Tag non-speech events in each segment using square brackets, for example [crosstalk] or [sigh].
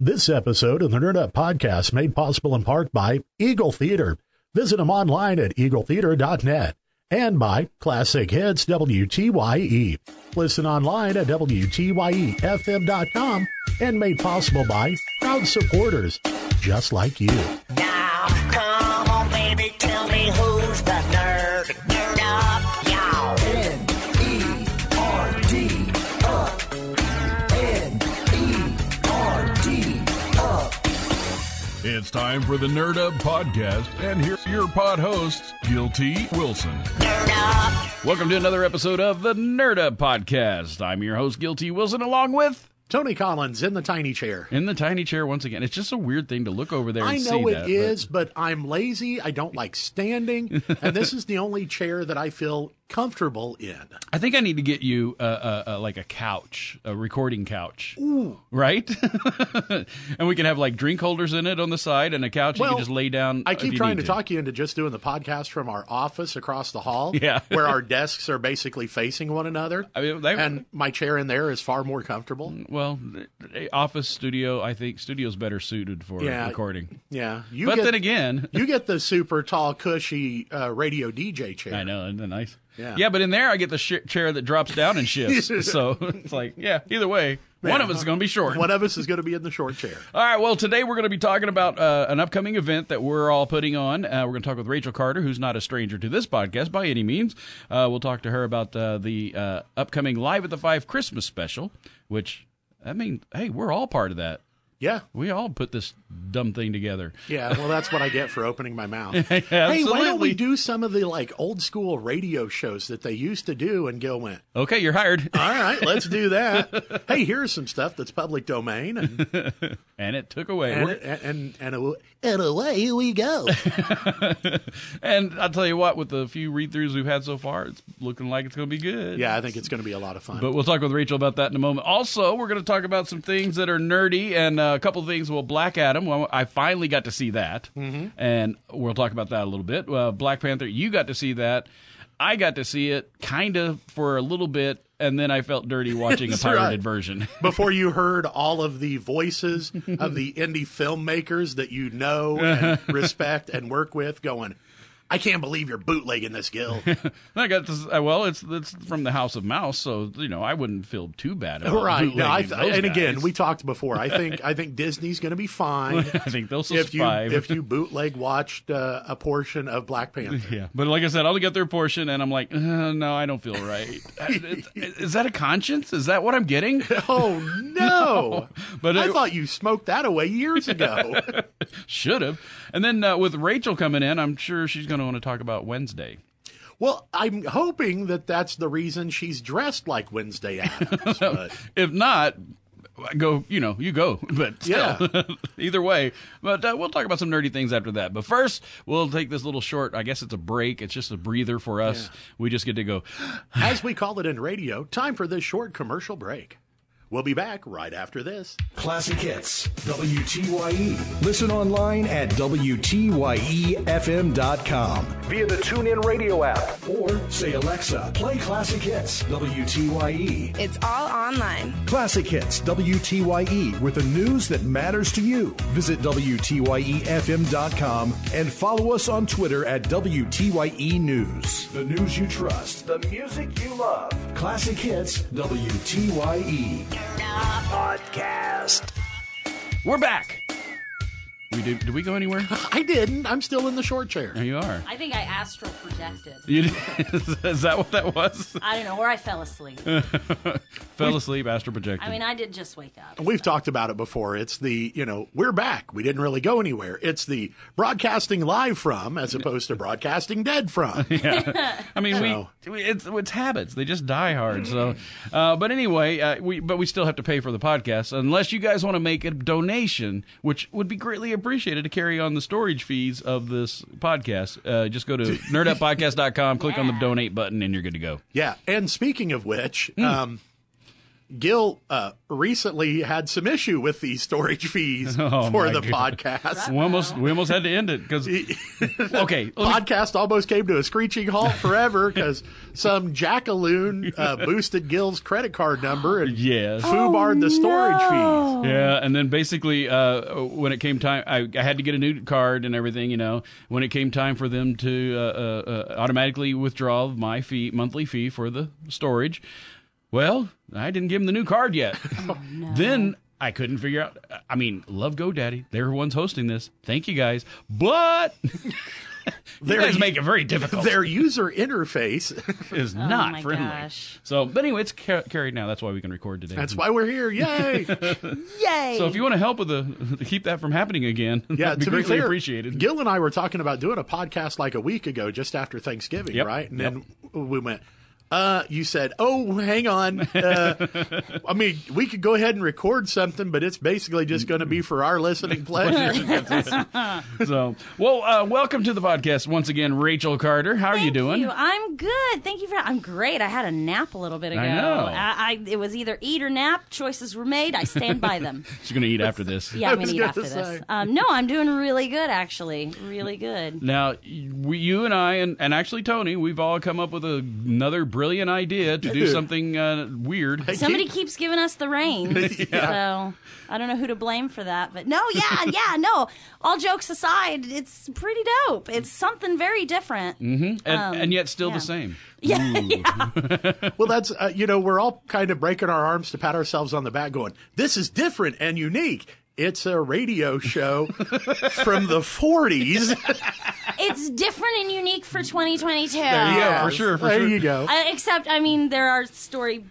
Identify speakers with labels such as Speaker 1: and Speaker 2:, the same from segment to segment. Speaker 1: This episode of the Nerd Up Podcast made possible in part by Eagle Theater. Visit them online at eagletheater.net and by Classic Hits WTYE. E. Listen online at E WTYEFM.com and made possible by proud supporters just like you.
Speaker 2: Now, come on, baby, tell me who's the nerd. Nerd up, y'all.
Speaker 3: N E R D up. N E R D up.
Speaker 4: It's time for the Nerd Up Podcast, and here are your pod hosts, Guilty Wilson.
Speaker 2: Nerd up.
Speaker 5: Welcome to another episode of the Nerd Up Podcast. I'm your host, Guilty Wilson, along with
Speaker 1: Tony Collins in the tiny chair.
Speaker 5: in the tiny chair once again. It's just a weird thing to look over there. And
Speaker 1: I
Speaker 5: see
Speaker 1: know it
Speaker 5: that,
Speaker 1: is, but I'm lazy. I don't like
Speaker 5: [laughs]
Speaker 1: standing. and this is the only chair that I feel comfortable in.
Speaker 5: but I think I need to get you uh, uh, uh, like a couch, a recording couch, right? [laughs] and we can have like drink holders in it on the side and a couch you
Speaker 1: Well,
Speaker 5: can just lay down.
Speaker 1: I
Speaker 5: if
Speaker 1: keep
Speaker 5: you
Speaker 1: trying
Speaker 5: need
Speaker 1: to talk you into just doing the podcast from our office across the hall,
Speaker 5: [laughs] Yeah.
Speaker 1: where our desks are basically facing one another.
Speaker 5: I mean, they- Mm.
Speaker 1: and my chair in there is far more comfortable.
Speaker 5: Well, eh, office studio. I think studio's better suited for
Speaker 1: Yeah.
Speaker 5: recording.
Speaker 1: Yeah, you
Speaker 5: But
Speaker 1: get
Speaker 5: then again,
Speaker 1: you get the super tall, cushy uh, radio DJ chair.
Speaker 5: I know, isn't that nice?
Speaker 1: Yeah.
Speaker 5: but in there I get the sh- chair that drops down and
Speaker 1: [laughs]
Speaker 5: shifts. so it's like, yeah, either way, one of us is going to be short.
Speaker 1: One of us is going to be in the short chair.
Speaker 5: all right, well, today we're going to be talking about uh, an upcoming event that we're all putting on. Uh, we're going to talk with Rachel Carter, who's not a stranger to this podcast by any means. Uh, we'll talk to her about uh, the uh, upcoming Live at the Five Christmas special, which, I mean, hey, we're all part of that.
Speaker 1: Yeah,
Speaker 5: We all put this dumb thing together.
Speaker 1: yeah. Well, that's what I get for opening my
Speaker 5: [laughs]
Speaker 1: mouth. Hey, why don't
Speaker 5: absolutely.
Speaker 1: we do some of the like old school radio shows that they used to do? And Gil went,
Speaker 5: Okay, you're hired.
Speaker 1: "All right, let's do that."
Speaker 5: [laughs]
Speaker 1: hey, here's some stuff that's public domain, and
Speaker 5: and it took away.
Speaker 1: and
Speaker 5: We're-
Speaker 1: and and, and, aw- and away we go.
Speaker 5: And I'll tell you what, with the few read throughs we've had so far, it's looking like it's going to be good.
Speaker 1: [laughs] Yeah, I think it's going to be a lot of fun.
Speaker 5: But we'll talk with Rachel about that in a moment. Also, we're going to talk about some things that are nerdy and uh, a couple of things. Well, Black Adam, well, I finally got to see that.
Speaker 1: Mm-hmm.
Speaker 5: And we'll talk about that a little bit. Uh, Black Panther, you got to see that. I got to see it kind of for a little bit. And then I felt
Speaker 1: [laughs]
Speaker 5: dirty watching a
Speaker 1: That's
Speaker 5: pirated
Speaker 1: right.
Speaker 5: version. [laughs]
Speaker 1: before you heard all of the voices of the indie filmmakers that you [laughs] know and respect and work with going, I can't believe you're bootlegging this, [laughs] Gil.
Speaker 5: I got this, uh, well, it's it's from the House of Mouse, so you know I wouldn't feel too bad about
Speaker 1: right. No, I th-
Speaker 5: bootlegging those
Speaker 1: and again,
Speaker 5: guys.
Speaker 1: we talked before. I think I think Disney's going to be [laughs] fine
Speaker 5: [laughs] I think they'll
Speaker 1: if you
Speaker 5: survive.
Speaker 1: if you bootleg watched uh, a portion of Black Panther.
Speaker 5: Yeah, but like I said, I'll get their portion, and I'm like, uh, no, I don't feel right. Is- Is that a conscience? Is that what I'm getting?
Speaker 1: Oh [laughs] no!
Speaker 5: But
Speaker 1: I
Speaker 5: it-
Speaker 1: thought you smoked that away years [laughs] ago.
Speaker 5: Should have. And then uh, with Rachel coming in, I'm sure she's going to want to talk about Wednesday.
Speaker 1: well, I'm hoping that that's the reason she's dressed like Wednesday
Speaker 5: [laughs]
Speaker 1: Adams. But
Speaker 5: If not, go. You know, you go. [laughs] But still, [laughs] either way. But uh, we'll talk about some nerdy things after that. But first, we'll take this little short. I guess it's a break. It's just a breather for us. We just get to go.
Speaker 1: As we call it in radio, time for this short commercial break. We'll be back right after this.
Speaker 3: Classic Hits, WTYE. E. Listen online at E WTYEFM.com via the TuneIn Radio app or say, Alexa, play Classic Hits, WTYE.
Speaker 6: It's all online.
Speaker 3: E." Classic Hits, WTYE, E, with the news that matters to you. Visit E WTYEFM.com and follow us on Twitter at WTYE E News. The news you trust, the music you love. Classic Hits, WTYE. Podcast.
Speaker 5: We're back. We did. Did we go anywhere? [laughs]
Speaker 1: I didn't. I'm still in the short chair.
Speaker 5: There you are.
Speaker 7: I think I astral projected.
Speaker 5: You did, [laughs] is that what that was? [laughs]
Speaker 7: I don't know, or I fell asleep.
Speaker 5: Fell asleep, astral projected.
Speaker 7: I mean, I did just wake up.
Speaker 1: We've talked about it before. It's the, you know, we're back. We didn't really go anywhere. It's the broadcasting live from as opposed to broadcasting dead
Speaker 5: [laughs]
Speaker 1: from.
Speaker 5: I mean,
Speaker 1: So-
Speaker 5: we, we it's it's habits. They just die hard. So, uh, but anyway, uh, we but we still have to pay for the podcast unless you guys want to make a donation, which would be greatly appreciated to carry on the storage fees of this podcast. Uh, just go to nerduppodcast.com, click on the donate button, and you're good to go. Hmm.
Speaker 1: yeah. And speaking of which, um, Gil uh, recently had some issue with the storage fees
Speaker 5: [laughs] Oh,
Speaker 1: for
Speaker 5: my
Speaker 1: the
Speaker 5: God.
Speaker 1: podcast.
Speaker 5: We almost we almost had to end it because okay. let me-
Speaker 1: podcast almost came to a screeching halt
Speaker 5: [laughs]
Speaker 1: forever because some jackaloon uh, boosted Gil's credit card number and
Speaker 5: Yes.
Speaker 1: foobarred the storage fees.
Speaker 7: Oh.
Speaker 5: Yeah, and then basically, uh, when it came time, I, I had to get a new card and everything. You know, when it came time for them to uh, uh, uh, automatically withdraw my fee, monthly fee for the storage, well, I didn't give them the new card
Speaker 7: [laughs]
Speaker 5: yet.
Speaker 7: Oh,
Speaker 5: Then I couldn't figure out. I mean, love GoDaddy; they're the ones hosting this. Thank you guys, but [laughs] you
Speaker 1: They're
Speaker 5: guys
Speaker 1: u-
Speaker 5: make it very difficult.
Speaker 1: Their user interface. [laughs]
Speaker 5: It's not
Speaker 7: Oh my
Speaker 5: friendly.
Speaker 7: gosh.
Speaker 5: So, but anyway, it's ca- carried now. That's why we can record today.
Speaker 1: That's why we're here.
Speaker 5: [laughs]
Speaker 1: Yay!
Speaker 5: So if you want to help with the [laughs] to keep that from happening again, [laughs]
Speaker 1: Yeah,
Speaker 5: that'd be
Speaker 1: to be
Speaker 5: greatly
Speaker 1: fair,
Speaker 5: appreciated.
Speaker 1: Gil and I were talking about doing a podcast like a week ago, just after Thanksgiving,
Speaker 5: Yep,
Speaker 1: right? And
Speaker 5: yep.
Speaker 1: then w- we went. Uh, you said, "Oh, hang
Speaker 5: [laughs]
Speaker 1: on. Uh, I mean, we could go ahead and record something, but it's basically just going to be for our
Speaker 5: [laughs]
Speaker 1: listening pleasure."
Speaker 5: so, well, uh, welcome to the podcast once again, Rachel Carter. How are you
Speaker 7: Thank
Speaker 5: doing?
Speaker 7: you. I'm good. Thank you for. I'm great. I had a nap a little bit ago.
Speaker 5: know.
Speaker 7: I, I it was either eat or nap. Choices were made. I stand by them.
Speaker 5: She's going to eat after this.
Speaker 7: Yeah, I'm
Speaker 1: was
Speaker 7: gonna eat
Speaker 1: gonna
Speaker 7: after
Speaker 1: say.
Speaker 7: this. Um, no, I'm doing really good actually. Really good.
Speaker 5: Now, we, you and I, and, and actually Tony, we've all come up with a, another brilliant idea to do something uh, weird.
Speaker 7: Somebody keeps giving us the reins, so I don't know who to blame for that. But no, yeah, yeah, no. All jokes aside, it's pretty dope. It's something very different.
Speaker 5: And, and yet still
Speaker 7: Um, yeah.
Speaker 5: the same.
Speaker 7: Yeah, yeah.
Speaker 1: well, that's uh, you know, we're all kind of breaking our arms to pat ourselves on the back, going, "This is different and unique." It's a radio
Speaker 5: [laughs]
Speaker 1: show from the 40s.
Speaker 7: it's different and unique for 2022.
Speaker 5: for sure, for
Speaker 1: there
Speaker 5: sure.
Speaker 1: you go.
Speaker 7: Uh, except, I mean, there are story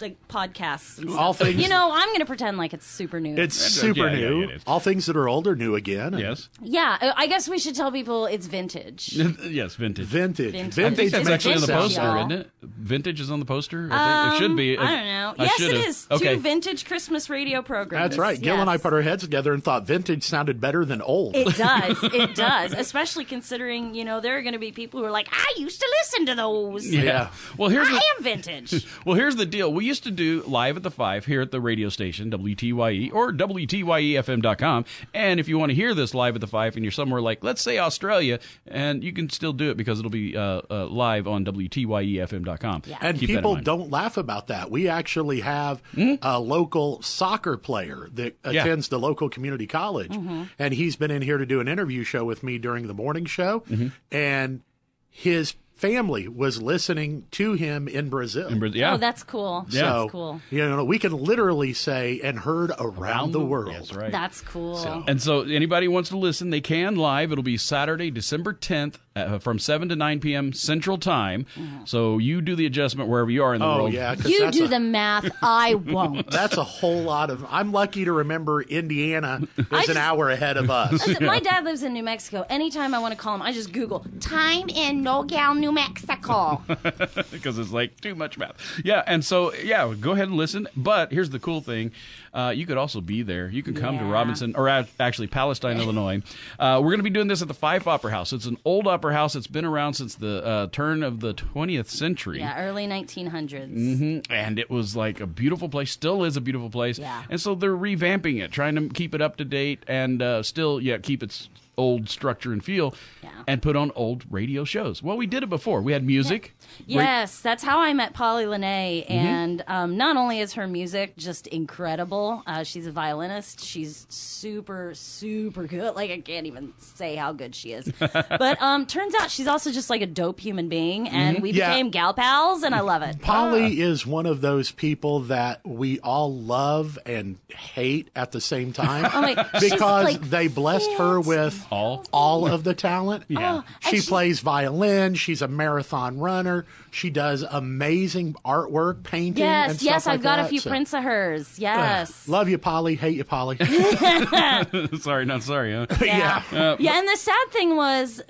Speaker 7: like podcasts. And stuff.
Speaker 1: All things-
Speaker 7: You know, I'm going to pretend like it's super new.
Speaker 1: It's super
Speaker 5: yeah, yeah,
Speaker 1: new.
Speaker 5: it is.
Speaker 1: All things that are old are new again. And
Speaker 5: Yes.
Speaker 7: yeah. I- I guess we should tell people it's vintage.
Speaker 5: [laughs] yes, vintage.
Speaker 1: Vintage.
Speaker 7: Vintage.
Speaker 5: I think that's
Speaker 7: Vintage
Speaker 5: actually on the
Speaker 7: vintage,
Speaker 5: poster,
Speaker 7: y'all.
Speaker 5: isn't it? Vintage is on the poster. I think it should be.
Speaker 7: Um, I don't know.
Speaker 5: I
Speaker 7: yes, it
Speaker 5: should've.
Speaker 7: is.
Speaker 5: Okay.
Speaker 7: Two vintage Christmas radio programs.
Speaker 1: That's right. Gil and I
Speaker 7: Yes.
Speaker 1: put our heads together and thought vintage sounded better than old.
Speaker 7: It does. It does. Especially considering, you know, there are going to be people who are like, I used to listen to those.
Speaker 5: yeah.
Speaker 1: Yeah.
Speaker 5: Well, here's the,
Speaker 7: I am vintage.
Speaker 5: Well, here's the deal. We used to do live at the five here at the radio station, WTYE E or E WTYEFM.com. And if you want to hear this live at the five and you're somewhere like, let's say Australia, and you can still do it because it'll be uh, uh, live on E WTYEFM.com. Yeah.
Speaker 1: and people don't laugh about that. We actually have a local soccer player that
Speaker 5: Yeah.
Speaker 1: attends the local community college,
Speaker 7: Mm-hmm.
Speaker 1: and he's been in here to do an interview show with me during the morning show, and his family was listening to him in Brazil.
Speaker 5: [laughs] Yeah.
Speaker 7: Oh, that's cool.
Speaker 1: so,
Speaker 7: That's cool.
Speaker 1: You know, we can literally say and heard around, the, world.
Speaker 5: That's right.
Speaker 7: That's cool.
Speaker 5: And so, anybody who wants to listen, they can live. It'll be Saturday, December 10th uh, from 7 to 9 p.m. Central Time.
Speaker 7: Mm-hmm.
Speaker 5: So, you do the adjustment wherever you are in the
Speaker 1: Oh
Speaker 5: world.
Speaker 1: yeah, 'cause
Speaker 7: You
Speaker 1: that's
Speaker 7: do
Speaker 1: a-
Speaker 7: the math. I won't.
Speaker 1: That's a whole lot of. I'm lucky to remember
Speaker 7: [laughs]
Speaker 1: Indiana is
Speaker 7: just-
Speaker 1: an hour ahead of
Speaker 7: [laughs]
Speaker 1: us.
Speaker 7: Listen, My dad lives in New Mexico. Anytime I want to call him, I just Google time in Nogales, New
Speaker 1: [laughs]
Speaker 7: Mexico.
Speaker 5: because it's like too much math. Yeah, and so yeah, go ahead and listen. But here's the cool thing: uh, you could also be there. You can come to
Speaker 7: Yeah.
Speaker 5: Robinson or a- actually
Speaker 7: [laughs]
Speaker 5: Palestine, Illinois. Uh, we're going to be doing this at the Fife Opera House. It's an old opera house. It's been around since the uh, turn of the 20th century. Mm,
Speaker 7: yeah, early 1900s.
Speaker 1: Mm-hmm.
Speaker 5: And it was like a beautiful place, still is a beautiful place.
Speaker 7: Yeah.
Speaker 5: And so they're revamping it, trying to keep it up to date and uh, still, yeah, keep its old structure and feel
Speaker 7: Yeah.
Speaker 5: and put on old radio shows. Well, we did it before. We had music. Ra-
Speaker 7: Yes, that's how I met Polly Linnae.
Speaker 1: Mm-hmm.
Speaker 7: And um, not only is her music just incredible, uh, she's a violinist. She's super, super good. Like, I can't even say how good
Speaker 1: [laughs]
Speaker 7: she is. but um, turns out she's also just like a dope human being. And we
Speaker 1: Mm-hmm. Yeah.
Speaker 7: became gal pals, and I love it.
Speaker 1: Polly
Speaker 7: Ah.
Speaker 1: is one of those people that we all love and hate at the same time
Speaker 7: Oh, my- she's
Speaker 1: because
Speaker 7: like-
Speaker 1: they blessed her with
Speaker 5: All?
Speaker 1: of the talent.
Speaker 5: Yeah.
Speaker 7: Oh, and
Speaker 1: she
Speaker 7: she's-
Speaker 1: plays violin. She's a marathon runner. She does amazing artwork, painting. and
Speaker 7: Yes,
Speaker 1: stuff
Speaker 7: yes,
Speaker 1: like
Speaker 7: I've got a
Speaker 1: that,
Speaker 7: few
Speaker 1: so-
Speaker 7: prints of hers. Yes.
Speaker 1: Love you, Polly. Hate you,
Speaker 7: [laughs]
Speaker 1: Polly.
Speaker 5: [laughs] sorry, not sorry, huh?
Speaker 7: yeah. yeah, and the sad thing was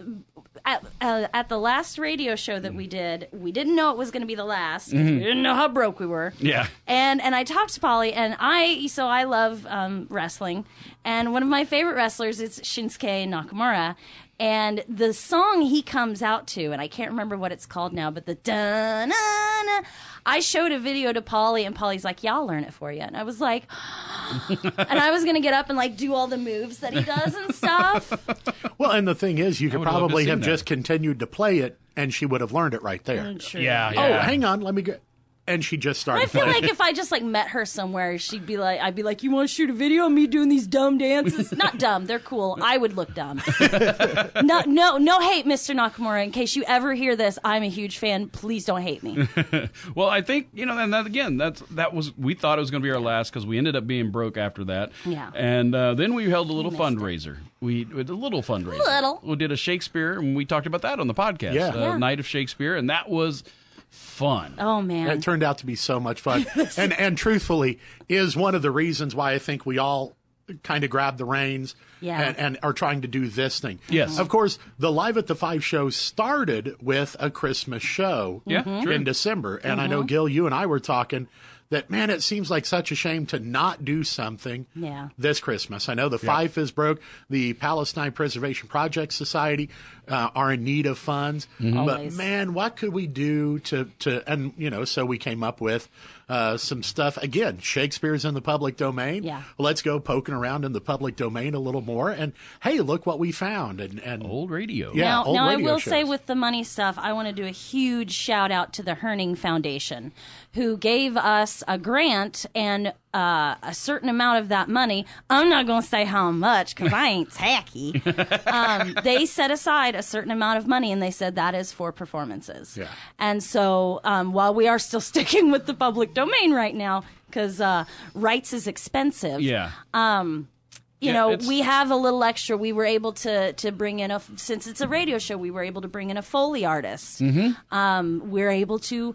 Speaker 7: at, uh, at the last radio show that we did, we didn't know it was going to be the last. 'cause We didn't know how broke we were.
Speaker 5: Yeah.
Speaker 7: And and I talked to Polly, and I so I love um, wrestling, and one of my favorite wrestlers is Shinsuke Nakamura. And the song he comes out to, and I can't remember what it's called now, but the da na na. I showed a video to Polly, and Polly's like, "Yeah, I'll learn it for you." And I was like, [gasps] and I was gonna get up and like do all the moves that he does and stuff.
Speaker 1: Well, and the thing is, you could
Speaker 5: would've loved to
Speaker 1: probably
Speaker 5: seen
Speaker 1: have
Speaker 5: that.
Speaker 1: just continued to play it, and she would have learned it right there.
Speaker 7: True.
Speaker 5: Yeah, yeah.
Speaker 1: Oh, hang on, let me get. And she just started.
Speaker 7: I feel
Speaker 1: playing. [laughs]
Speaker 7: like if I just like met her somewhere, she'd be like, I'd be like, you want to shoot a video of me doing these dumb dances? Not dumb, they're cool. I would look dumb. no, no, no hate, Mr. Nakamura. In case you ever hear this, I'm a huge fan. Please don't hate me.
Speaker 5: Well, I think you know, and that again, that's that was we thought it was going to be our last because we ended up being broke after that.
Speaker 7: Yeah.
Speaker 5: And uh, then we held a little fundraiser. We we did a little fundraiser.
Speaker 7: Little.
Speaker 5: We did a Shakespeare, and we talked about that on the podcast.
Speaker 1: Yeah.
Speaker 5: Uh,
Speaker 7: Yeah.
Speaker 5: Night of Shakespeare, and that was fun.
Speaker 7: Oh man,
Speaker 1: It turned out to be so much
Speaker 7: [laughs]
Speaker 1: fun, and and truthfully, is one of the reasons why I think we all kind of grab the reins
Speaker 7: Yeah.
Speaker 1: and, and are trying to do this thing.
Speaker 5: Yes.
Speaker 1: of course, the Live at the Five show started with a Christmas show,
Speaker 5: Yeah, Mhm. sure.
Speaker 1: in December, and I
Speaker 7: Mm-hmm.
Speaker 1: know Gil, you and I were talking. That man, it seems like such a shame to not do something
Speaker 7: Yeah.
Speaker 1: this Christmas. I know the Fife is broke. The Palestine Preservation Project Society uh, are in need of funds, but
Speaker 7: Mm-hmm. Always.
Speaker 1: man and what could we do to to and you know so we came up with uh, some stuff again shakespeare's in the public domain
Speaker 7: Yeah.
Speaker 1: let's go poking around in the public domain a little more and hey look what we found and and
Speaker 5: Old radio.
Speaker 1: Yeah.
Speaker 7: now,
Speaker 1: old
Speaker 7: now I
Speaker 1: radio
Speaker 7: will say
Speaker 1: shows.
Speaker 7: with the money stuff, I want to do a huge shout out to the Herning Foundation, who gave us a grant and uh, a certain amount of that money. I'm not going to say how much because
Speaker 1: [laughs]
Speaker 7: I ain't tacky. um, they set aside a certain amount of money and they said that is for performances.
Speaker 1: Yeah.
Speaker 7: And so um, while we are still [laughs] sticking with the public domain right now, because uh, rights is expensive
Speaker 5: Yeah.
Speaker 7: you
Speaker 5: Yeah,
Speaker 7: know
Speaker 5: it's-
Speaker 7: we have a little extra we were able to to bring in a since it's a radio show we were able to bring in a foley artist
Speaker 5: Mm-hmm.
Speaker 7: um, we're able to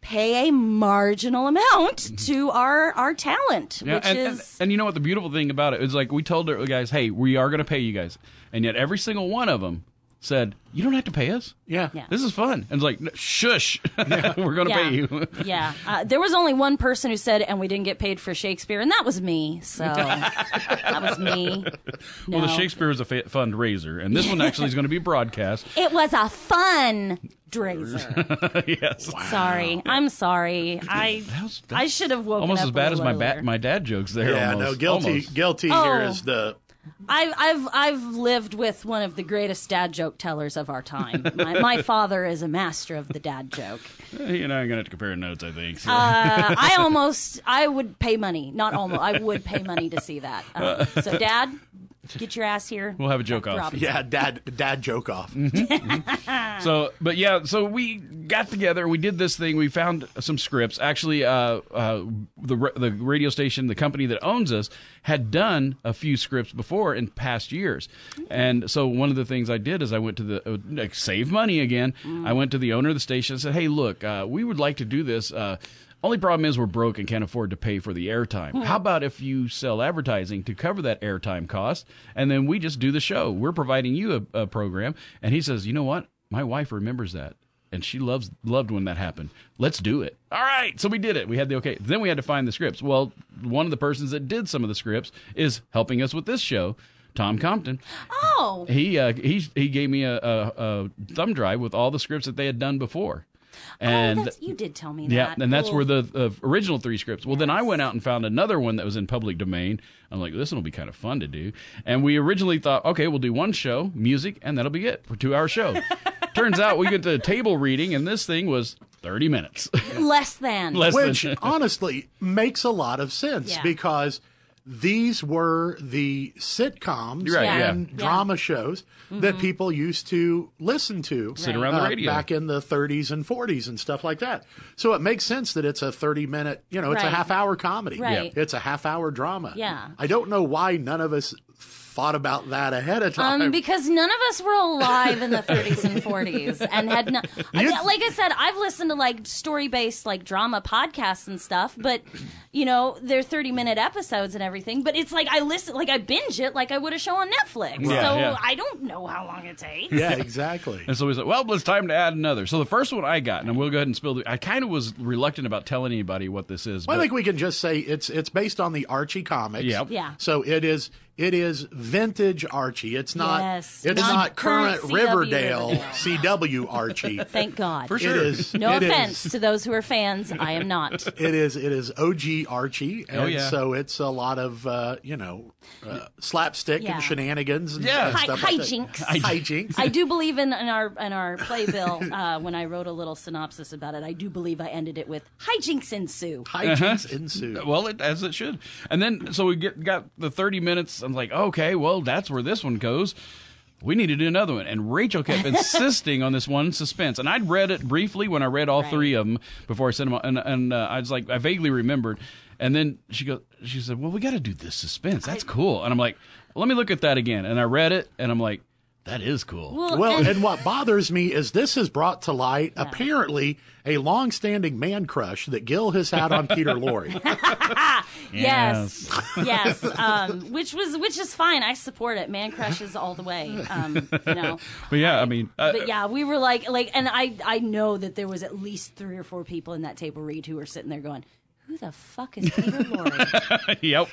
Speaker 7: pay a marginal amount to our our talent
Speaker 5: Mm-hmm. Yeah,
Speaker 7: which
Speaker 5: and, and-
Speaker 7: is
Speaker 5: and, you know what? The beautiful thing about it is like we told the guys, "Hey, we are going to pay you guys," and yet every single one of them said, "You don't have to pay us.
Speaker 1: yeah,
Speaker 7: Yeah.
Speaker 5: This is fun." And it's like, "No, "Shush, [laughs] we're going to
Speaker 7: yeah,
Speaker 5: pay you."
Speaker 7: yeah. Uh, there was only one person who said, "And we didn't get paid for Shakespeare," and that was me.
Speaker 5: [laughs]
Speaker 7: So that was me. No.
Speaker 5: Well, the Shakespeare is a fa- fundraiser, and
Speaker 7: [laughs]
Speaker 5: this one actually is going to be broadcast.
Speaker 7: It was a fun drazer.
Speaker 5: [laughs] yes.
Speaker 7: Sorry, I'm sorry. I
Speaker 5: was-
Speaker 7: I should have woken
Speaker 5: almost
Speaker 7: up
Speaker 5: as
Speaker 7: a
Speaker 5: bad as
Speaker 7: little
Speaker 5: my ba-
Speaker 7: earlier.
Speaker 5: my dad jokes there.
Speaker 1: Yeah,
Speaker 5: almost.
Speaker 1: no guilty
Speaker 5: Almost.
Speaker 1: guilty here
Speaker 7: Oh.
Speaker 1: is the
Speaker 7: I've I've I've lived with one of the greatest dad joke tellers of our time. My,
Speaker 5: [laughs]
Speaker 7: my father is a master of the dad joke.
Speaker 5: Eh, You know, I'm gonna have to compare notes. I think. So.
Speaker 7: Uh, I almost I would pay money, not almost I would pay money to see that. Um,
Speaker 5: [laughs]
Speaker 7: so dad, get your ass here.
Speaker 5: We'll have a joke off.
Speaker 7: Rob.
Speaker 1: yeah dad dad joke off
Speaker 5: so, but yeah, so we got together. We did this thing. We found some scripts. Actually, uh, uh, the ra- the radio station, the company that owns us, had done a few scripts before in past years.
Speaker 7: Mm-hmm.
Speaker 5: And so, one of the things I did is I went to the uh, like, save money again.
Speaker 7: Mm.
Speaker 5: I went to the owner of the station and said, "Hey, look, uh, we would like to do this." Uh, only problem is we're broke and can't afford to pay for the airtime.
Speaker 7: Hmm.
Speaker 5: How about if you sell advertising to cover that airtime cost, and then we just do the show? We're providing you a, a program. And he says, you know what? My wife remembers that, and she loves loved when that happened. Let's do it. All right, so we did it. We had the okay. Then we had to find the scripts. Well, one of the persons that did some of the scripts is helping us with this show. Tom Compton,
Speaker 7: Oh,
Speaker 5: he uh, he he gave me a, a, a thumb drive with all the scripts that they had done before, and
Speaker 7: oh, that's, you did tell me
Speaker 5: yeah,
Speaker 7: that.
Speaker 5: and that's
Speaker 7: Cool.
Speaker 5: where the uh, original three scripts. Well, then I went out and found another one that was in public domain. I'm like, this one will be kind of fun to do. And we originally thought, okay, we'll do one show, music, and that'll be it for two hour show. Turns out we get to table reading, and this thing was 30 minutes.
Speaker 7: less than
Speaker 5: Less [laughs]
Speaker 1: which
Speaker 5: than
Speaker 1: honestly makes a lot of sense
Speaker 7: Yeah.
Speaker 1: because these were the sitcoms
Speaker 5: Right, yeah.
Speaker 1: and
Speaker 7: Yeah. Mm-hmm.
Speaker 1: drama shows that people used to listen to uh,
Speaker 5: Sit around the radio.
Speaker 1: back in the 30s and 40s and stuff like that. So it makes sense that it's a 30 minute, you know, it's a
Speaker 7: Right.
Speaker 1: half hour comedy.
Speaker 7: Right.
Speaker 1: It's a half hour drama.
Speaker 7: Yeah.
Speaker 1: I don't know why none of us thought about that ahead of time.
Speaker 7: Um, because none of us were alive in the 30s and 40s, and had not. I, like I said, I've listened to like story based like drama podcasts and stuff, but you know they're 30 minute episodes and everything. But it's like I listen, like I binge it, like I would a show on Netflix.
Speaker 5: Yeah,
Speaker 7: so
Speaker 5: yeah.
Speaker 7: I don't know how long it takes.
Speaker 1: yeah, exactly.
Speaker 5: [laughs] And so we said, well, it's time to add another. So the first one I got, and we'll go ahead and spill the. I kind of was reluctant about telling anybody what this is.
Speaker 1: Well, I
Speaker 5: but-
Speaker 1: think we can just say it's it's based on the Archie comics.
Speaker 5: Yep.
Speaker 7: Yeah.
Speaker 1: So it is it is vintage Archie. It's not.
Speaker 7: Yes.
Speaker 1: It's
Speaker 7: Not
Speaker 1: not current
Speaker 7: current CW
Speaker 1: Riverdale
Speaker 7: [laughs] Riverdale.
Speaker 1: CW Archie.
Speaker 7: Thank God.
Speaker 5: For sure.
Speaker 1: It is.
Speaker 7: No
Speaker 1: it is-
Speaker 7: offense to those who are fans, I am not.
Speaker 1: it is. It is OG Archie, and
Speaker 5: Oh, yeah.
Speaker 1: so it's a lot of uh, you know uh, slapstick
Speaker 7: Yeah.
Speaker 1: and shenanigans and,
Speaker 5: Yeah.
Speaker 1: and
Speaker 7: Hi-
Speaker 1: stuff like that.
Speaker 7: hijinks.
Speaker 1: Hijinks.
Speaker 7: I do believe in, in our in our playbill uh, when I wrote a little synopsis about it. I do believe I ended it with hijinks ensue.
Speaker 1: Hijinks ensue.
Speaker 5: Uh-huh. Well, it, as it should. And then, so we get got the 30 minutes. I'm like, okay, well, that's where this one goes. We need to do another one. And Rachel
Speaker 7: [laughs]
Speaker 5: kept insisting on this one suspense. And I'd read it briefly when I read all three of them before I sent them. And, and uh, I was like, I vaguely remembered. And then she goes, she said, well, we got to do this suspense. That's cool. And I'm like, let me look at that again. And I read it and I'm like, that is cool.
Speaker 1: Well, and, what bothers me is this has brought to light apparently a long-standing man crush that Gil has had on Peter Lorre.
Speaker 7: [laughs] Yes, yes.
Speaker 5: [laughs]
Speaker 7: Um, which was which is fine. I support it. Man crushes all the way. Um, you know.
Speaker 5: But yeah, I mean, uh,
Speaker 7: But yeah, we were like like, and I I know that there was at least three or four people in that table read who were sitting there going. Who the fuck is
Speaker 5: [laughs]
Speaker 7: Peter Lorre?
Speaker 5: yep.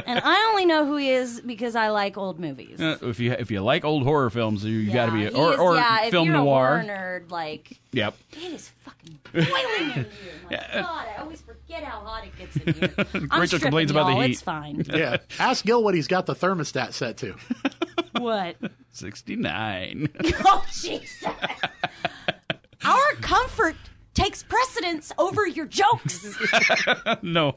Speaker 5: [laughs]
Speaker 7: and I only know who he is because I like old movies.
Speaker 5: if you if you like old horror films, Uh, you got to be
Speaker 7: Yeah,
Speaker 5: or
Speaker 7: he's-
Speaker 5: or
Speaker 7: yeah, if
Speaker 5: film
Speaker 7: you're
Speaker 5: noir.
Speaker 7: A horror nerd, like
Speaker 5: yep.
Speaker 7: it is fucking boiling in here.
Speaker 5: [laughs]
Speaker 7: My God, I always forget how hot it gets in here. I'm
Speaker 5: Rachel
Speaker 7: stripping,
Speaker 5: complains about the
Speaker 7: y'all,
Speaker 5: heat.
Speaker 7: It's fine.
Speaker 1: yeah. Ask Gil what he's got the thermostat set to.
Speaker 7: What?
Speaker 5: 69.
Speaker 7: [laughs] Oh Jesus! Our comfort takes precedence over
Speaker 5: [laughs]
Speaker 7: your jokes.
Speaker 5: [laughs] no.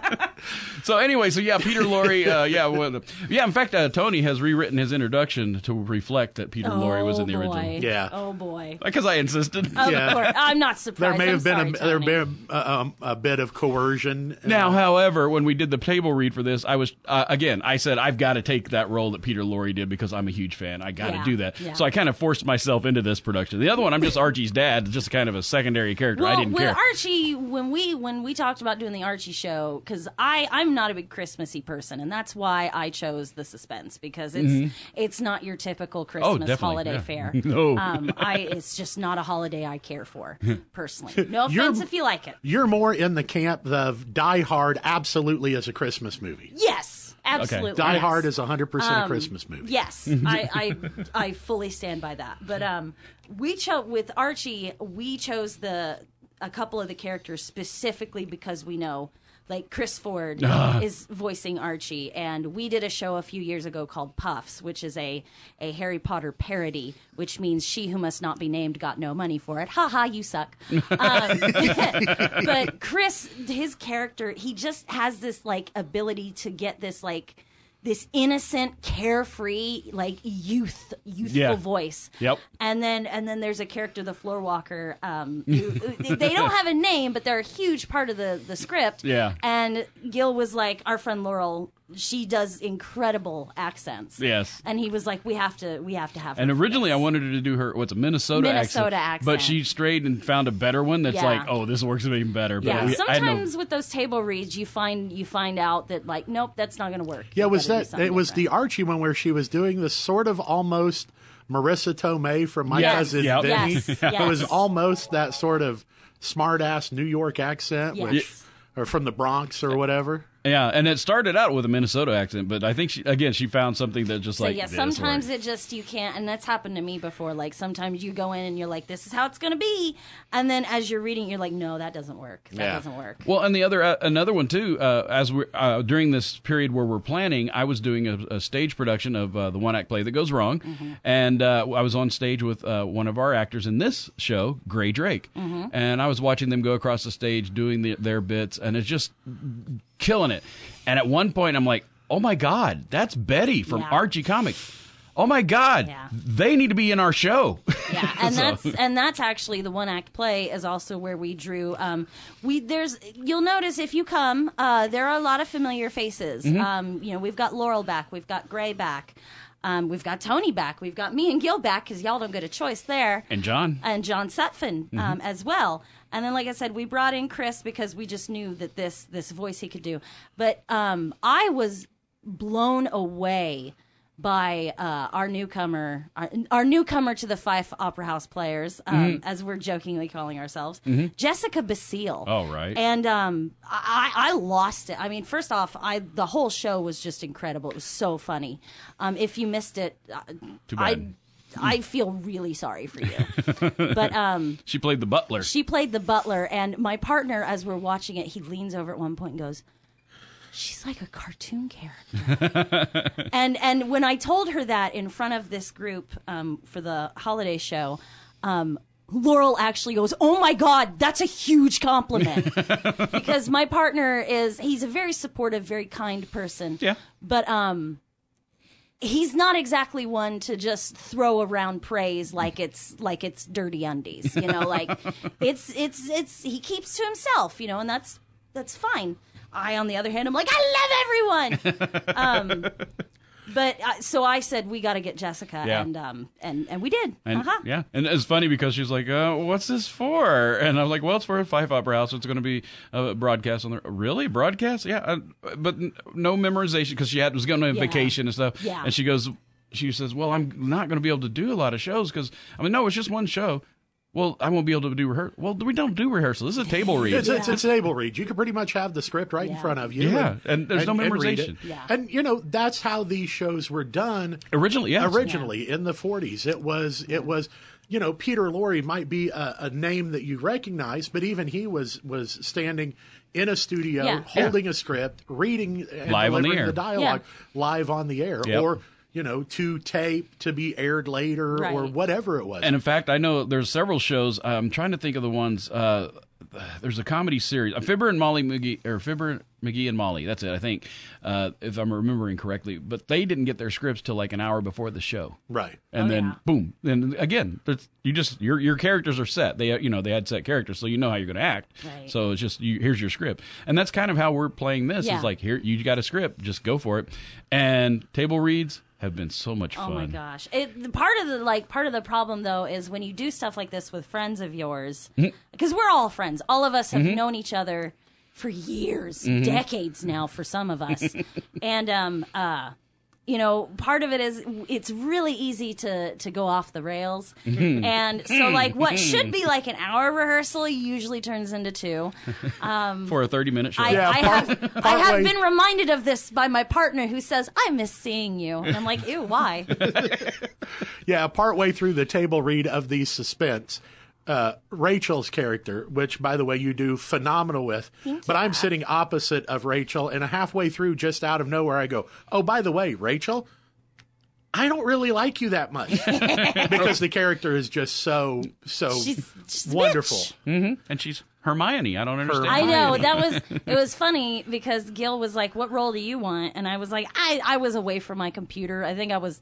Speaker 5: [laughs] so anyway, so yeah, Peter Lorre, uh, yeah, well, yeah. In fact, uh, Tony has rewritten his introduction to reflect that Peter Lorre was in the
Speaker 7: Oh,
Speaker 5: original.
Speaker 7: boy.
Speaker 1: Yeah.
Speaker 7: Oh boy.
Speaker 5: Because I insisted.
Speaker 7: Of
Speaker 1: Yeah.
Speaker 7: course. I'm not surprised.
Speaker 1: There may
Speaker 7: I'm
Speaker 1: have been
Speaker 7: sorry,
Speaker 1: a, there
Speaker 7: Tony.
Speaker 1: may have, uh, um, a bit of coercion. Uh,
Speaker 5: now, however, when we did the table read for this, I was uh, again. I said I've got to take that role that Peter Lorre did because I'm a huge fan. I got to
Speaker 7: Yeah,
Speaker 5: do that.
Speaker 7: yeah.
Speaker 5: So I kind of forced myself into this production. The other one, I'm
Speaker 7: [laughs]
Speaker 5: just Archie's dad, just kind of a secondary character. I
Speaker 7: Well,
Speaker 5: didn't
Speaker 7: with
Speaker 5: care.
Speaker 7: Archie, when we when we talked about doing the Archie show, because I I'm not a big Christmassy person, and that's why I chose the suspense because it's it's not your typical Christmas
Speaker 5: Mm-hmm. Oh, definitely,
Speaker 7: holiday
Speaker 5: yeah.
Speaker 7: fair.
Speaker 5: [laughs] No.
Speaker 7: um, I it's just not a holiday I
Speaker 5: [laughs]
Speaker 7: care for personally. No
Speaker 1: You're-
Speaker 7: offense if you like it.
Speaker 1: You're more in the camp of Die Hard absolutely as a Christmas movie.
Speaker 7: Yes, absolutely.
Speaker 1: Die
Speaker 7: yes. Um,
Speaker 1: Hard is 100% a Christmas movie.
Speaker 7: Yes, I, I I fully stand by that. But um, we chose with Archie. We chose the a couple of the characters specifically because we know. Like Chris Ford is voicing Archie, and we did a show a few years ago called Puffs, which is a, a Harry Potter parody, which means she who must not be named got no money for it. Ha ha, you suck. Um,
Speaker 5: [laughs]
Speaker 7: [laughs] but Chris, his character, he just has this like ability to get this like this innocent, carefree, like youth, youthful
Speaker 5: Yeah.
Speaker 7: voice.
Speaker 5: Yep.
Speaker 7: And then and then there's a character, the floor walker. Um,
Speaker 5: [laughs]
Speaker 7: who, who- they don't have a name, but they're a huge part of the the script.
Speaker 5: Yeah.
Speaker 7: And Gil was like, our friend Laurel, she does incredible accents.
Speaker 5: Yes.
Speaker 7: And he was like, we have to, we have to have.
Speaker 5: And
Speaker 7: her for
Speaker 5: originally, I
Speaker 7: this."
Speaker 5: wanted her to do her what's a Minnesota,
Speaker 7: Minnesota accent.
Speaker 5: but she strayed and found a better one that's
Speaker 7: Yeah.
Speaker 5: like, oh, this works even better. But
Speaker 7: Yeah,
Speaker 5: we- I had no-
Speaker 7: sometimes with those table reads, you find you find out that like, nope, that's not going to work.
Speaker 1: Yeah,
Speaker 7: You
Speaker 1: was
Speaker 7: better do
Speaker 1: that
Speaker 7: something
Speaker 1: it was
Speaker 7: different.
Speaker 1: the Archie one where she was doing this sort of almost Marissa Tomei from My
Speaker 7: Yes.
Speaker 1: Cousin
Speaker 5: Yep.
Speaker 1: Vinny.
Speaker 7: Yes,
Speaker 1: It was
Speaker 7: yes.
Speaker 1: almost that sort of smart ass New York accent,
Speaker 7: Yes.
Speaker 1: which or from the Bronx or whatever.
Speaker 5: yeah, and it started out with a Minnesota accent, but I think she again she found something that just
Speaker 7: So
Speaker 5: like
Speaker 7: yeah,
Speaker 5: this
Speaker 7: sometimes
Speaker 5: works.
Speaker 7: it just you can't, and that's happened to me before. Like sometimes you go in and you're like, "This is how it's gonna be," and then as you're reading, you're like, "No, that doesn't work. That
Speaker 1: Yeah.
Speaker 7: doesn't work."
Speaker 5: Well, and the other uh, another one too. Uh, as we uh, during this period where we're planning, I was doing a, a stage production of uh, the one act play that goes wrong,
Speaker 7: Mm-hmm.
Speaker 5: and uh, I was on stage with uh, one of our actors in this show, Gray Drake,
Speaker 7: Mm-hmm.
Speaker 5: and I was watching them go across the stage doing the, their bits, and it's just killing it. And at one point, I'm like, "Oh my god, that's Betty from
Speaker 7: Yeah.
Speaker 5: Archie Comics." Oh my God!
Speaker 7: Yeah.
Speaker 5: They need to be in our show.
Speaker 7: Yeah, and that's and that's actually the one act play is also where we drew. Um, we there's you'll notice if you come, uh, there are a lot of familiar faces.
Speaker 5: Mm-hmm.
Speaker 7: Um, you know, we've got Laurel back, we've got Gray back, um, we've got Tony back, we've got me and Gil back because y'all don't get a choice there.
Speaker 5: and John, Mm-hmm.
Speaker 7: and John Sutphin um, as well. And then, like I said, we brought in Chris because we just knew that this this voice he could do. But um, I was blown away by uh, our newcomer, our, our newcomer to the Fife Opera House Players, um,
Speaker 5: Mm-hmm.
Speaker 7: as we're jokingly calling ourselves, Jessica Basile.
Speaker 5: Oh, right.
Speaker 7: And um, I, I lost it. I mean, first off, I the whole show was just incredible. It was so funny. Um, if you missed it, uh,
Speaker 5: [laughs] Too
Speaker 7: I,
Speaker 5: bad.
Speaker 7: I feel really sorry for
Speaker 5: [laughs]
Speaker 7: you. but um,
Speaker 5: She played the butler.
Speaker 7: she played the butler, and my partner, as we're watching it, he leans over at one point and goes, "She's like a cartoon character."
Speaker 5: [laughs]
Speaker 7: and and when I told her that in front of this group um, for the holiday show. Um, Laurel actually goes, Oh my God, that's a huge compliment.
Speaker 5: [laughs]
Speaker 7: because my partner is, he's a very supportive, very kind person.
Speaker 5: Yeah.
Speaker 7: But, um, he's not exactly one to just throw around praise like it's like it's dirty undies you know like
Speaker 5: [laughs]
Speaker 7: it's it's it's he keeps to himself you know and that's that's fine i on the other hand i'm like i love
Speaker 5: [laughs]
Speaker 7: everyone um but uh, so i said we got to get jessica
Speaker 5: Yeah.
Speaker 7: and um and and we did
Speaker 5: And
Speaker 7: uh-huh.
Speaker 5: yeah, and it's funny because she's like, uh, "What's this for?" And I'm like, "Well, it's for a Fife Opera House. It's going to be a broadcast on the really broadcast, yeah." Uh, but n- no memorization because she had was going on
Speaker 7: Yeah.
Speaker 5: vacation and stuff.
Speaker 7: Yeah.
Speaker 5: And she goes, she says, "Well, I'm not going to be able to do a lot of shows because I mean, no, it's just one show. Well, I won't be able to do rehearsal. Well, we don't do rehearsal. This is a
Speaker 7: [laughs]
Speaker 5: table read.
Speaker 1: It's, it's, it's a table read. You can pretty much have the script right in
Speaker 7: Yeah.
Speaker 1: front of you.
Speaker 5: Yeah, and there's no
Speaker 1: read it.
Speaker 5: memorization.
Speaker 7: Yeah.
Speaker 1: And, you know, that's how these shows were done
Speaker 5: Originally, yeah,
Speaker 1: originally in the 40s. It was, it was, you know, Peter Lorre might be a, a name that you recognize, but even he was was standing in a studio,
Speaker 7: Yeah.
Speaker 1: holding a script, reading and
Speaker 5: Live on the
Speaker 1: delivering
Speaker 5: air.
Speaker 1: the dialogue live on the air,
Speaker 5: Yep.
Speaker 1: or you know, to tape to be aired later, or
Speaker 7: Right.
Speaker 1: whatever it was.
Speaker 5: And in fact, I know there's several shows. I'm trying to think of the ones. Uh, there's a comedy series, uh, Fibber and Molly McGee, or Fibber McGee and Molly. That's it, I think, uh, if I'm remembering correctly. But they didn't get their scripts till like an hour before the show,
Speaker 1: right.
Speaker 5: and
Speaker 7: Oh,
Speaker 5: then
Speaker 7: yeah.
Speaker 5: boom. And again, that's- you just your your characters are set. They you know they had set characters, so you know how you're going to act.
Speaker 7: Right.
Speaker 5: So it's just you, here's your script, and that's kind of how we're playing this.
Speaker 7: Yeah.
Speaker 5: Is like here you got a script, just go for it. And table reads have been so much
Speaker 7: Oh
Speaker 5: fun.
Speaker 7: my gosh! It, the part of the like part of the problem though is when you do stuff like this with friends of yours,
Speaker 1: Hmm.
Speaker 7: because we're all friends. All of us have
Speaker 1: Mm-hmm.
Speaker 7: known each other for years, decades now for some of
Speaker 1: [laughs]
Speaker 7: us, and um uh. You know, part of it is it's really easy to to go off the rails,
Speaker 1: Mm-hmm.
Speaker 7: and so like what should be like an hour rehearsal usually turns
Speaker 1: [laughs]
Speaker 7: into two.
Speaker 5: For a 30 minute show,
Speaker 7: I,
Speaker 1: Yeah,
Speaker 7: I
Speaker 1: part-
Speaker 7: have I
Speaker 1: partway-
Speaker 7: have been reminded of this by my partner who says I miss seeing you, and I'm like, ew, why?
Speaker 1: Yeah, partway through the table read of the suspense, uh, Rachel's character, which by the way you do phenomenal with, but I'm sitting opposite of Rachel, and halfway through, just out of nowhere, I go, "Oh, by the way, Rachel." I don't really like you that
Speaker 7: [laughs]
Speaker 1: much because the character is just so so
Speaker 7: She's- she's a
Speaker 1: wonderful.
Speaker 7: bitch.
Speaker 5: and she's Hermione. I don't understand.
Speaker 7: I know that was it was funny because Gil was like, "What role do you want?" And I was like, "I I was away from my computer. I think I was."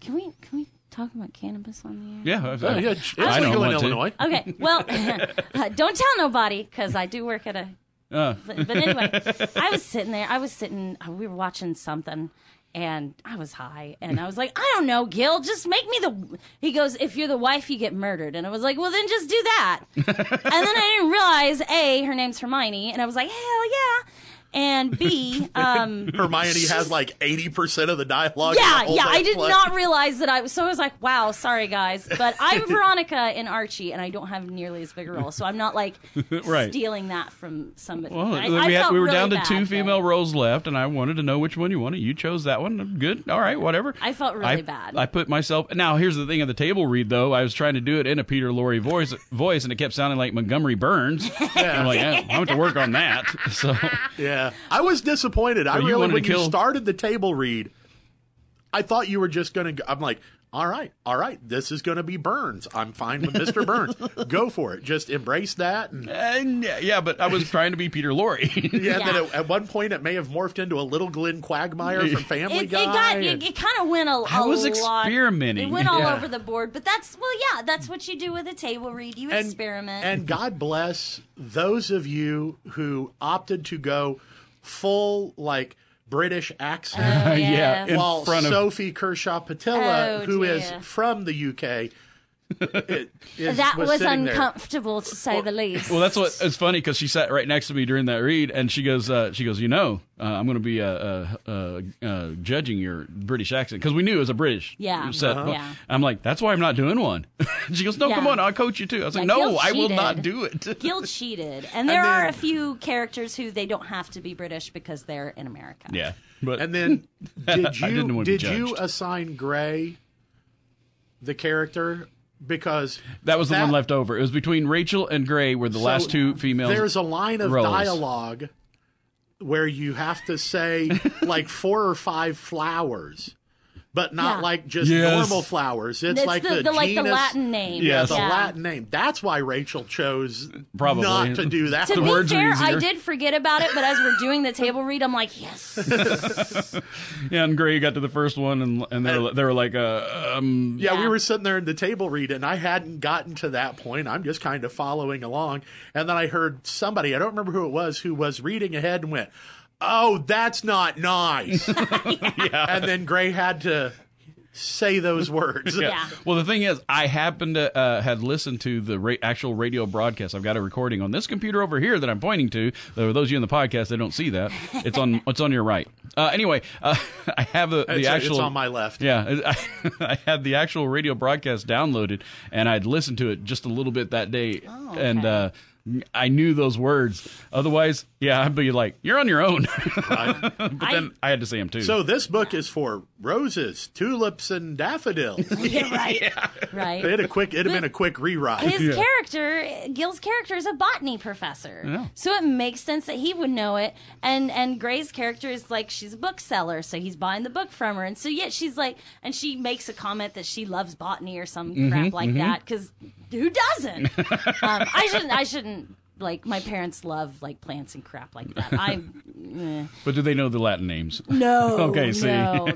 Speaker 7: Can we can we talk about cannabis on the air?
Speaker 5: Yeah, I,
Speaker 1: Uh, yeah, it's legal in Illinois.
Speaker 7: Okay. Well, [laughs] uh, don't tell nobody because I do work at a. But, but anyway, I was sitting there. I was sitting. uh, We were watching something. And I was high, and I was like, I don't know, Gil, just make me the. He goes, if you're the wife, you get murdered, and I was like, well, then just do that. and then I didn't realize a her name's Hermione, and I was like, hell yeah, and b um
Speaker 1: Hermione has like eighty percent of the
Speaker 5: Oh,
Speaker 1: dialogue. in the
Speaker 7: yeah
Speaker 1: whole
Speaker 7: yeah I
Speaker 1: damn
Speaker 7: did
Speaker 1: play.
Speaker 7: not realize that I was so I was like wow sorry guys
Speaker 5: [laughs]
Speaker 7: but I'm Veronica in Archie and I don't have nearly as big a role so I'm not like
Speaker 5: [laughs] Right.
Speaker 7: stealing that from somebody.
Speaker 5: Well,
Speaker 7: I,
Speaker 5: we,
Speaker 7: I
Speaker 5: had,
Speaker 7: felt
Speaker 5: we were
Speaker 7: really
Speaker 5: down to
Speaker 7: bad,
Speaker 5: two
Speaker 7: but
Speaker 5: female roles left, and I wanted to know which one you wanted. You chose that one. Good. All right. Whatever.
Speaker 7: I felt really bad.
Speaker 5: I put myself. Now, here's the thing of the table read, though. I was trying to do it in a Peter Lorre voice, [laughs] voice and it kept sounding like
Speaker 1: [laughs]
Speaker 5: Montgomery Burns. I'm like, yeah, I have to work on that. [laughs] So,
Speaker 1: Yeah, I was disappointed. I
Speaker 5: you
Speaker 1: really
Speaker 5: wanted
Speaker 1: when
Speaker 5: to
Speaker 1: you
Speaker 5: kill-
Speaker 1: started the table read, I thought you were just going to. I'm like, all right, all right, this is going to be Burns. I'm fine with Mr.
Speaker 5: [laughs]
Speaker 1: Burns. Go for it. Just embrace that. And,
Speaker 5: and yeah, yeah, but I was trying to be Peter Lorre. [laughs]
Speaker 1: yeah, Then
Speaker 7: Yeah.
Speaker 1: at, at one point it may have morphed into a little Glenn Quagmire
Speaker 5: [laughs]
Speaker 1: from Family
Speaker 7: It, it
Speaker 1: Guy.
Speaker 7: got it,
Speaker 1: and-
Speaker 7: it kind of went a, a
Speaker 5: I was
Speaker 7: lot-
Speaker 5: experimenting.
Speaker 7: It went all
Speaker 1: Yeah.
Speaker 7: over the board, but that's well, yeah, that's what you do with a table read. You
Speaker 1: and-
Speaker 7: experiment.
Speaker 1: And God bless those of you who opted to go full like British accent.
Speaker 7: Oh,
Speaker 5: [laughs] yeah.
Speaker 7: yes.
Speaker 5: in
Speaker 1: while
Speaker 5: front of-
Speaker 1: Sophie Kershaw Patilla,
Speaker 7: Oh,
Speaker 1: who is
Speaker 5: [laughs]
Speaker 7: dear.
Speaker 1: from the UK, It is-
Speaker 7: That was
Speaker 1: sitting there.
Speaker 7: uncomfortable to say the least.
Speaker 5: Well, that's what
Speaker 7: [laughs]
Speaker 5: it's funny because she sat right next to me during that read, and she goes, uh, she goes, you know, uh, I'm going to be uh, uh, uh, uh, judging your British accent because we knew it was a British.
Speaker 7: Yeah,
Speaker 5: set.
Speaker 7: uh-huh. yeah.
Speaker 5: I'm like, that's why I'm not doing one. [laughs] she goes, no,
Speaker 7: Yeah.
Speaker 5: come on, I'll coach you too. I was like,
Speaker 7: Yeah,
Speaker 5: no,
Speaker 7: Gil
Speaker 5: I will
Speaker 7: cheated.
Speaker 5: not do it. [laughs]
Speaker 7: Gil cheated, and there
Speaker 1: And
Speaker 7: are
Speaker 1: then-
Speaker 7: a few characters who they don't have to be British because they're in America.
Speaker 5: yeah, but
Speaker 1: And
Speaker 5: [laughs]
Speaker 1: then did
Speaker 5: I didn't
Speaker 1: you
Speaker 5: wanna be
Speaker 1: did you
Speaker 5: judged.
Speaker 1: assign Gray the character because
Speaker 5: that was the one
Speaker 1: that-
Speaker 5: left over. It was between Rachel and Gray were the last two females.
Speaker 1: There's a line of
Speaker 5: roles.
Speaker 1: dialogue where you have to
Speaker 5: [laughs]
Speaker 1: say like four or five flowers, but not
Speaker 7: Yeah.
Speaker 1: like just
Speaker 5: Yes.
Speaker 1: normal flowers. It's,
Speaker 7: It's
Speaker 1: like
Speaker 7: the,
Speaker 1: the,
Speaker 7: the- like the
Speaker 1: genus-
Speaker 7: Latin name.
Speaker 1: Yeah,
Speaker 5: Yes.
Speaker 1: the
Speaker 7: Yeah.
Speaker 1: Latin name. That's why Rachel chose
Speaker 5: Probably.
Speaker 1: not to do that.
Speaker 7: To
Speaker 5: The
Speaker 7: be
Speaker 5: words are
Speaker 7: fair, I
Speaker 5: easier.
Speaker 7: did forget about it, but as we're doing the table read, I'm
Speaker 5: [laughs]
Speaker 7: like, yes.
Speaker 5: yeah, and Gray got to the first one, and and they were, they were like, uh, um,
Speaker 1: yeah,
Speaker 7: Yeah.
Speaker 1: we were sitting there in the table read, and I hadn't gotten to that point. I'm just kind of following along. And then I heard somebody, I don't remember who it was, who was reading ahead and went, Oh, that's not nice.
Speaker 7: [laughs]
Speaker 1: And then Gray had to say those words.
Speaker 7: Yeah.
Speaker 5: Well, the thing is, I happened to uh, had listened to the ra- actual radio broadcast. I've got a recording on this computer over here that I'm pointing to. Though those of you in the podcast, they don't see that. It's on. it's on your right. Uh, anyway, uh, [laughs] I have a, the
Speaker 1: It's-
Speaker 5: actual.
Speaker 1: it's on my left.
Speaker 5: Yeah, [laughs] I, I had the actual radio broadcast downloaded, and I'd listened to it just a little bit that day,
Speaker 7: Oh,
Speaker 5: and uh, I knew those words. Otherwise, yeah, I'd be like, "You're on your own." [laughs] but then I had to say them too.
Speaker 1: So this book is for roses, tulips, and
Speaker 7: [laughs]
Speaker 1: daffodils.
Speaker 7: You're right. Right.
Speaker 1: It had a quick. It'd have been a quick
Speaker 7: his
Speaker 1: rewrite.
Speaker 7: character, Gil's character, is a botany professor. So it makes sense that he would know it. And and Gray's character is like she's a bookseller, so he's buying the book from her. And so yet she's like, and she makes a comment that she loves botany or some
Speaker 5: Mm-hmm,
Speaker 7: crap like that because who doesn't?
Speaker 5: [laughs]
Speaker 7: um, I shouldn't. I shouldn't. Like my parents love like plants and crap like
Speaker 5: [laughs]
Speaker 7: that. I
Speaker 5: but do they know the Latin names?
Speaker 7: no.
Speaker 5: [laughs] Okay, see.
Speaker 7: No,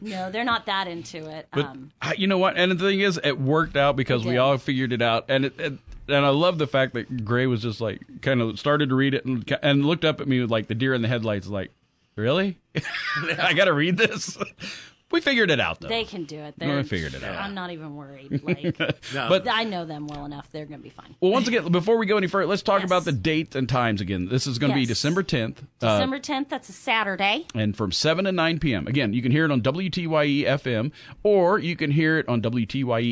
Speaker 7: no, they're not that into it. um,
Speaker 5: I- you know what? And the thing is, it worked out because we
Speaker 7: did.
Speaker 5: all figured it out. And it, it- and I love the fact that Gray was just like kind of started to read it and ki- and looked up at me with like the deer in the headlights, like, really? [laughs] I got to read this. [laughs] we figured it out though.
Speaker 7: they can do it. They're,
Speaker 5: I figured it out.
Speaker 7: I'm not even worried.
Speaker 5: [laughs]
Speaker 7: Like
Speaker 5: but
Speaker 7: I know them well enough; they're gonna be fine.
Speaker 5: well, once again, before we go any further, let's talk
Speaker 7: Yes.
Speaker 5: about the dates and times again. This is going to be
Speaker 7: Yes.
Speaker 5: December tenth. uh,
Speaker 7: December 10th, that's a Saturday.
Speaker 5: and from 7 to 9 p.m. Again, you can hear it on WTYE FM E or you can hear it on E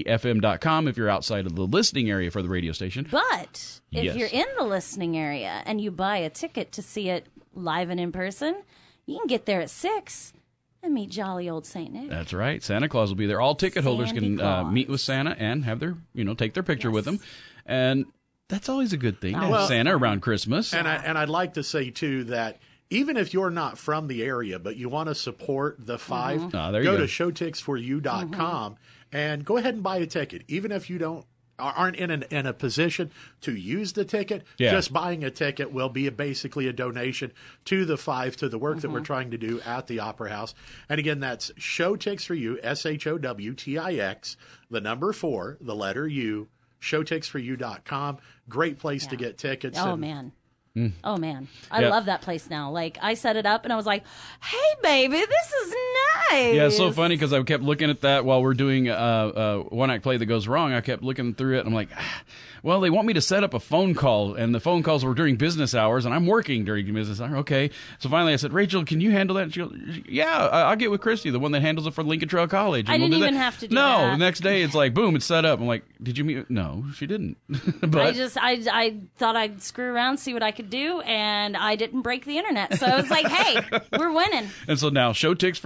Speaker 5: WTYEFM.com if you're outside of the listening area for the radio station.
Speaker 7: But if
Speaker 5: Yes.
Speaker 7: you're in the listening area and you buy a ticket to see it live and in person, you can get there at 6 and meet jolly old St. Nick.
Speaker 5: That's right. Santa Claus will be there. All ticket holders
Speaker 7: Sandy
Speaker 5: can uh,
Speaker 7: Claus.
Speaker 5: meet with Santa and have their, you know, take their picture with him. And that's always a good thing to have
Speaker 1: Well-
Speaker 5: Santa around Christmas.
Speaker 1: And I and I'd like to say too that even if you're not from the area, but you want to support the 5
Speaker 5: Ah, there you
Speaker 1: go,
Speaker 5: go.
Speaker 1: to showticksforyou.com com and go ahead and buy a ticket, even if you don't aren't in an, in a position to use the ticket
Speaker 5: Yeah.
Speaker 1: just buying a ticket will be a, basically a donation to the five to the work that we're trying to do at the opera house and again that's showtix for you s-h-o-w-t-i-x the number four the letter u showtixforyou.com great place to get tickets
Speaker 7: Oh,
Speaker 1: and-
Speaker 7: man. Oh, man. I
Speaker 5: Mm. Yeah.
Speaker 7: love that place now. Like, I set it up and I was like, hey, baby, this is nice.
Speaker 5: yeah, it's so funny because I kept looking at that while we're doing uh, uh, one act play that goes wrong. I kept looking through it and I'm like, "Ah, well, they want me to set up a phone call, and the phone calls were during business hours, and I'm working during business hours. Okay. So finally I said, Rachel, can you handle that? And she goes, Yeah, I- I'll get with Christy, the one that handles it for Lincoln Trail College. and
Speaker 7: I
Speaker 5: we'll
Speaker 7: didn't
Speaker 5: do
Speaker 7: even
Speaker 5: that."
Speaker 7: have to do
Speaker 5: No,
Speaker 7: that.
Speaker 5: the next day it's like, boom, it's set up. I'm like, Did you meet? No, she didn't. [laughs] but
Speaker 7: I just I, I thought I'd screw around, see what I could do, and I didn't break the internet. So I was
Speaker 5: [laughs]
Speaker 7: like, "Hey, we're winning."
Speaker 5: And so now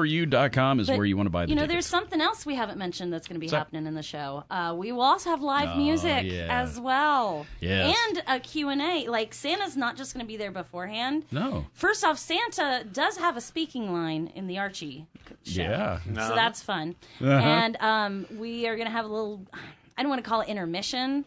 Speaker 5: showticksforyou.com is
Speaker 7: But,
Speaker 5: where you want to buy the
Speaker 7: You know,
Speaker 5: tickets.
Speaker 7: there's something else we haven't mentioned that's going to be happening in the show. Uh, we will also have live music
Speaker 5: Oh, yeah.
Speaker 7: as well,
Speaker 5: Yes.
Speaker 7: and a Q and A. Like Santa's not just going to be there beforehand.
Speaker 5: No.
Speaker 7: First off, Santa does have a speaking line in the Archie show.
Speaker 5: Yeah. Uh-huh.
Speaker 7: So that's fun. And um, we are going to have a little, I don't want to call it intermission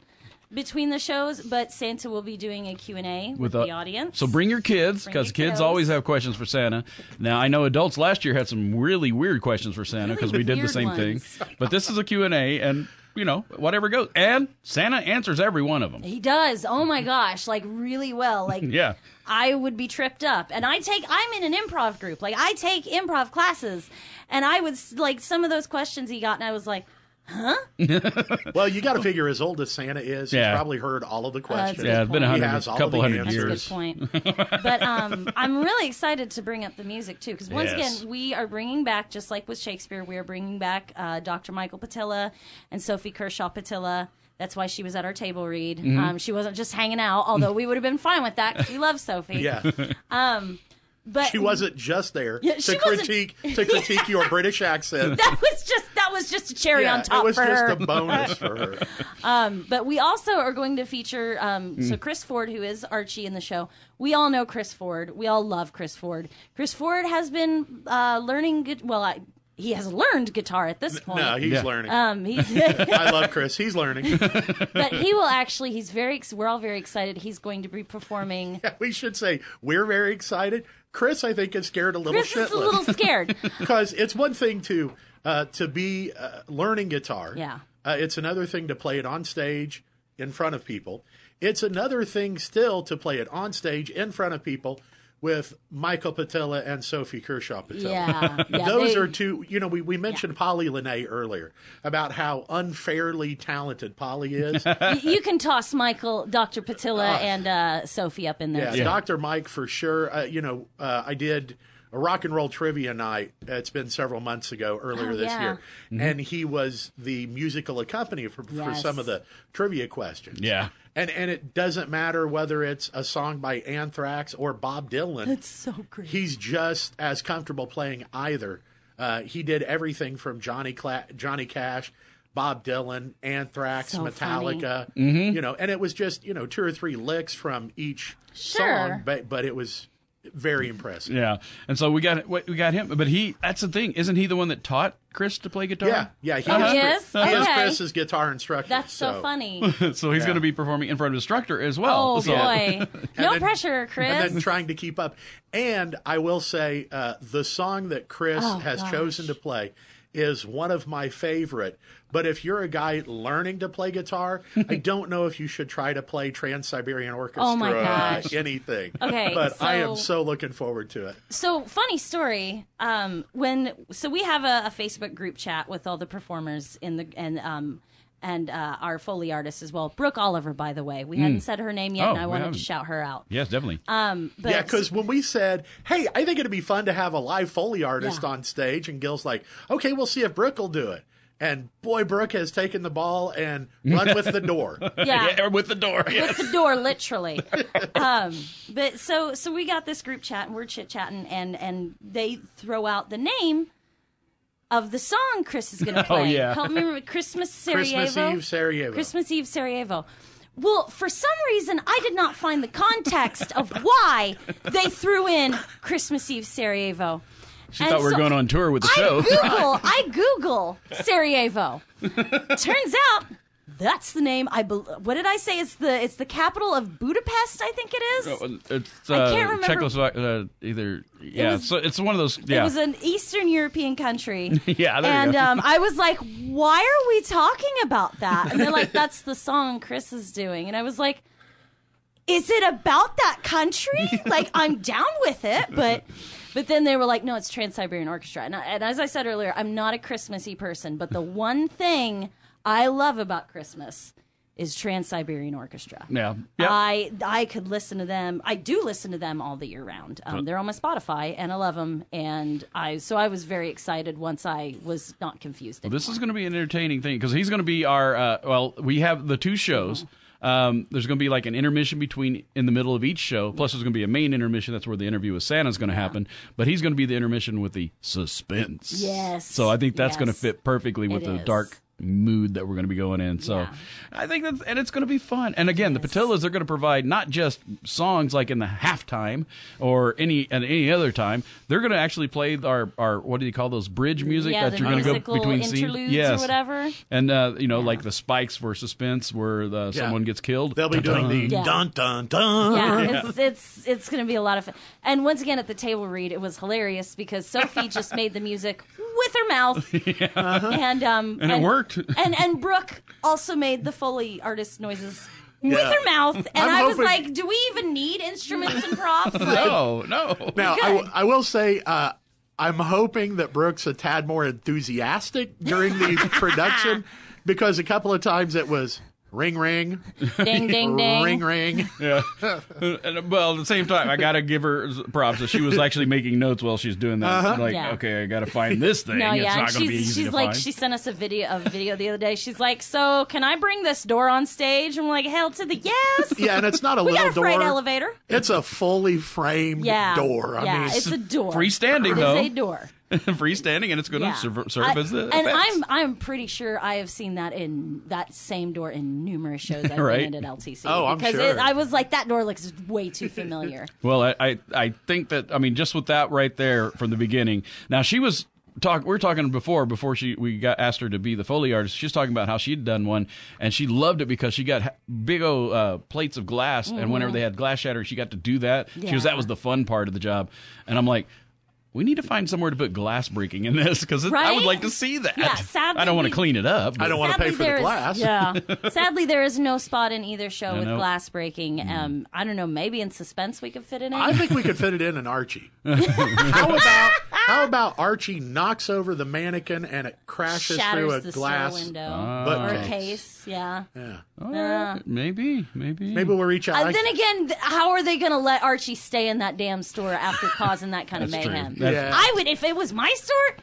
Speaker 7: between the shows, but Santa will be doing a Q&A with,
Speaker 5: a-
Speaker 7: the audience.
Speaker 5: So bring your kids
Speaker 7: Bring
Speaker 5: because
Speaker 7: your
Speaker 5: kids
Speaker 7: kiddos.
Speaker 5: always have questions for Santa. Now I know adults last year had some really weird questions for Santa because we
Speaker 7: Really
Speaker 5: did the
Speaker 7: weird
Speaker 5: same
Speaker 7: ones.
Speaker 5: thing. But this is a Q&A and you know, whatever goes. And Santa answers every one of them.
Speaker 7: he does. Oh my gosh, like really well. Like
Speaker 5: [laughs] Yeah.
Speaker 7: I would be tripped up. And I take I'm in an improv group. Like I take improv classes and I would s- like some of those questions he got and I was like,
Speaker 1: Well, you got to figure as old as Santa is,
Speaker 5: Yeah.
Speaker 1: he's probably heard all of the
Speaker 7: Oh. that's a
Speaker 1: questions.
Speaker 7: good Yeah, it's been a
Speaker 5: hundred-
Speaker 1: He has all the
Speaker 5: couple hundred
Speaker 1: answers.
Speaker 5: years.
Speaker 7: That's a good
Speaker 1: [laughs]
Speaker 7: point. but um, I'm really excited to bring up the music too, because once
Speaker 5: Yes.
Speaker 7: again, we are bringing back, just like with Shakespeare, we are bringing back uh, Dr. Michael Patilla and Sophie Kershaw Patilla. That's why she was at our table read.
Speaker 1: Mm-hmm.
Speaker 7: Um, she wasn't just hanging out, although we would have been fine with that because we love Sophie.
Speaker 1: Yeah,
Speaker 7: [laughs] but
Speaker 1: she wasn't just there
Speaker 7: Yeah, she
Speaker 1: to
Speaker 7: wasn't-
Speaker 1: critique to critique your British accent.
Speaker 7: [laughs] That was just that was just a cherry
Speaker 1: Yeah,
Speaker 7: on top
Speaker 1: it was
Speaker 7: for
Speaker 1: just
Speaker 7: her.
Speaker 1: a bonus for
Speaker 7: [laughs]
Speaker 1: her.
Speaker 7: But we also are going to feature um, so
Speaker 1: Mm.
Speaker 7: Chris Ford, who is Archie in the show. We all know Chris Ford. We all love Chris Ford. Chris Ford has been uh, learning. Gu- well, I, he has learned guitar at this point.
Speaker 1: No, he's learning.
Speaker 7: um, he's, [laughs]
Speaker 1: I love Chris. He's learning. [laughs]
Speaker 7: but he will actually. He's very. ex- We're all very excited. He's going to
Speaker 1: [laughs]
Speaker 7: be performing.
Speaker 1: we should say we're very excited. Chris, I think, is scared a little
Speaker 7: Chris
Speaker 1: shitless
Speaker 7: is a little
Speaker 1: [laughs]
Speaker 7: scared.
Speaker 1: because it's one thing to uh, to be uh, learning guitar.
Speaker 7: Yeah.
Speaker 1: Uh, it's another thing to play it on stage in front of people. It's another thing still to play it on stage in front of people with Michael Patella and Sophie Kershaw Patella. [laughs]
Speaker 7: yeah, yeah.
Speaker 1: Those
Speaker 7: they-
Speaker 1: are two, you know, we, we mentioned Polly Linnae earlier about how unfairly talented Polly is. yeah,
Speaker 7: y- You can toss Michael, Doctor Patilla, and uh, Sophie up in there.
Speaker 1: Dr. Mike for sure. Uh, you know, uh, I did a rock and roll trivia night. Uh, It's been several months ago, earlier
Speaker 7: Oh,
Speaker 1: this
Speaker 7: yeah.
Speaker 1: year. And he was the musical accompanist for, for
Speaker 7: Yes.
Speaker 1: some of the trivia questions.
Speaker 5: Yeah.
Speaker 1: And, and it doesn't matter whether it's a song by Anthrax or Bob Dylan.
Speaker 7: It's so great.
Speaker 1: he's just as comfortable playing either. Uh, he did everything from Johnny Cla- Johnny Cash, Bob Dylan, Anthrax,
Speaker 7: So
Speaker 1: Metallica, you know, and it was just you know two or three licks from each
Speaker 7: Sure.
Speaker 1: song, but but it was very impressive.
Speaker 5: Yeah, and so we got we got him, but he—that's the thing, isn't he the one that taught Chris to play guitar?
Speaker 1: Yeah, yeah, he,
Speaker 7: Oh,
Speaker 1: is,
Speaker 7: he
Speaker 1: Chris-
Speaker 7: is?
Speaker 1: he is
Speaker 7: Okay.
Speaker 1: Chris's guitar instructor.
Speaker 7: That's
Speaker 1: [laughs]
Speaker 7: so funny.
Speaker 5: [laughs] so he's going to be performing in front of his instructor as well.
Speaker 7: Oh
Speaker 1: [laughs]
Speaker 5: so,
Speaker 7: boy! No
Speaker 1: then-
Speaker 7: pressure, Chris.
Speaker 1: And then trying to keep up. And I will say, uh, the song that Chris
Speaker 7: Oh,
Speaker 1: has
Speaker 7: gosh.
Speaker 1: chosen to play is one of my favorite. But if you're a guy learning to play guitar,
Speaker 7: [laughs]
Speaker 1: I don't know if you should try to play Trans Siberian Orchestra
Speaker 7: Oh, my
Speaker 1: or
Speaker 7: gosh.
Speaker 1: anything.
Speaker 7: Okay,
Speaker 1: But I am
Speaker 7: so-
Speaker 1: so looking forward to it.
Speaker 7: so funny story um when so we have a, a facebook group chat with all the performers in the and um and uh, our foley artist as well brooke oliver by the way we hadn't said her name yet
Speaker 5: Oh,
Speaker 7: and i
Speaker 5: we
Speaker 7: wanted
Speaker 5: haven't.
Speaker 7: to shout her out
Speaker 5: yes, definitely.
Speaker 7: Uh, but
Speaker 1: yeah, because when we said, hey, I think it'd be fun to have a live Foley artist
Speaker 7: Yeah.
Speaker 1: on stage, and Gil's like, okay, we'll see if Brooke will do it. And boy, Brooke has taken the ball and run with the [laughs] door.
Speaker 5: [laughs]
Speaker 7: yeah,
Speaker 5: Yeah, with the
Speaker 7: [laughs]
Speaker 5: door.
Speaker 7: with the
Speaker 5: [laughs]
Speaker 7: door literally um, but so so we got this group chat and we're chit chatting and and they throw out the name of the song chris is
Speaker 5: [laughs]
Speaker 7: gonna play
Speaker 5: Oh, yeah.
Speaker 7: help me remember
Speaker 5: [laughs]
Speaker 7: christmas sarajevo
Speaker 1: Christmas Eve, Sarajevo.
Speaker 7: Christmas Eve Sarajevo. Well, for some reason, I did not find the context of why they threw in Christmas Eve Sarajevo.
Speaker 5: She thought we were going on tour with the
Speaker 7: I
Speaker 5: show.
Speaker 7: Google, I Google Sarajevo. Turns out that's the name. I bel what did I say? It's the it's the capital of Budapest. I think it is.
Speaker 5: It's uh,
Speaker 7: I can't remember-
Speaker 5: Czechoslovakia. Uh, either yeah,
Speaker 7: was-
Speaker 5: so it's one of those. Yeah,
Speaker 7: It was an Eastern European country.
Speaker 5: [laughs] Yeah, there you
Speaker 7: and
Speaker 5: go.
Speaker 7: um, I was like, "Why are we talking about that?" And they're like, "That's the song Chris is doing," and I was like. Is it about that country?
Speaker 5: [laughs]
Speaker 7: Like I'm down with it, but but then they were like, no, it's Trans Siberian Orchestra, and, I, and as I said earlier, I'm not a Christmassy person, but the one thing I love about Christmas is Trans Siberian Orchestra.
Speaker 5: yeah, yeah.
Speaker 7: I I could listen to them. I do listen to them all the year round. Um, they're on my Spotify, and I love them. And I so I was very excited once I was not confused.
Speaker 5: Well, this is going to be an entertaining thing because he's going to be our. Uh, well, we have the two shows. Um, there's going to be like an intermission between in the middle of each show. Plus, there's going to be a main intermission. That's where the interview with Santa's going to happen. But he's going to be the intermission with the suspense.
Speaker 7: Yes.
Speaker 5: So I think that's going to
Speaker 7: Yes.
Speaker 5: fit perfectly with
Speaker 7: It
Speaker 5: the
Speaker 7: is.
Speaker 5: dark mood that we're going to be going in. So
Speaker 7: Yeah.
Speaker 5: I think that's and it's going to be fun. And again, the Patillas are going to provide not just songs like in the halftime or any at any other time. They're going to actually play our our what do you call those bridge music
Speaker 7: yeah,
Speaker 5: that
Speaker 7: the
Speaker 5: you're going to go
Speaker 7: musical
Speaker 5: between scenes.
Speaker 7: interludes
Speaker 5: Yes.
Speaker 7: or
Speaker 5: [laughs]
Speaker 7: whatever.
Speaker 5: And uh, you know, like the spikes for suspense, where the, someone gets killed.
Speaker 1: They'll be doing the
Speaker 7: Yeah.
Speaker 1: dun dun dun.
Speaker 7: Yeah, it's it's it's going to be a lot of fun. And once again, at the table read, it was hilarious
Speaker 5: [laughs]
Speaker 7: because Sophie just made the music with her mouth,
Speaker 1: Uh-huh.
Speaker 7: and um,
Speaker 5: And it worked.
Speaker 7: And and Brooke also made the Foley artist noises. With
Speaker 1: Yeah.
Speaker 7: her mouth, and
Speaker 1: I'm
Speaker 7: i was
Speaker 1: hoping-
Speaker 5: [laughs]
Speaker 7: like, "Do we even need instruments and props?" Like,
Speaker 5: no, no.
Speaker 1: Now, I, w- I will say, uh, I'm hoping that Brooks a tad more enthusiastic during
Speaker 7: [laughs]
Speaker 1: the production because a couple of times it was ring ring
Speaker 5: [laughs]
Speaker 7: Ding, ding, ding.
Speaker 1: ring ring.
Speaker 5: Yeah. and, well, at the same time, I gotta give her props that she was actually making notes while she's doing that.
Speaker 1: Uh-huh.
Speaker 5: Like,
Speaker 7: Yeah.
Speaker 5: okay, I gotta find this thing.
Speaker 7: [laughs] No,
Speaker 5: it's
Speaker 7: yeah,
Speaker 5: not
Speaker 7: and
Speaker 5: gonna
Speaker 7: she's
Speaker 5: be easy
Speaker 7: she's
Speaker 5: to
Speaker 7: like
Speaker 5: find.
Speaker 7: she sent us a video a video the other day. She's like, so can I bring this door on stage? And we're like, hell to
Speaker 5: [laughs]
Speaker 7: the yes.
Speaker 1: Yeah, and it's not a
Speaker 7: we
Speaker 1: little
Speaker 7: got a
Speaker 1: door.
Speaker 7: freight elevator.
Speaker 1: It's a fully framed
Speaker 7: Yeah,
Speaker 1: door. I
Speaker 7: yeah,
Speaker 1: mean,
Speaker 7: it's a door.
Speaker 5: Freestanding,
Speaker 7: It
Speaker 5: though.
Speaker 7: is a door.
Speaker 5: [laughs] freestanding, and it's gonna
Speaker 7: Yeah.
Speaker 5: serve, serve
Speaker 7: I-
Speaker 5: as the.
Speaker 7: and
Speaker 5: fence.
Speaker 7: I'm I'm pretty sure I have seen that in that same door in numerous shows I've
Speaker 5: [laughs] Right.
Speaker 7: been in at LTC.
Speaker 1: Oh, I'm
Speaker 7: because
Speaker 1: sure.
Speaker 7: it, I was like that door looks way too familiar.
Speaker 5: Well, I, I I think that I mean just with that right there from the beginning. Now she was talk. We are talking before before she we got asked her to be the foley artist. She's talking about how she'd done one and she loved it because she got ha- big old uh, plates of glass and whenever they had glass shattering, she got to do that. She was
Speaker 7: Mm-hmm. Yeah.
Speaker 5: that was the fun part of the job, and I'm like. We need to find somewhere to put glass breaking in this because I would
Speaker 7: Right?
Speaker 5: like to see that.
Speaker 7: Yeah, sadly
Speaker 5: I don't want to
Speaker 7: we-
Speaker 5: clean it up.
Speaker 1: I
Speaker 5: but-
Speaker 1: don't want to pay for
Speaker 7: there
Speaker 1: the
Speaker 7: is-
Speaker 1: glass. [laughs]
Speaker 7: yeah. Sadly, there is no spot in either show with
Speaker 5: know. Hmm.
Speaker 7: glass breaking. Um, I don't know. Maybe in suspense we could fit it in.
Speaker 1: I think we could fit it in an
Speaker 5: [laughs]
Speaker 1: Archie. how about how about Archie knocks over the mannequin and it crashes through a
Speaker 7: Shatters the
Speaker 1: glass
Speaker 7: store window
Speaker 5: Ah.
Speaker 7: or
Speaker 1: bookcase?
Speaker 7: a case. Yeah.
Speaker 5: Maybe, maybe.
Speaker 1: Maybe we'll reach out.
Speaker 7: Uh, then again, th- how are they going to let Archie stay in that damn store
Speaker 1: [laughs]
Speaker 7: after causing that kind of
Speaker 5: That's true.
Speaker 7: mayhem?
Speaker 5: That's-
Speaker 1: Yeah.
Speaker 7: I would if it was my store.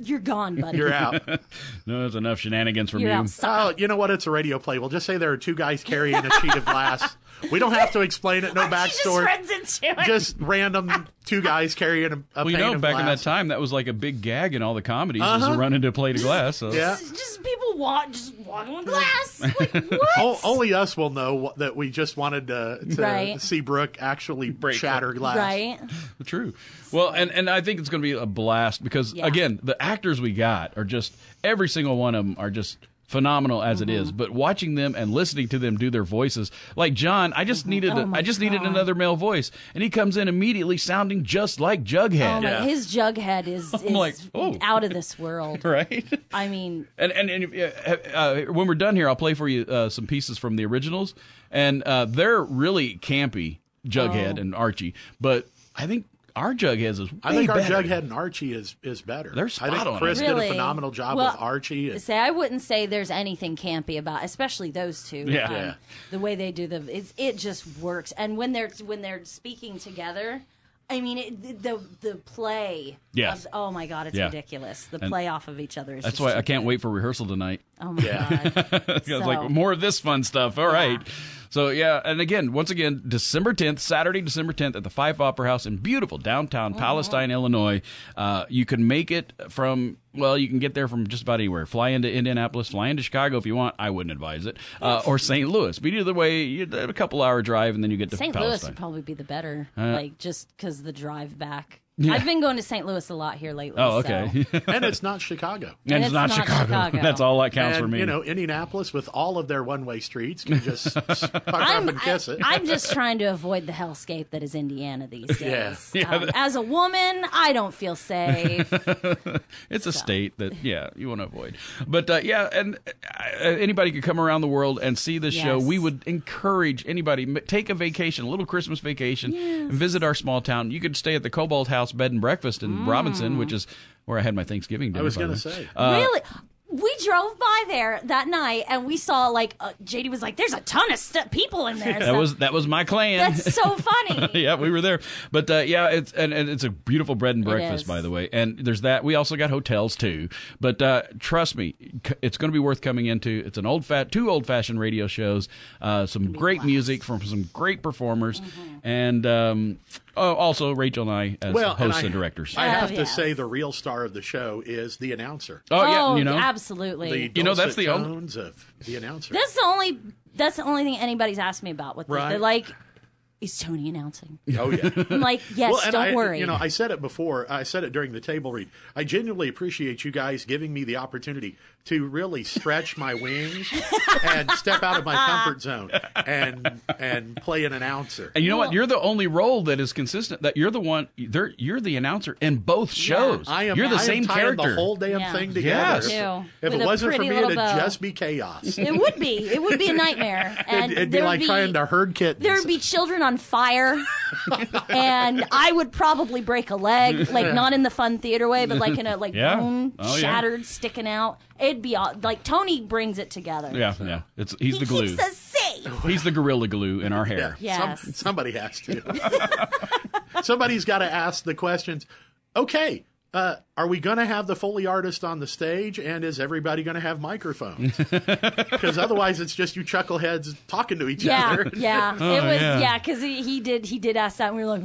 Speaker 7: You're gone, buddy.
Speaker 1: you're out.
Speaker 7: [laughs]
Speaker 5: No, that's enough shenanigans from
Speaker 7: You're
Speaker 5: you.
Speaker 7: out. So-
Speaker 1: Oh, you know what? It's a radio play. We'll just say there are two guys carrying a sheet of glass. We don't have to explain it. No
Speaker 7: [laughs] She just
Speaker 1: backstory.
Speaker 7: runs into it.
Speaker 1: Just random two guys carrying a, a
Speaker 5: Well, you
Speaker 1: pane
Speaker 5: know,
Speaker 1: of
Speaker 5: back in that
Speaker 1: glass.
Speaker 5: time, that was like a big gag in all the comedies
Speaker 7: Uh-huh.
Speaker 5: was to run into a plate
Speaker 7: [laughs]
Speaker 5: of glass. So.
Speaker 1: Yeah.
Speaker 7: Just- just people walk, just walking with
Speaker 1: [laughs]
Speaker 7: glass. Like what?
Speaker 1: O- only us will know what, that we just wanted to, to
Speaker 7: Right.
Speaker 1: see Brooke actually shatter glass.
Speaker 7: Right.
Speaker 5: True. Well, and, and I think it's going to be a blast because,
Speaker 7: Yeah.
Speaker 5: again, the actors we got are just, every single one of them are just phenomenal as it
Speaker 7: Mm-hmm.
Speaker 5: is. But watching them and listening to them do their voices, like John, I just needed a,
Speaker 7: Oh, my
Speaker 5: I just needed
Speaker 7: God.
Speaker 5: another male voice. And he comes in immediately sounding just like
Speaker 7: Oh
Speaker 5: Jughead.
Speaker 7: my,
Speaker 1: Yeah.
Speaker 7: his jughead is, is
Speaker 5: like, oh.
Speaker 7: out of this world.
Speaker 5: [laughs] Right?
Speaker 7: I mean,
Speaker 5: And and, and uh, uh, when we're done here, I'll play for you uh, some pieces from the originals, and uh, they're really campy, Jughead and Archie. But I think our Jughead is.
Speaker 1: I
Speaker 5: way
Speaker 1: think our
Speaker 5: better.
Speaker 1: Jughead and Archie is is better.
Speaker 5: They're
Speaker 1: I
Speaker 5: spot
Speaker 1: think
Speaker 5: on.
Speaker 1: Chris did
Speaker 7: Really?
Speaker 1: a phenomenal job
Speaker 7: Well,
Speaker 1: with Archie. and-
Speaker 7: say I wouldn't say there's anything campy about, especially those two.
Speaker 5: Yeah. Yeah.
Speaker 7: The way they do the it's, it just works, and when they're when they're speaking together. I mean, it, the the play.
Speaker 5: Yes.
Speaker 7: of- oh my God, it's
Speaker 5: Yeah.
Speaker 7: ridiculous. The play off of each other is.
Speaker 5: That's
Speaker 7: just
Speaker 5: why I
Speaker 7: too-
Speaker 5: can't wait for rehearsal tonight.
Speaker 7: Oh my
Speaker 1: Yeah.
Speaker 5: [laughs]
Speaker 7: God.
Speaker 5: I was
Speaker 7: So-
Speaker 5: like more of this fun stuff. All right. So yeah, and again, once again, December tenth, Saturday, December tenth, at the Fife Opera House in beautiful downtown Palestine, Illinois. Uh, you can make it from well, you can get there from just about anywhere. Fly into Indianapolis, fly into Chicago if you want. I wouldn't advise it, uh, or St. Louis. But either way, you a couple hour drive, and then you get to
Speaker 7: St. Louis
Speaker 5: Palestine. Uh,
Speaker 7: would probably be the better, like just because the drive back. I've been going to St. Louis a lot here lately.
Speaker 5: oh, okay. [laughs]
Speaker 7: so-
Speaker 1: and it's not Chicago.
Speaker 5: and it's not, Chicago. [laughs] That's all that counts
Speaker 1: and,
Speaker 5: for me.
Speaker 1: You know, Indianapolis with all of their one-way streets can
Speaker 5: [laughs]
Speaker 1: just s- fuck up
Speaker 7: I'm,
Speaker 1: and kiss it.
Speaker 7: I, am just trying to avoid the hellscape that is Indiana these
Speaker 1: [laughs]
Speaker 7: days.
Speaker 5: Yeah,
Speaker 7: Um,
Speaker 5: that-
Speaker 7: as a woman, I don't
Speaker 1: [laughs]
Speaker 7: feel safe.
Speaker 1: Uh,
Speaker 5: It's a state
Speaker 7: [laughs]
Speaker 5: that yeah you want to avoid, but uh, yeah, and uh, anybody could come around the world and see this show.
Speaker 7: Yes.
Speaker 5: We would encourage anybody m- take a vacation, a little Christmas vacation, and visit our small town. You could stay at the Cobalt House Bed and Breakfast in
Speaker 7: Ah.
Speaker 5: Robinson, which is where I had my Thanksgiving dinner.
Speaker 1: I was
Speaker 5: by the
Speaker 1: going to
Speaker 5: way.
Speaker 1: say.
Speaker 7: really? We drove by there that night and we saw, like, uh, JD was like, there's a ton of stu people
Speaker 1: [laughs]
Speaker 7: in there.
Speaker 5: that
Speaker 7: So
Speaker 5: was that was my clan.
Speaker 7: that's so funny.
Speaker 5: [laughs] yeah, we were there. But uh, yeah, it's and, and it's a beautiful bread and breakfast,
Speaker 7: is.
Speaker 5: by the way. And there's that. We also got hotels too. But uh, trust me, c- it's going to be worth coming into. It's an old fat, two old fashioned radio shows, uh, some great music from some great performers,
Speaker 7: Mm-hmm.
Speaker 5: and um, oh, also Rachel and I as
Speaker 1: Well, and
Speaker 5: hosts and,
Speaker 1: I-
Speaker 5: directors.
Speaker 1: I
Speaker 7: Oh,
Speaker 1: have to
Speaker 7: yes.
Speaker 1: say the real star of the show is the announcer.
Speaker 5: oh yeah, you know.
Speaker 7: absolutely.
Speaker 1: The
Speaker 5: You know, that's
Speaker 1: dulcet
Speaker 5: the only-
Speaker 1: tones of the announcer.
Speaker 7: That's the only. That's the only thing anybody's asked me about. With this.
Speaker 1: Right.
Speaker 7: they're like, is
Speaker 1: [laughs]
Speaker 7: Tony announcing?
Speaker 1: oh yeah.
Speaker 7: I'm like, yes.
Speaker 1: and
Speaker 7: don't
Speaker 1: I,
Speaker 7: worry.
Speaker 1: You know, I said it before. I said it during the table read. I genuinely appreciate you guys giving me the opportunity to really stretch my wings and step out of my comfort zone and and play an announcer.
Speaker 5: And you know what? You're the only role that is consistent. That you're the one. They're, you're the announcer in both shows.
Speaker 1: I am.
Speaker 5: You're the
Speaker 1: I am
Speaker 5: same
Speaker 1: tying
Speaker 5: character.
Speaker 1: The whole damn
Speaker 7: Yeah.
Speaker 1: thing together.
Speaker 5: Yes. Me
Speaker 7: too.
Speaker 1: If
Speaker 7: With
Speaker 1: it
Speaker 7: a
Speaker 1: wasn't for
Speaker 7: pretty
Speaker 1: me,
Speaker 7: little
Speaker 1: it'd
Speaker 7: bow.
Speaker 1: just be chaos.
Speaker 7: It would be. It would be a nightmare.
Speaker 1: [laughs]
Speaker 7: And
Speaker 1: It'd
Speaker 7: there
Speaker 1: be
Speaker 7: would
Speaker 1: like trying to herd kittens.
Speaker 7: There'd be children on fire, and I would probably break a leg, like not in the fun theater way, but like in a like
Speaker 5: Yeah.
Speaker 7: bone
Speaker 5: Oh, yeah.
Speaker 7: shattered, sticking out. It'd be aw- like Tony brings it together.
Speaker 5: Yeah, yeah. It's he's
Speaker 7: he
Speaker 5: the glue.
Speaker 7: keeps
Speaker 5: [laughs]
Speaker 7: us safe.
Speaker 5: He's the gorilla glue in our hair.
Speaker 7: Yes.
Speaker 1: [laughs] somebody has to.
Speaker 5: [laughs]
Speaker 1: Somebody's got to ask the questions. Okay, uh, are we going to have the Foley artist on the stage? And is everybody going to have
Speaker 5: [laughs]
Speaker 1: microphones? Because otherwise, it's just you chuckleheads talking to each
Speaker 7: Yeah,
Speaker 1: other.
Speaker 7: yeah. it was
Speaker 5: Oh, yeah.
Speaker 7: yeah, because he, he did he did ask that, and we were like,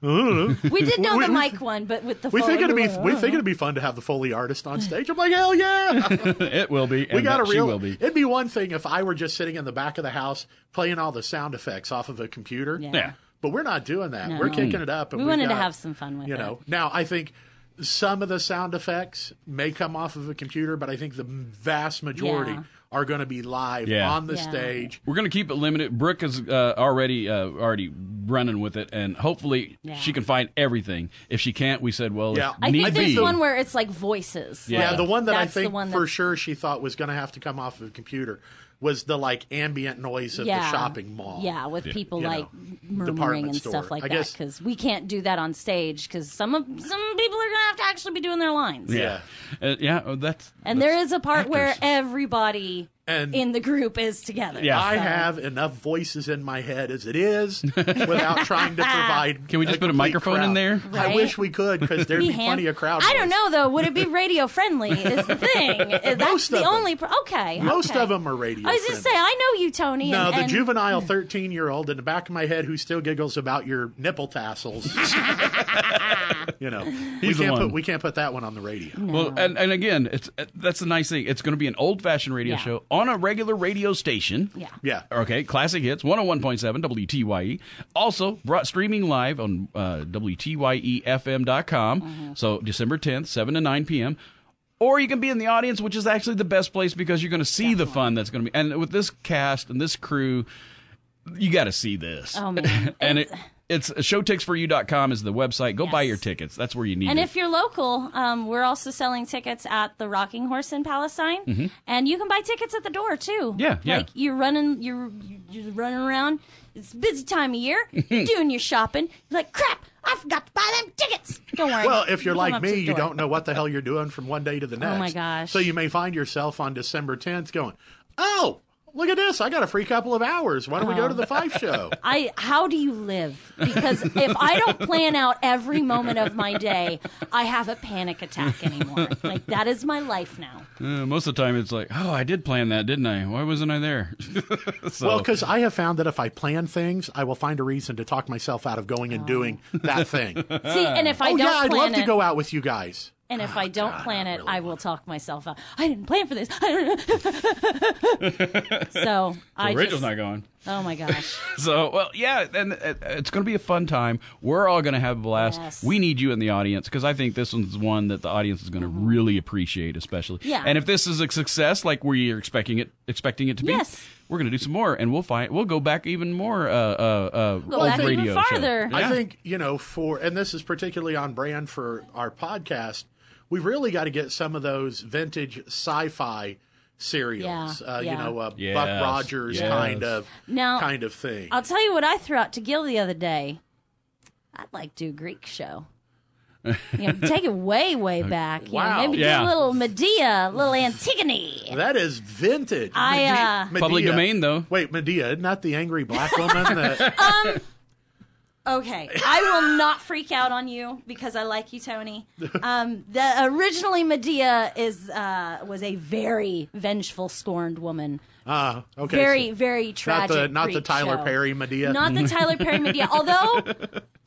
Speaker 7: oh, we did know
Speaker 1: We-
Speaker 7: the
Speaker 1: we-
Speaker 7: mic one, but with the
Speaker 1: We
Speaker 7: phone,
Speaker 1: think it'd
Speaker 7: were
Speaker 1: be
Speaker 7: like,
Speaker 1: we
Speaker 7: "Oh."
Speaker 1: think it'd be fun to have the Foley artist on stage. I'm like, hell
Speaker 5: [laughs]
Speaker 1: yeah!
Speaker 5: It will be.
Speaker 1: We
Speaker 5: and
Speaker 1: got a
Speaker 5: that she
Speaker 1: real.
Speaker 5: will be.
Speaker 1: It'd be one thing if I were just sitting in the back of the house playing all the sound effects off of a computer.
Speaker 5: Yeah.
Speaker 1: But we're not doing that.
Speaker 7: No.
Speaker 1: We're kicking it up. And
Speaker 7: We
Speaker 1: we've
Speaker 7: wanted to
Speaker 1: got-
Speaker 7: have some fun with
Speaker 1: you
Speaker 7: it.
Speaker 1: know now i think some of the sound effects may come off of a computer but i think the vast majority
Speaker 7: Yeah.
Speaker 1: are going to be live
Speaker 5: Yeah.
Speaker 1: on the
Speaker 7: Yeah.
Speaker 1: stage
Speaker 5: We're gonna keep it limited. Brooke is uh, already uh, already running with it, and hopefully
Speaker 7: Yeah.
Speaker 5: she can find everything. If she can't, we said, well,
Speaker 1: Yeah.
Speaker 5: if
Speaker 7: I
Speaker 5: need
Speaker 7: think
Speaker 5: be.
Speaker 7: there's one where it's like voices.
Speaker 5: Yeah.
Speaker 1: yeah,
Speaker 7: like,
Speaker 1: the one that i
Speaker 7: that's the
Speaker 1: think
Speaker 7: one
Speaker 1: for
Speaker 7: that's-
Speaker 1: sure she thought was going to have to come off of a computer was the like ambient noise of the
Speaker 7: yeah.
Speaker 1: shopping mall
Speaker 7: Yeah, with people
Speaker 1: You know,
Speaker 7: like murmuring
Speaker 1: department
Speaker 7: and
Speaker 1: store.
Speaker 7: stuff like
Speaker 1: I
Speaker 7: that,
Speaker 1: guess-
Speaker 7: because we can't do that on stage, because some of some people are gonna have to actually be doing their lines.
Speaker 5: yeah, Uh, yeah. oh, that's
Speaker 7: And
Speaker 5: that's
Speaker 7: there is a part where
Speaker 5: actors.
Speaker 7: everybody
Speaker 1: And-
Speaker 7: in the group is together.
Speaker 5: Yeah.
Speaker 1: I
Speaker 7: so-
Speaker 1: have enough voices in my head as it is without trying
Speaker 7: [laughs]
Speaker 1: to provide.
Speaker 5: Can we just put a
Speaker 1: complete
Speaker 5: microphone in
Speaker 1: crowd.
Speaker 5: there?
Speaker 7: Right?
Speaker 1: I wish we could
Speaker 7: [laughs]
Speaker 1: because there'd
Speaker 7: be
Speaker 1: be
Speaker 7: hand-
Speaker 1: plenty of crowd.
Speaker 7: I don't
Speaker 1: noise.
Speaker 7: know though. Would it be radio friendly?
Speaker 1: [laughs]
Speaker 7: Is the thing. That's
Speaker 1: Most
Speaker 7: the
Speaker 1: of 'em.
Speaker 7: only. Pro- okay.
Speaker 1: Most
Speaker 7: okay.
Speaker 1: of them are radio.
Speaker 7: I was just
Speaker 1: friendly.
Speaker 7: say I know you, Tony.
Speaker 1: No,
Speaker 7: and,
Speaker 1: the
Speaker 7: and Hmm.
Speaker 1: juvenile 13 year old in the back of my head who still giggles about your nipple
Speaker 7: [laughs]
Speaker 1: tassels. you know,
Speaker 5: He's the
Speaker 1: we, can't
Speaker 5: one.
Speaker 1: put, we can't put that one on the radio.
Speaker 5: Well, and, and again, it's uh, that's the nice thing. It's going to be an old fashioned radio
Speaker 7: Yeah.
Speaker 5: show on a regular radio station.
Speaker 7: Yeah.
Speaker 1: Yeah.
Speaker 5: Okay, classic hits 101.7 WTYE. E. Also brought streaming live on uh, E WTYEFM.com.
Speaker 7: Mm-hmm.
Speaker 5: So December 10th, 7 to 9 p.m. Or you can be in the audience, which is actually the best place because you're going to see the fun that's going to be. And with this cast and this crew, you got to see this.
Speaker 7: Oh, man.
Speaker 5: [laughs] and it, it's showticksforyou.com is the website. Go buy
Speaker 7: Yes.
Speaker 5: your tickets. That's where you need
Speaker 7: And
Speaker 5: it.
Speaker 7: if you're local, um, we're also selling tickets at the Rocking Horse in Palestine, and you can buy tickets at the door too.
Speaker 5: Mm-hmm. Yeah, yeah.
Speaker 7: Like you're running, you're you're running around. It's a busy time of
Speaker 5: [laughs]
Speaker 7: year. You're doing your shopping. You're like, crap, I forgot to buy them tickets. Don't worry.
Speaker 1: Well, if you're
Speaker 7: Come
Speaker 1: like
Speaker 7: up to
Speaker 1: me,
Speaker 7: the
Speaker 1: you
Speaker 7: door.
Speaker 1: don't know what the hell you're doing from one day to the next.
Speaker 7: Oh my gosh.
Speaker 1: So you may find yourself on December 10th going, oh, look at this. I got a free couple of hours. Why don't we go
Speaker 7: Oh.
Speaker 1: to the Five
Speaker 7: [laughs]
Speaker 1: Show?
Speaker 7: I how do you live? Because if I don't plan out every moment of my day, I have a panic attack anymore. Like that is my life now.
Speaker 5: Uh, most of the time, it's like, oh, I did plan that, didn't I? Why wasn't I there? [laughs] so,
Speaker 1: Well, because I have found that if I plan things, I will find a reason to talk myself out of going and doing that thing.
Speaker 7: See, and if Oh. [laughs] I
Speaker 1: oh,
Speaker 7: don't
Speaker 1: yeah, I'd
Speaker 7: plan
Speaker 1: love
Speaker 7: it,
Speaker 1: to go out with you guys.
Speaker 7: and if I don't plan it, Oh, I will talk myself out. I didn't plan for this. [laughs] so I
Speaker 5: Rachel's
Speaker 7: just,
Speaker 5: not going.
Speaker 7: oh my
Speaker 5: [laughs]
Speaker 7: gosh,
Speaker 5: So, well, yeah, and uh, it's going to be a fun time. We're all going to have a blast.
Speaker 7: Yes.
Speaker 5: We need you in the audience because I think this one's one that the audience is going to really appreciate, especially.
Speaker 7: Mm-hmm. Yeah.
Speaker 5: And if this is a success, like we are expecting it, expecting it to be,
Speaker 7: Yes.
Speaker 5: we're going to do some more, and we'll find we'll go back even more. Uh, uh, uh,
Speaker 7: Go
Speaker 5: old
Speaker 7: back even
Speaker 5: radio show.
Speaker 7: farther.
Speaker 5: Yeah.
Speaker 1: I think, you know, for, and this is particularly on brand for our podcast, we really got to get some of those vintage sci fi serials,
Speaker 7: Yeah,
Speaker 1: uh,
Speaker 7: yeah.
Speaker 1: you know, uh,
Speaker 5: Yes,
Speaker 1: Buck Rogers
Speaker 5: yes.
Speaker 1: kind of
Speaker 7: Now-
Speaker 1: kind of thing.
Speaker 7: I'll tell you what I threw out to Gil the other day. I'd like to do a Greek show. You know, take it way,
Speaker 5: [laughs]
Speaker 7: way back. You know,
Speaker 1: Wow.
Speaker 7: maybe do
Speaker 5: Yeah.
Speaker 7: a little Medea, a little Antigone.
Speaker 1: that is vintage.
Speaker 7: I,
Speaker 1: Medi-
Speaker 7: uh,
Speaker 1: Medea.
Speaker 5: Public domain, though.
Speaker 1: Wait, Medea, not the angry black woman. that,
Speaker 7: [laughs] Okay, I [laughs] will not freak out on you because I like you, [laughs] Tony. Um, the originally Medea is uh, was a very vengeful, scorned woman.
Speaker 1: uh, okay,
Speaker 7: Very,
Speaker 1: so
Speaker 7: very
Speaker 1: not
Speaker 7: tragic.
Speaker 1: the not the
Speaker 7: Greek
Speaker 1: Tyler
Speaker 7: show.
Speaker 1: Perry Medea.
Speaker 7: Not the Tyler
Speaker 1: [laughs]
Speaker 7: Perry Medea. Although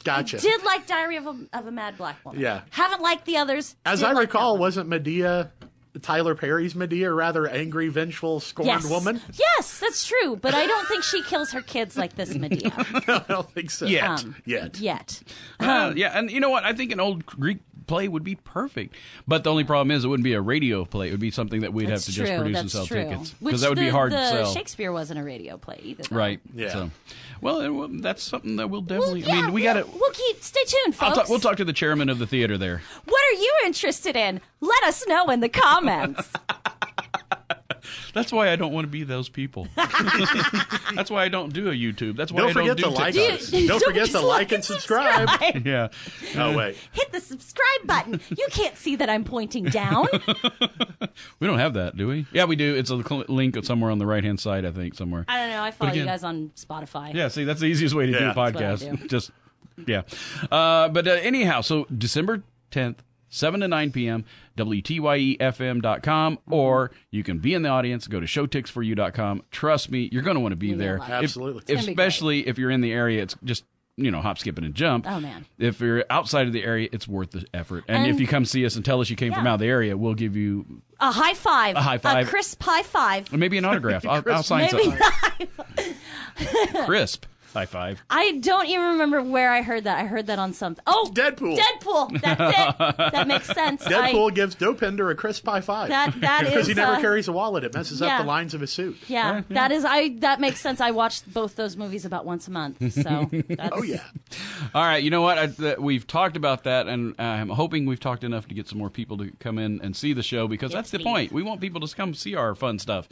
Speaker 1: gotcha.
Speaker 7: did like Diary of a, of a Mad Black Woman.
Speaker 1: Yeah.
Speaker 7: Haven't liked the others.
Speaker 1: As
Speaker 7: did
Speaker 1: I
Speaker 7: like that
Speaker 1: recall,
Speaker 7: one.
Speaker 1: wasn't Medea Tyler Perry's Medea, rather angry, vengeful, scorned
Speaker 7: yes.
Speaker 1: woman? [laughs]
Speaker 7: Yes, that's true. But I don't think she kills her kids like
Speaker 1: [laughs]
Speaker 7: this Medea
Speaker 1: No, I don't think so.
Speaker 5: Yet.
Speaker 7: Um,
Speaker 1: Yet.
Speaker 7: yet.
Speaker 5: Uh, yeah, and you know what? I think an old Greek play would be perfect. But the only problem is it wouldn't be a radio play. It would be something that we'd
Speaker 7: That's
Speaker 5: have to
Speaker 7: true.
Speaker 5: just produce
Speaker 7: that's
Speaker 5: and sell
Speaker 7: true.
Speaker 5: tickets
Speaker 7: Which
Speaker 5: because that would be
Speaker 7: the-
Speaker 5: hard to
Speaker 7: the
Speaker 5: sell.
Speaker 7: Shakespeare wasn't a radio play either. though.
Speaker 5: Right.
Speaker 1: Yeah.
Speaker 5: So, well, it- well, that's something that we'll
Speaker 7: Well,
Speaker 5: definitely.
Speaker 7: yeah,
Speaker 5: I mean, we
Speaker 7: we'll-
Speaker 5: got to.
Speaker 7: We'll keep. Stay tuned,
Speaker 5: I'll
Speaker 7: folks.
Speaker 5: talk, we'll talk to the chairman of the theater there.
Speaker 1: [laughs]
Speaker 7: What are you interested in? Let us know in the comments.
Speaker 5: That's why I don't want to be those
Speaker 7: [laughs]
Speaker 5: people. That's why I don't do a YouTube. That's why
Speaker 1: Don't
Speaker 5: I
Speaker 1: forget
Speaker 5: don't do
Speaker 1: to like
Speaker 5: TikTok.
Speaker 1: us. Don't
Speaker 7: [laughs]
Speaker 1: forget to like and subscribe.
Speaker 5: [laughs] Yeah.
Speaker 1: Oh wait.
Speaker 7: Hit the subscribe button. You can't see that I'm
Speaker 1: [laughs]
Speaker 7: pointing down.
Speaker 5: We don't have that, do we? Yeah, we do. It's a cl- link somewhere on the right hand side, I think, somewhere.
Speaker 7: I don't know. I follow
Speaker 5: again-
Speaker 7: you guys on Spotify.
Speaker 5: Yeah, see, that's the easiest way to do
Speaker 1: Yeah.
Speaker 5: a
Speaker 1: That's
Speaker 7: what I
Speaker 5: podcast. [laughs]
Speaker 7: do.
Speaker 5: Just, yeah. Uh, but uh, anyhow, so December 10th, 7 to 9 p.m., E
Speaker 7: Mm-hmm.
Speaker 5: WTYEFM.com, or you can be in the audience, go to showticksforyou.com. Trust me, you're going to want to be there.
Speaker 7: love it.
Speaker 5: If-
Speaker 1: Absolutely. It's
Speaker 7: gonna be
Speaker 5: especially if you're in the area, it's just. You know, hop, skip, and a jump.
Speaker 7: Oh, man.
Speaker 5: If you're outside of the area, it's worth the effort. And, if
Speaker 7: And-
Speaker 5: you come see us and tell us you came from
Speaker 7: Yeah.
Speaker 5: out of the area, we'll give you
Speaker 7: A high five. A
Speaker 5: high five.
Speaker 7: A crisp high five.
Speaker 5: Maybe
Speaker 7: [laughs]
Speaker 5: an autograph. I'll, I'll sign
Speaker 7: Maybe
Speaker 5: something. Crisp. High five.
Speaker 7: [laughs] I don't even remember where I heard that. I heard that on something. Oh,
Speaker 1: Deadpool.
Speaker 7: Deadpool. That's
Speaker 1: [laughs]
Speaker 7: it. that makes sense.
Speaker 1: Deadpool
Speaker 7: I,
Speaker 1: gives Dopender a crisp high five. [laughs]
Speaker 7: that that
Speaker 1: because
Speaker 7: is.
Speaker 1: he never
Speaker 7: uh,
Speaker 1: carries a wallet. It messes
Speaker 7: yeah.
Speaker 1: up the lines of his suit.
Speaker 7: Yeah, that is. I that makes sense. I watched both those movies about once a month. So that's,
Speaker 1: [laughs] Oh yeah.
Speaker 5: All right. You know what? I, th- we've talked about that, and uh, I'm hoping we've talked enough to get some more people to come in and see the show because that's the
Speaker 7: please.
Speaker 5: point. We want people to come see our fun stuff.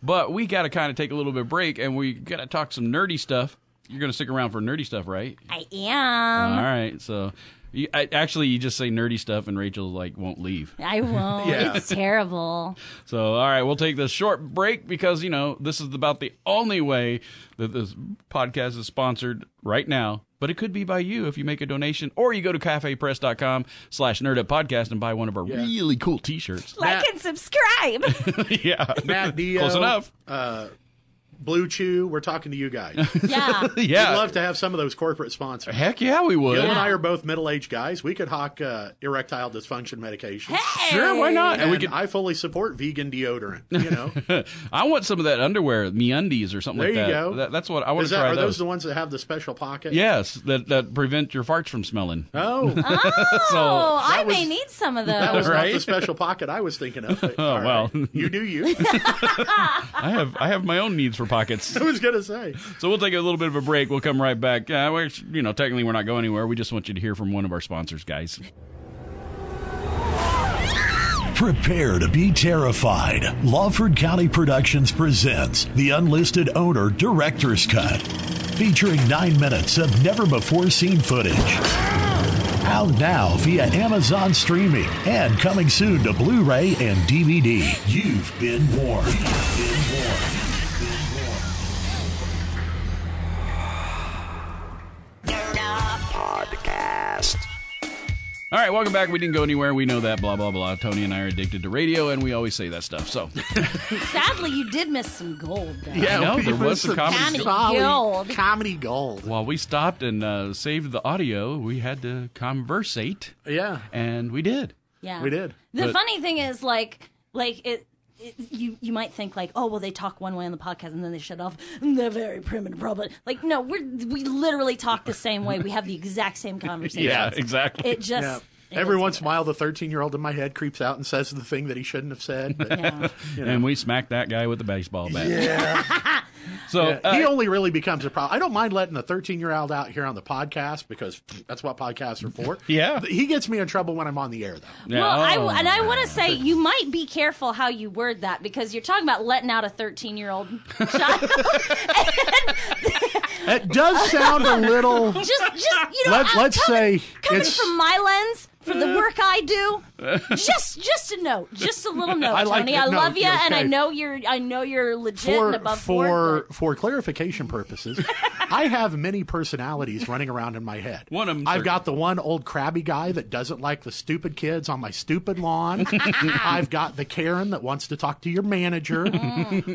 Speaker 5: But we got to kind of take a little bit of break, and we got to talk some nerdy stuff. You're going to stick around for nerdy stuff, right?
Speaker 7: I am.
Speaker 5: All right. So. You, I, actually, you just say nerdy stuff, and Rachel like won't leave.
Speaker 7: I
Speaker 1: [laughs]
Speaker 7: won't.
Speaker 1: Yeah. [laughs]
Speaker 7: It's terrible.
Speaker 5: So, all right, we'll take this short break because, you know, this is about the only way that this podcast is sponsored right now. But it could be by you if you make a donation or you go to cafepress.com slash nerd up podcast and buy one of our really cool t shirts.
Speaker 1: [laughs]
Speaker 7: [laughs] Like and subscribe.
Speaker 5: yeah.
Speaker 1: Matt uh, Dio.
Speaker 5: [laughs] Close enough.
Speaker 1: Blue Chew. We're talking to you guys. We'd
Speaker 7: yeah.
Speaker 5: [laughs] Yeah.
Speaker 1: love to have some of those corporate sponsors.
Speaker 5: Heck yeah, we would.
Speaker 1: Bill and I are both middle-aged guys. We could hawk uh, erectile dysfunction medication.
Speaker 5: Sure, why not?
Speaker 1: And,
Speaker 5: And we could.
Speaker 1: I fully support vegan deodorant.
Speaker 5: [laughs]
Speaker 1: You know,
Speaker 5: I want some of that underwear, meundies or something
Speaker 1: there
Speaker 5: like
Speaker 1: you
Speaker 5: that.
Speaker 1: go.
Speaker 5: That- That's what I want
Speaker 1: Is
Speaker 5: to
Speaker 1: that-
Speaker 5: try
Speaker 1: Are those.
Speaker 5: those.
Speaker 1: the ones that have the special pocket?
Speaker 5: yes, that that prevent your farts from smelling. [laughs]
Speaker 1: Oh,
Speaker 7: Uh-huh. Oh, I
Speaker 1: was-
Speaker 7: may need some of
Speaker 1: that was
Speaker 7: those.
Speaker 1: not
Speaker 5: Right?
Speaker 1: the special pocket I was thinking of.
Speaker 5: [laughs]
Speaker 1: oh
Speaker 5: well.
Speaker 1: you do
Speaker 7: [laughs]
Speaker 1: you. [laughs]
Speaker 5: I have I have my own needs for pockets.
Speaker 1: I was gonna say.
Speaker 5: So we'll take a little bit of a break. We'll come right back. Uh, we're, you know, technically we're not going anywhere. We just want you to hear from one of our sponsors, guys.
Speaker 8: Prepare to be terrified. Lawford County Productions presents The Unlisted Owner Director's Cut, featuring nine minutes of never before seen footage. Out now via Amazon streaming and coming soon to Blu ray and DVD. You've been warned. You've been warned.
Speaker 2: Nerd Up Podcast.
Speaker 5: All right, welcome back. We didn't go anywhere. We know that. Blah blah blah. Tony and I are addicted to radio, and we always say that stuff. So
Speaker 7: Sadly, you did miss some gold, though.
Speaker 5: I know,
Speaker 1: we
Speaker 5: there was
Speaker 1: missed
Speaker 5: some
Speaker 1: the
Speaker 5: comedy
Speaker 7: Comedy
Speaker 1: Comedy
Speaker 7: gold.
Speaker 1: Comedy gold.
Speaker 5: while we stopped and uh, saved the audio, we had to conversate,
Speaker 1: Yeah,
Speaker 5: and we did.
Speaker 7: Yeah.
Speaker 1: we did.
Speaker 7: The
Speaker 5: But-
Speaker 7: funny thing is, like, like it, it, you you might think like, oh well, they talk one way on the podcast and then they shut off. They're very primitive, probably. Like, no, we are we literally talk the same way. We have the exact
Speaker 1: [laughs]
Speaker 7: same conversation.
Speaker 5: exactly.
Speaker 7: It just
Speaker 1: Yeah.
Speaker 7: it
Speaker 1: Every
Speaker 7: is
Speaker 1: once in a
Speaker 7: what
Speaker 1: while, the 13 year old in my head creeps out and says the thing that he shouldn't have said. But
Speaker 7: it
Speaker 1: [laughs]
Speaker 7: is.
Speaker 5: And we smacked that guy with the baseball bat. [laughs] so uh,
Speaker 1: he only really becomes a problem. I don't mind letting the 13 year old out here on the podcast because that's what podcasts are for.
Speaker 5: Yeah.
Speaker 1: He gets me in trouble when I'm on the air, though.
Speaker 5: yeah,
Speaker 7: Well, I
Speaker 5: oh.
Speaker 7: w and I want to say you might be careful how you word that because you're talking about letting out a 13 year old [laughs] child.
Speaker 1: It does sound a little.
Speaker 7: [laughs] just, just you know,
Speaker 1: Let,
Speaker 7: I'm
Speaker 1: let's
Speaker 7: coming,
Speaker 1: say
Speaker 7: coming
Speaker 1: it's.
Speaker 7: from my lens for the work I do. Just, just a note, just a little
Speaker 1: [laughs]
Speaker 7: note,
Speaker 1: I like
Speaker 7: Tony.
Speaker 1: it.
Speaker 7: I
Speaker 1: No,
Speaker 7: love you,
Speaker 1: yeah,
Speaker 7: and I
Speaker 1: okay.
Speaker 7: know you're, I know you're legit and
Speaker 1: for
Speaker 7: above
Speaker 1: for
Speaker 7: board.
Speaker 1: for clarification purposes, I have many personalities running around in my head.
Speaker 5: One of 'em
Speaker 1: I've got the one old crabby guy that doesn't like the stupid kids on my stupid
Speaker 7: [laughs]
Speaker 1: lawn. I've got the Karen that wants to talk to your manager.
Speaker 7: [laughs]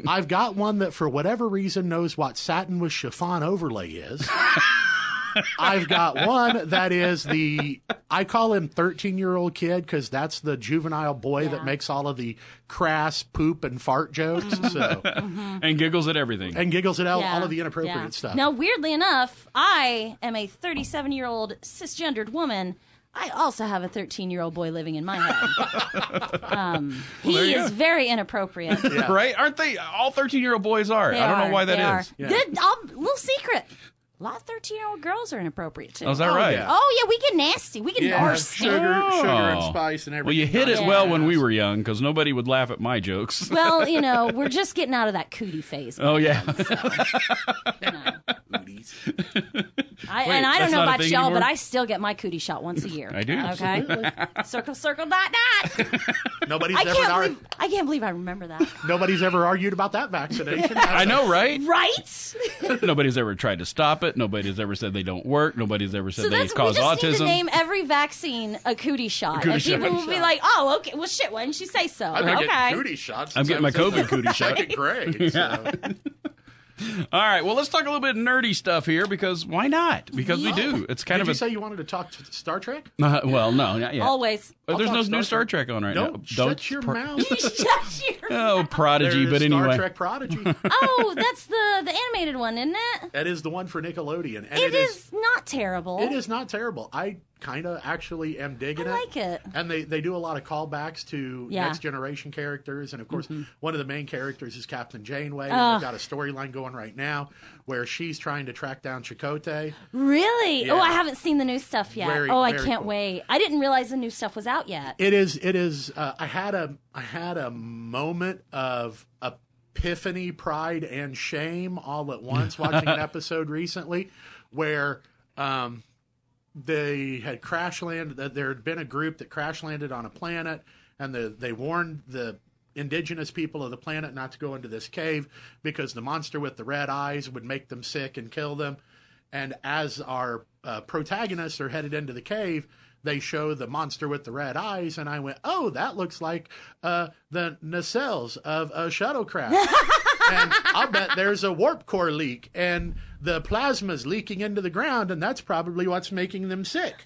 Speaker 1: I've got one that for whatever reason knows what satin with chiffon overlay
Speaker 7: [laughs]
Speaker 1: is. I've got one that is the I call him 13 year old kid because that's the juvenile boy that makes all of the crass poop and fart jokes.
Speaker 7: [laughs]
Speaker 1: So
Speaker 5: and giggles at everything.
Speaker 1: and giggles at all,
Speaker 7: Yeah,
Speaker 1: all of the inappropriate
Speaker 7: yeah.
Speaker 1: stuff.
Speaker 7: Now, weirdly enough, I am a 37 year old cisgendered woman. I also have a 13 year old boy living in my head.
Speaker 1: [laughs]
Speaker 7: um, he is very inappropriate.
Speaker 5: Right? Aren't they all 13 year old boys are?
Speaker 7: They
Speaker 5: I don't
Speaker 7: are,
Speaker 5: know why that
Speaker 7: they
Speaker 5: is.
Speaker 7: are. Good, um, little secret. a lot of 13 year old girls are inappropriate too.
Speaker 5: Oh, is that right?
Speaker 1: yeah.
Speaker 7: Oh, yeah, we get nasty. We get
Speaker 1: Yeah,
Speaker 7: nasty.
Speaker 1: sugar, sugar and
Speaker 5: Oh.
Speaker 1: spice and everything.
Speaker 5: Well, you hit it
Speaker 7: Yeah.
Speaker 5: well when we were young because nobody would laugh at my jokes.
Speaker 7: Well, you know, we're just getting out of that cootie phase.
Speaker 5: Oh yeah, [laughs]
Speaker 7: I,
Speaker 5: Wait,
Speaker 7: and I
Speaker 5: that's
Speaker 7: don't know
Speaker 5: not a
Speaker 7: about
Speaker 5: thing
Speaker 7: y'all,
Speaker 5: anymore?
Speaker 7: but I still get my cootie shot once a year.
Speaker 5: I do.
Speaker 7: Okay. circle, circle, dot,
Speaker 5: [laughs]
Speaker 7: dot.
Speaker 1: Nobody's
Speaker 7: I
Speaker 1: ever
Speaker 7: can't
Speaker 1: ar-
Speaker 7: believe I can't believe I remember that.
Speaker 1: nobody's ever argued about that vaccination.
Speaker 5: [laughs] I know, right?
Speaker 7: Right?
Speaker 5: Nobody's ever tried to stop it. Nobody's ever said they don't work. Nobody's ever said
Speaker 7: So
Speaker 5: they
Speaker 7: that's we
Speaker 5: cause
Speaker 7: just need to
Speaker 5: autism.
Speaker 7: name every vaccine a cootie shot,
Speaker 5: cootie
Speaker 7: and people
Speaker 5: shot.
Speaker 7: will be like, "Oh, okay. Well, shit. Why didn't you say so?"
Speaker 1: I've been
Speaker 7: okay.
Speaker 1: getting cootie shots.
Speaker 5: I'm getting my COVID cootie shot.
Speaker 1: Second
Speaker 5: [laughs]
Speaker 1: grade. So.
Speaker 5: All right, well, let's talk a little bit nerdy stuff here because why not? Because we do. It's kind
Speaker 1: Did
Speaker 5: of
Speaker 1: you
Speaker 5: a
Speaker 1: say you wanted to talk to Star Trek?
Speaker 5: Uh, [laughs] well, no, not yet. [laughs]
Speaker 7: Always.
Speaker 5: Oh, there's
Speaker 1: I'll
Speaker 5: no
Speaker 1: talk
Speaker 5: new
Speaker 1: Star
Speaker 5: Star Trek on right now.
Speaker 1: Don't shut your
Speaker 5: pro-
Speaker 1: mouth.
Speaker 7: Shut
Speaker 5: [laughs]
Speaker 7: your-
Speaker 5: Oh, Prodigy,
Speaker 1: There
Speaker 5: but
Speaker 1: is
Speaker 5: anyway.
Speaker 1: Star Trek
Speaker 5: [laughs]
Speaker 1: Prodigy.
Speaker 7: oh, that's the the animated one, isn't it?
Speaker 1: that is the one for Nickelodeon, and
Speaker 7: It is not terrible.
Speaker 1: It is not terrible. I kind of actually am digging
Speaker 7: I
Speaker 1: it.
Speaker 7: like it.
Speaker 1: And they, they do a lot of callbacks to
Speaker 7: Yeah. Mm-hmm.
Speaker 1: next generation characters. And of course, one of the main characters is Captain Janeway. and They've got a storyline going right now where she's trying to track down Chakotay.
Speaker 7: Really? Oh,
Speaker 1: Yeah.
Speaker 7: I haven't seen the new stuff yet.
Speaker 1: Very,
Speaker 7: oh, I
Speaker 1: very
Speaker 7: can't
Speaker 1: cool.
Speaker 7: wait. I didn't realize the new stuff was out yet.
Speaker 1: It is it is uh, I had a I had a moment of epiphany, pride and shame all at
Speaker 7: [laughs]
Speaker 1: once watching an episode recently where um they had crash landed that there had been a group that crash landed on a planet and the, they warned the indigenous people of the planet not to go into this cave because the monster with the red eyes would make them sick and kill them and as our uh, protagonists are headed into the cave they show the monster with the red eyes and i went oh that looks like uh, the nacelles of a shuttlecraft and I'll bet there's a warp core leak and the plasma's leaking into the ground, and that's probably what's making them sick.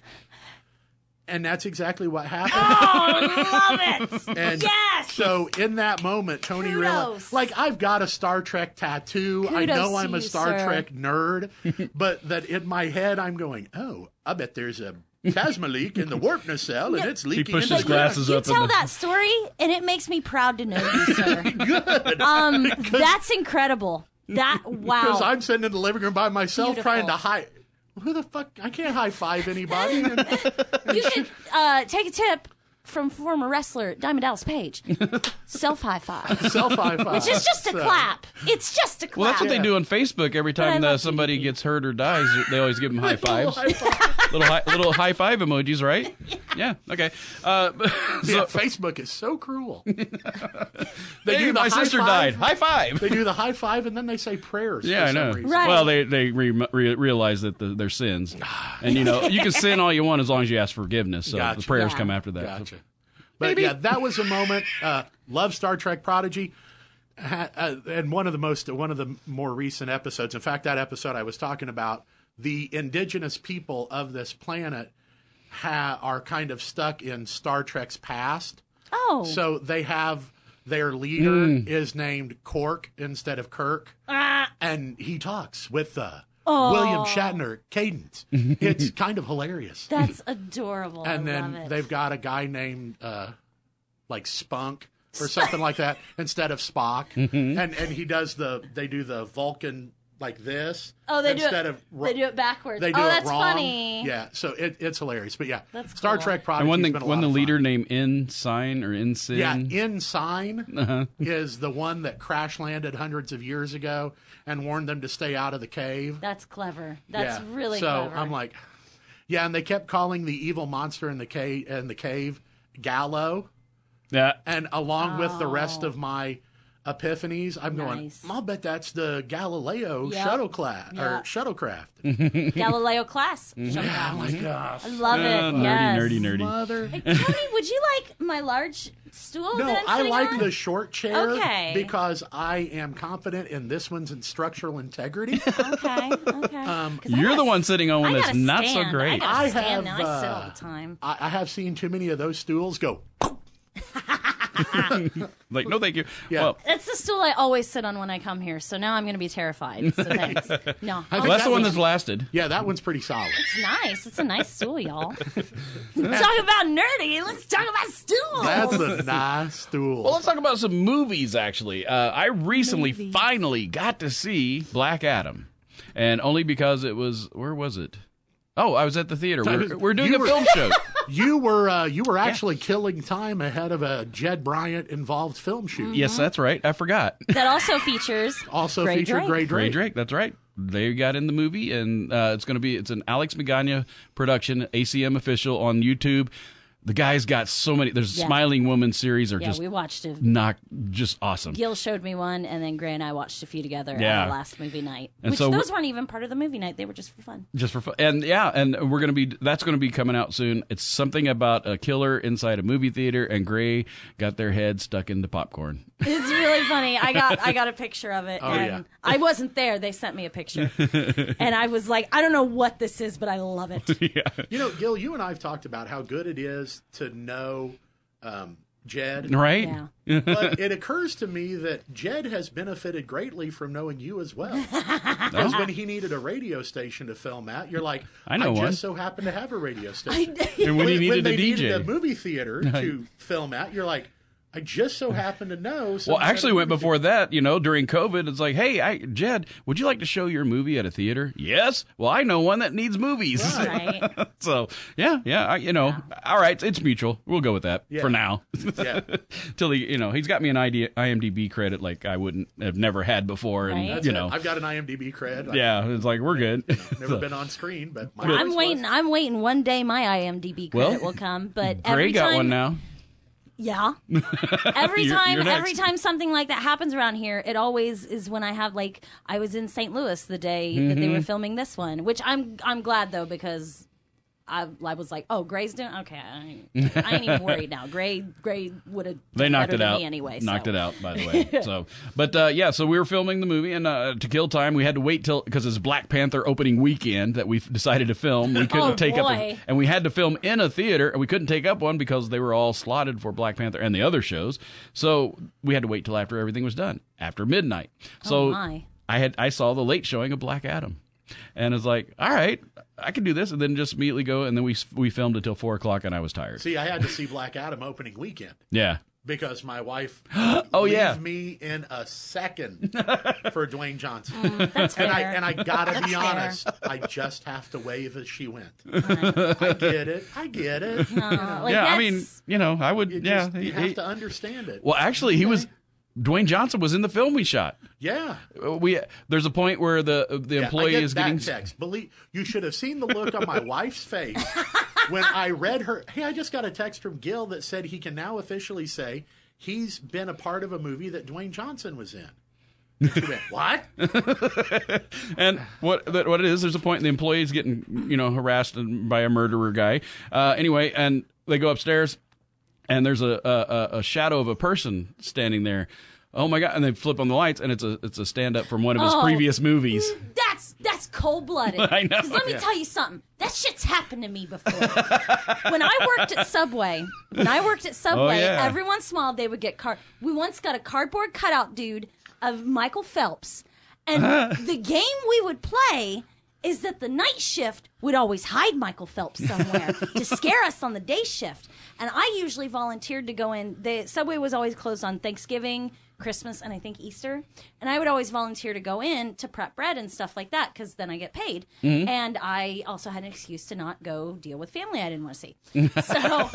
Speaker 1: And that's exactly what
Speaker 7: [gasps]
Speaker 1: happened.
Speaker 7: I love it.
Speaker 1: and
Speaker 7: Yes!
Speaker 1: So in that moment, Tony
Speaker 7: Kudos.
Speaker 1: realized, like, I've got a Star Trek tattoo. I
Speaker 7: Kudos
Speaker 1: know
Speaker 7: to
Speaker 1: I'm a
Speaker 7: you,
Speaker 1: Star
Speaker 7: sir.
Speaker 1: Trek nerd,
Speaker 7: [laughs]
Speaker 1: but that in my head, I'm going, oh, I bet there's a plasma leak in the warp nacelle, and it's leaking.
Speaker 5: pushed
Speaker 1: into
Speaker 5: his
Speaker 1: the ground.
Speaker 5: glasses
Speaker 7: you
Speaker 5: up in
Speaker 7: tell
Speaker 5: the-
Speaker 7: that story, and it makes me proud to know
Speaker 1: [laughs]
Speaker 7: you, sir. Good. Um, that's incredible. That
Speaker 1: [laughs]
Speaker 7: wow.
Speaker 1: because I'm sitting in the living room by myself
Speaker 7: Beautiful.
Speaker 1: trying to high. Who the fuck? I can't high five
Speaker 7: [laughs]
Speaker 1: anybody.
Speaker 7: you should uh, take a tip from former wrestler Diamond
Speaker 1: [laughs]
Speaker 7: Dallas Page. Self high five.
Speaker 1: Self high five.
Speaker 7: It's just, just a clap. It's just a clap.
Speaker 5: Well, that's what they do on Facebook. Every time
Speaker 7: love
Speaker 5: uh, somebody gets hurt or dies, they always give
Speaker 1: [laughs]
Speaker 5: them high fives,
Speaker 1: High five.
Speaker 5: little high, little high five emojis, right? Yeah. Okay. Uh,
Speaker 1: [laughs]
Speaker 5: [laughs]
Speaker 1: Yeah, Facebook is so cruel. They
Speaker 5: hey,
Speaker 1: do the
Speaker 5: my
Speaker 1: high
Speaker 5: sister
Speaker 1: five.
Speaker 5: died. High five.
Speaker 1: They do the high five and then they say prayers.
Speaker 5: Yeah,
Speaker 1: for
Speaker 5: I know.
Speaker 1: Some reason.
Speaker 7: Right.
Speaker 5: Well, they they re- re- realize that the, their sins, and you know you can sin all you want as long as you ask forgiveness. So the
Speaker 1: Gotcha.
Speaker 5: prayers
Speaker 7: Yeah.
Speaker 5: come after that.
Speaker 1: Gotcha. But yeah, that was a moment. Uh, love Star Trek Prodigy. Ha- uh, and one of the most one of the more recent episodes. In fact, that episode I was talking about the indigenous people of this planet ha- are kind of stuck in Star Trek's past.
Speaker 7: Oh,
Speaker 1: So they have their leader
Speaker 5: Hmm.
Speaker 1: is named Cork instead of Kirk,
Speaker 7: Ah.
Speaker 1: and he talks with the William Shatner
Speaker 5: [laughs]
Speaker 1: cadence. It's kind of hilarious.
Speaker 7: that's adorable.
Speaker 1: and
Speaker 7: I
Speaker 1: then
Speaker 7: love it.
Speaker 1: they've got a guy named uh, like Spunk or something like that instead of Spock,
Speaker 5: [laughs] Mm-hmm.
Speaker 1: and and he does the they do the Vulcan like this.
Speaker 7: Oh, they do it-
Speaker 1: instead of ro-
Speaker 7: they do it backwards.
Speaker 1: They do
Speaker 7: Oh,
Speaker 1: it
Speaker 7: that's
Speaker 1: wrong.
Speaker 7: funny.
Speaker 1: Yeah, so it, it's hilarious. But yeah,
Speaker 7: That's
Speaker 1: Star
Speaker 7: cool.
Speaker 1: Trek
Speaker 5: And
Speaker 1: Prodigy.
Speaker 5: when the
Speaker 1: has been a
Speaker 5: when
Speaker 1: lot
Speaker 5: the
Speaker 1: of fun.
Speaker 5: leader named Ensign or Ensign,
Speaker 1: Yeah, Ensign is the one that crash landed hundreds of years ago and warned them to stay out of the cave.
Speaker 7: that's clever. That's
Speaker 1: yeah.
Speaker 7: really
Speaker 1: so
Speaker 7: clever.
Speaker 1: I'm like, yeah, and they kept calling the evil monster in the cave in the cave Gallo,
Speaker 5: yeah,
Speaker 1: and along with the rest of my epiphanies, I'm going.
Speaker 7: Oh. Nice.
Speaker 1: I'll bet that's the Galileo
Speaker 7: Yep.
Speaker 1: shuttlecraft
Speaker 7: Yeah.
Speaker 1: or [laughs] shuttlecraft. [laughs]
Speaker 7: Galileo class. Showdown.
Speaker 1: oh my Mm-hmm. gosh.
Speaker 7: I love it.
Speaker 5: Uh, nerdy,
Speaker 7: yes.
Speaker 5: nerdy, nerdy.
Speaker 1: Mother.
Speaker 7: Tony, would you like my large stool?
Speaker 1: No,
Speaker 7: that I'm
Speaker 1: I
Speaker 7: sitting
Speaker 1: like
Speaker 7: on?
Speaker 1: the short chair
Speaker 7: Okay.
Speaker 1: because I am confident in this one's in structural
Speaker 7: [laughs]
Speaker 1: integrity.
Speaker 7: Okay,
Speaker 1: [laughs]
Speaker 7: okay.
Speaker 1: Um,
Speaker 5: You're the one sitting on one
Speaker 7: I
Speaker 5: that's
Speaker 7: gotta
Speaker 5: not so
Speaker 7: stand. I
Speaker 5: great.
Speaker 7: gotta
Speaker 1: I
Speaker 7: stand
Speaker 1: have,
Speaker 7: now. I sit
Speaker 1: uh,
Speaker 7: all the time.
Speaker 1: I, I have seen too many of those stools go.
Speaker 5: Like, no, thank you.
Speaker 1: Yeah.
Speaker 5: Well,
Speaker 7: That's the stool I always sit on when I come here. So now I'm going to be
Speaker 1: [laughs]
Speaker 7: terrified. So thanks. No, oh,
Speaker 1: I
Speaker 5: well,
Speaker 1: think
Speaker 5: that's the
Speaker 1: that
Speaker 5: one
Speaker 1: was-
Speaker 5: that's lasted.
Speaker 1: Yeah, that one's pretty solid.
Speaker 7: it's nice. It's a nice
Speaker 1: [laughs]
Speaker 7: stool, y'all. talk about nerdy. Let's talk about stools.
Speaker 1: That's a nice stool.
Speaker 5: Well, let's talk about some movies, actually. Uh, I recently
Speaker 7: Movies.
Speaker 5: finally got to see Black Adam. and only because it was where was it? Oh, I was at the theater.
Speaker 1: I
Speaker 5: We're,
Speaker 1: was-
Speaker 5: we're doing
Speaker 1: you
Speaker 5: a
Speaker 1: were-
Speaker 5: film [laughs] show.
Speaker 1: You were uh, you were actually killing time ahead of a Jed Bryant involved film shoot.
Speaker 5: yes,
Speaker 7: Mm-hmm.
Speaker 5: that's right. I forgot. [laughs]
Speaker 9: that also features
Speaker 1: Also
Speaker 9: Grey
Speaker 1: featured
Speaker 9: Drake.
Speaker 1: Gray
Speaker 5: Ray
Speaker 1: Drake.
Speaker 5: Drake. That's right. They got in the movie, and uh, it's going to be it's an Alex Magana production, ACM official on YouTube. The guy's got so many. There's a
Speaker 7: Yeah.
Speaker 5: smiling woman series, are
Speaker 7: Yeah,
Speaker 5: just
Speaker 7: we watched it.
Speaker 5: not just awesome.
Speaker 7: Gil showed me one, and then Gray and I watched a few together
Speaker 5: Yeah.
Speaker 7: at our last movie night.
Speaker 5: And
Speaker 7: which
Speaker 5: so
Speaker 7: those weren't even part of the movie night; they were just for fun. [laughs]
Speaker 5: just for fun. And yeah, and we're gonna be that's gonna be coming out soon. It's something about a killer inside a movie theater, and Gray got their head stuck in the popcorn. [laughs]
Speaker 7: It's really funny. I got I got a picture of it, and
Speaker 1: Oh, yeah.
Speaker 7: I wasn't there. They sent me
Speaker 5: [laughs]
Speaker 7: a picture, and I was like, I don't know what this is, but I love it.
Speaker 1: You know, Gil, you and I have talked about how good it is to know um, Jed.
Speaker 5: [laughs] Right?
Speaker 7: Yeah.
Speaker 1: But it occurs to me that Jed has benefited greatly from knowing you as well. Because when he needed a radio station to film at, you're like,
Speaker 5: I know one."
Speaker 1: just so happen to have a radio station.
Speaker 5: And when, he
Speaker 1: when
Speaker 5: needed
Speaker 1: they
Speaker 5: a
Speaker 1: needed
Speaker 5: DJ.
Speaker 1: a movie
Speaker 5: [laughs]
Speaker 1: theater to film at, you're like, I just so happen to know.
Speaker 5: well,
Speaker 1: someone at
Speaker 5: actually,
Speaker 1: a [laughs]
Speaker 5: went
Speaker 1: movie
Speaker 5: before that. You know, during COVID, it's like, hey, I, Jed, would you like to show your movie at a theater? Yes. Well, I know one that needs movies.
Speaker 7: Right?
Speaker 5: [laughs] so yeah, yeah, I, you know, all right, it's mutual. We'll go with that for now. [laughs]
Speaker 1: theater. Yeah.
Speaker 5: Till he, you know, he's got me an ID, IMDb credit like I wouldn't have never had before, and
Speaker 7: Right.
Speaker 1: That's
Speaker 5: you
Speaker 1: it.
Speaker 5: know,
Speaker 1: I've got an IMDb cred.
Speaker 5: yeah, it's like we're good. [laughs]
Speaker 1: I've never been on screen, but my voice
Speaker 7: I'm
Speaker 1: was.
Speaker 7: waiting. I'm waiting. One day my IMDb
Speaker 5: Well,
Speaker 7: credit will come, but
Speaker 5: Gray
Speaker 7: every
Speaker 5: got
Speaker 7: time,
Speaker 5: one now. [laughs]
Speaker 7: Yeah. Every
Speaker 5: You're-
Speaker 7: time,
Speaker 5: you're next.
Speaker 7: every time something like that happens around here, it always is when I have like I was in St. Louis the day that
Speaker 5: Mm-hmm.
Speaker 7: they were filming this one, which I'm I'm glad though because. I, I was like, oh, Gray's doing okay. I ain't, I ain't
Speaker 5: [laughs]
Speaker 7: even worried now. Gray, Gray would have
Speaker 5: They knocked it out.
Speaker 7: me anyway.
Speaker 5: knocked
Speaker 7: so.
Speaker 5: it out, by the
Speaker 7: [laughs]
Speaker 5: way. so, but uh, yeah, so we were filming the movie, and uh, to kill time, we had to wait till because it's Black Panther opening weekend that we decided to film. We couldn't
Speaker 7: Oh,
Speaker 5: take up, a,
Speaker 7: boy.
Speaker 5: and we had to film in a theater, and we couldn't take up one because they were all slotted for Black Panther and the other shows. So we had to wait till after everything was done, after midnight. So
Speaker 7: Oh, my.
Speaker 5: I had I saw the late showing of Black Adam, and it's like, all right, I can do this, and then just immediately go, and then we we filmed until four o'clock, and I was tired.
Speaker 1: See, I had to see Black Adam opening weekend.
Speaker 5: Yeah.
Speaker 1: because my wife
Speaker 5: [gasps] Oh,
Speaker 1: leave
Speaker 5: yeah.
Speaker 1: me in a
Speaker 5: [laughs]
Speaker 1: second for Dwayne Johnson.
Speaker 7: Oh, That's fair.
Speaker 1: and I and I gotta be
Speaker 7: fair.
Speaker 1: honest, I just have to wave as she went. I get it. I get
Speaker 7: [laughs]
Speaker 1: it.
Speaker 7: Uh, like,
Speaker 5: yeah, I
Speaker 7: that's-
Speaker 5: mean, you know, I would.
Speaker 1: You
Speaker 5: yeah,
Speaker 1: just
Speaker 5: he-
Speaker 1: you have
Speaker 5: he-
Speaker 1: to understand it.
Speaker 5: Well, actually, he was. Dwayne Johnson was in the film we shot.
Speaker 1: yeah.
Speaker 5: Uh, We there's a point where the the
Speaker 1: Yeah,
Speaker 5: employee
Speaker 1: I get
Speaker 5: is
Speaker 1: that
Speaker 5: getting
Speaker 1: text. Believe you should have seen the look on my wife's face when I read her. Hey, I just got a text from Gil that said he can now officially say he's been a part of a movie that Dwayne Johnson was in. She went, what?
Speaker 5: and what that, what it is. There's a point the employee is getting you know harassed by a murderer guy. Uh, anyway, and they go upstairs, and there's a, a a- a shadow of a person standing there. Oh my god! And they flip on the lights, and it's a it's a stand up from one of his
Speaker 7: Oh.
Speaker 5: previous movies.
Speaker 7: That's that's cold blooded.
Speaker 5: [laughs] I know.
Speaker 7: let me tell you something. That shit's happened to me before. [laughs] when I worked at Subway, when I worked at Subway,
Speaker 5: Oh, yeah.
Speaker 7: every once in a while they would get car. We once got a cardboard cutout dude of Michael Phelps, and the game we would play. Is that the night shift would always hide Michael Phelps somewhere to scare us on the day shift. And I usually volunteered to go in. The subway was always closed on Thanksgiving, Christmas and I think Easter. And I would always volunteer to go in to prep bread and stuff like that because then I get paid. And I also had an excuse to not go deal with family I didn't want to see. So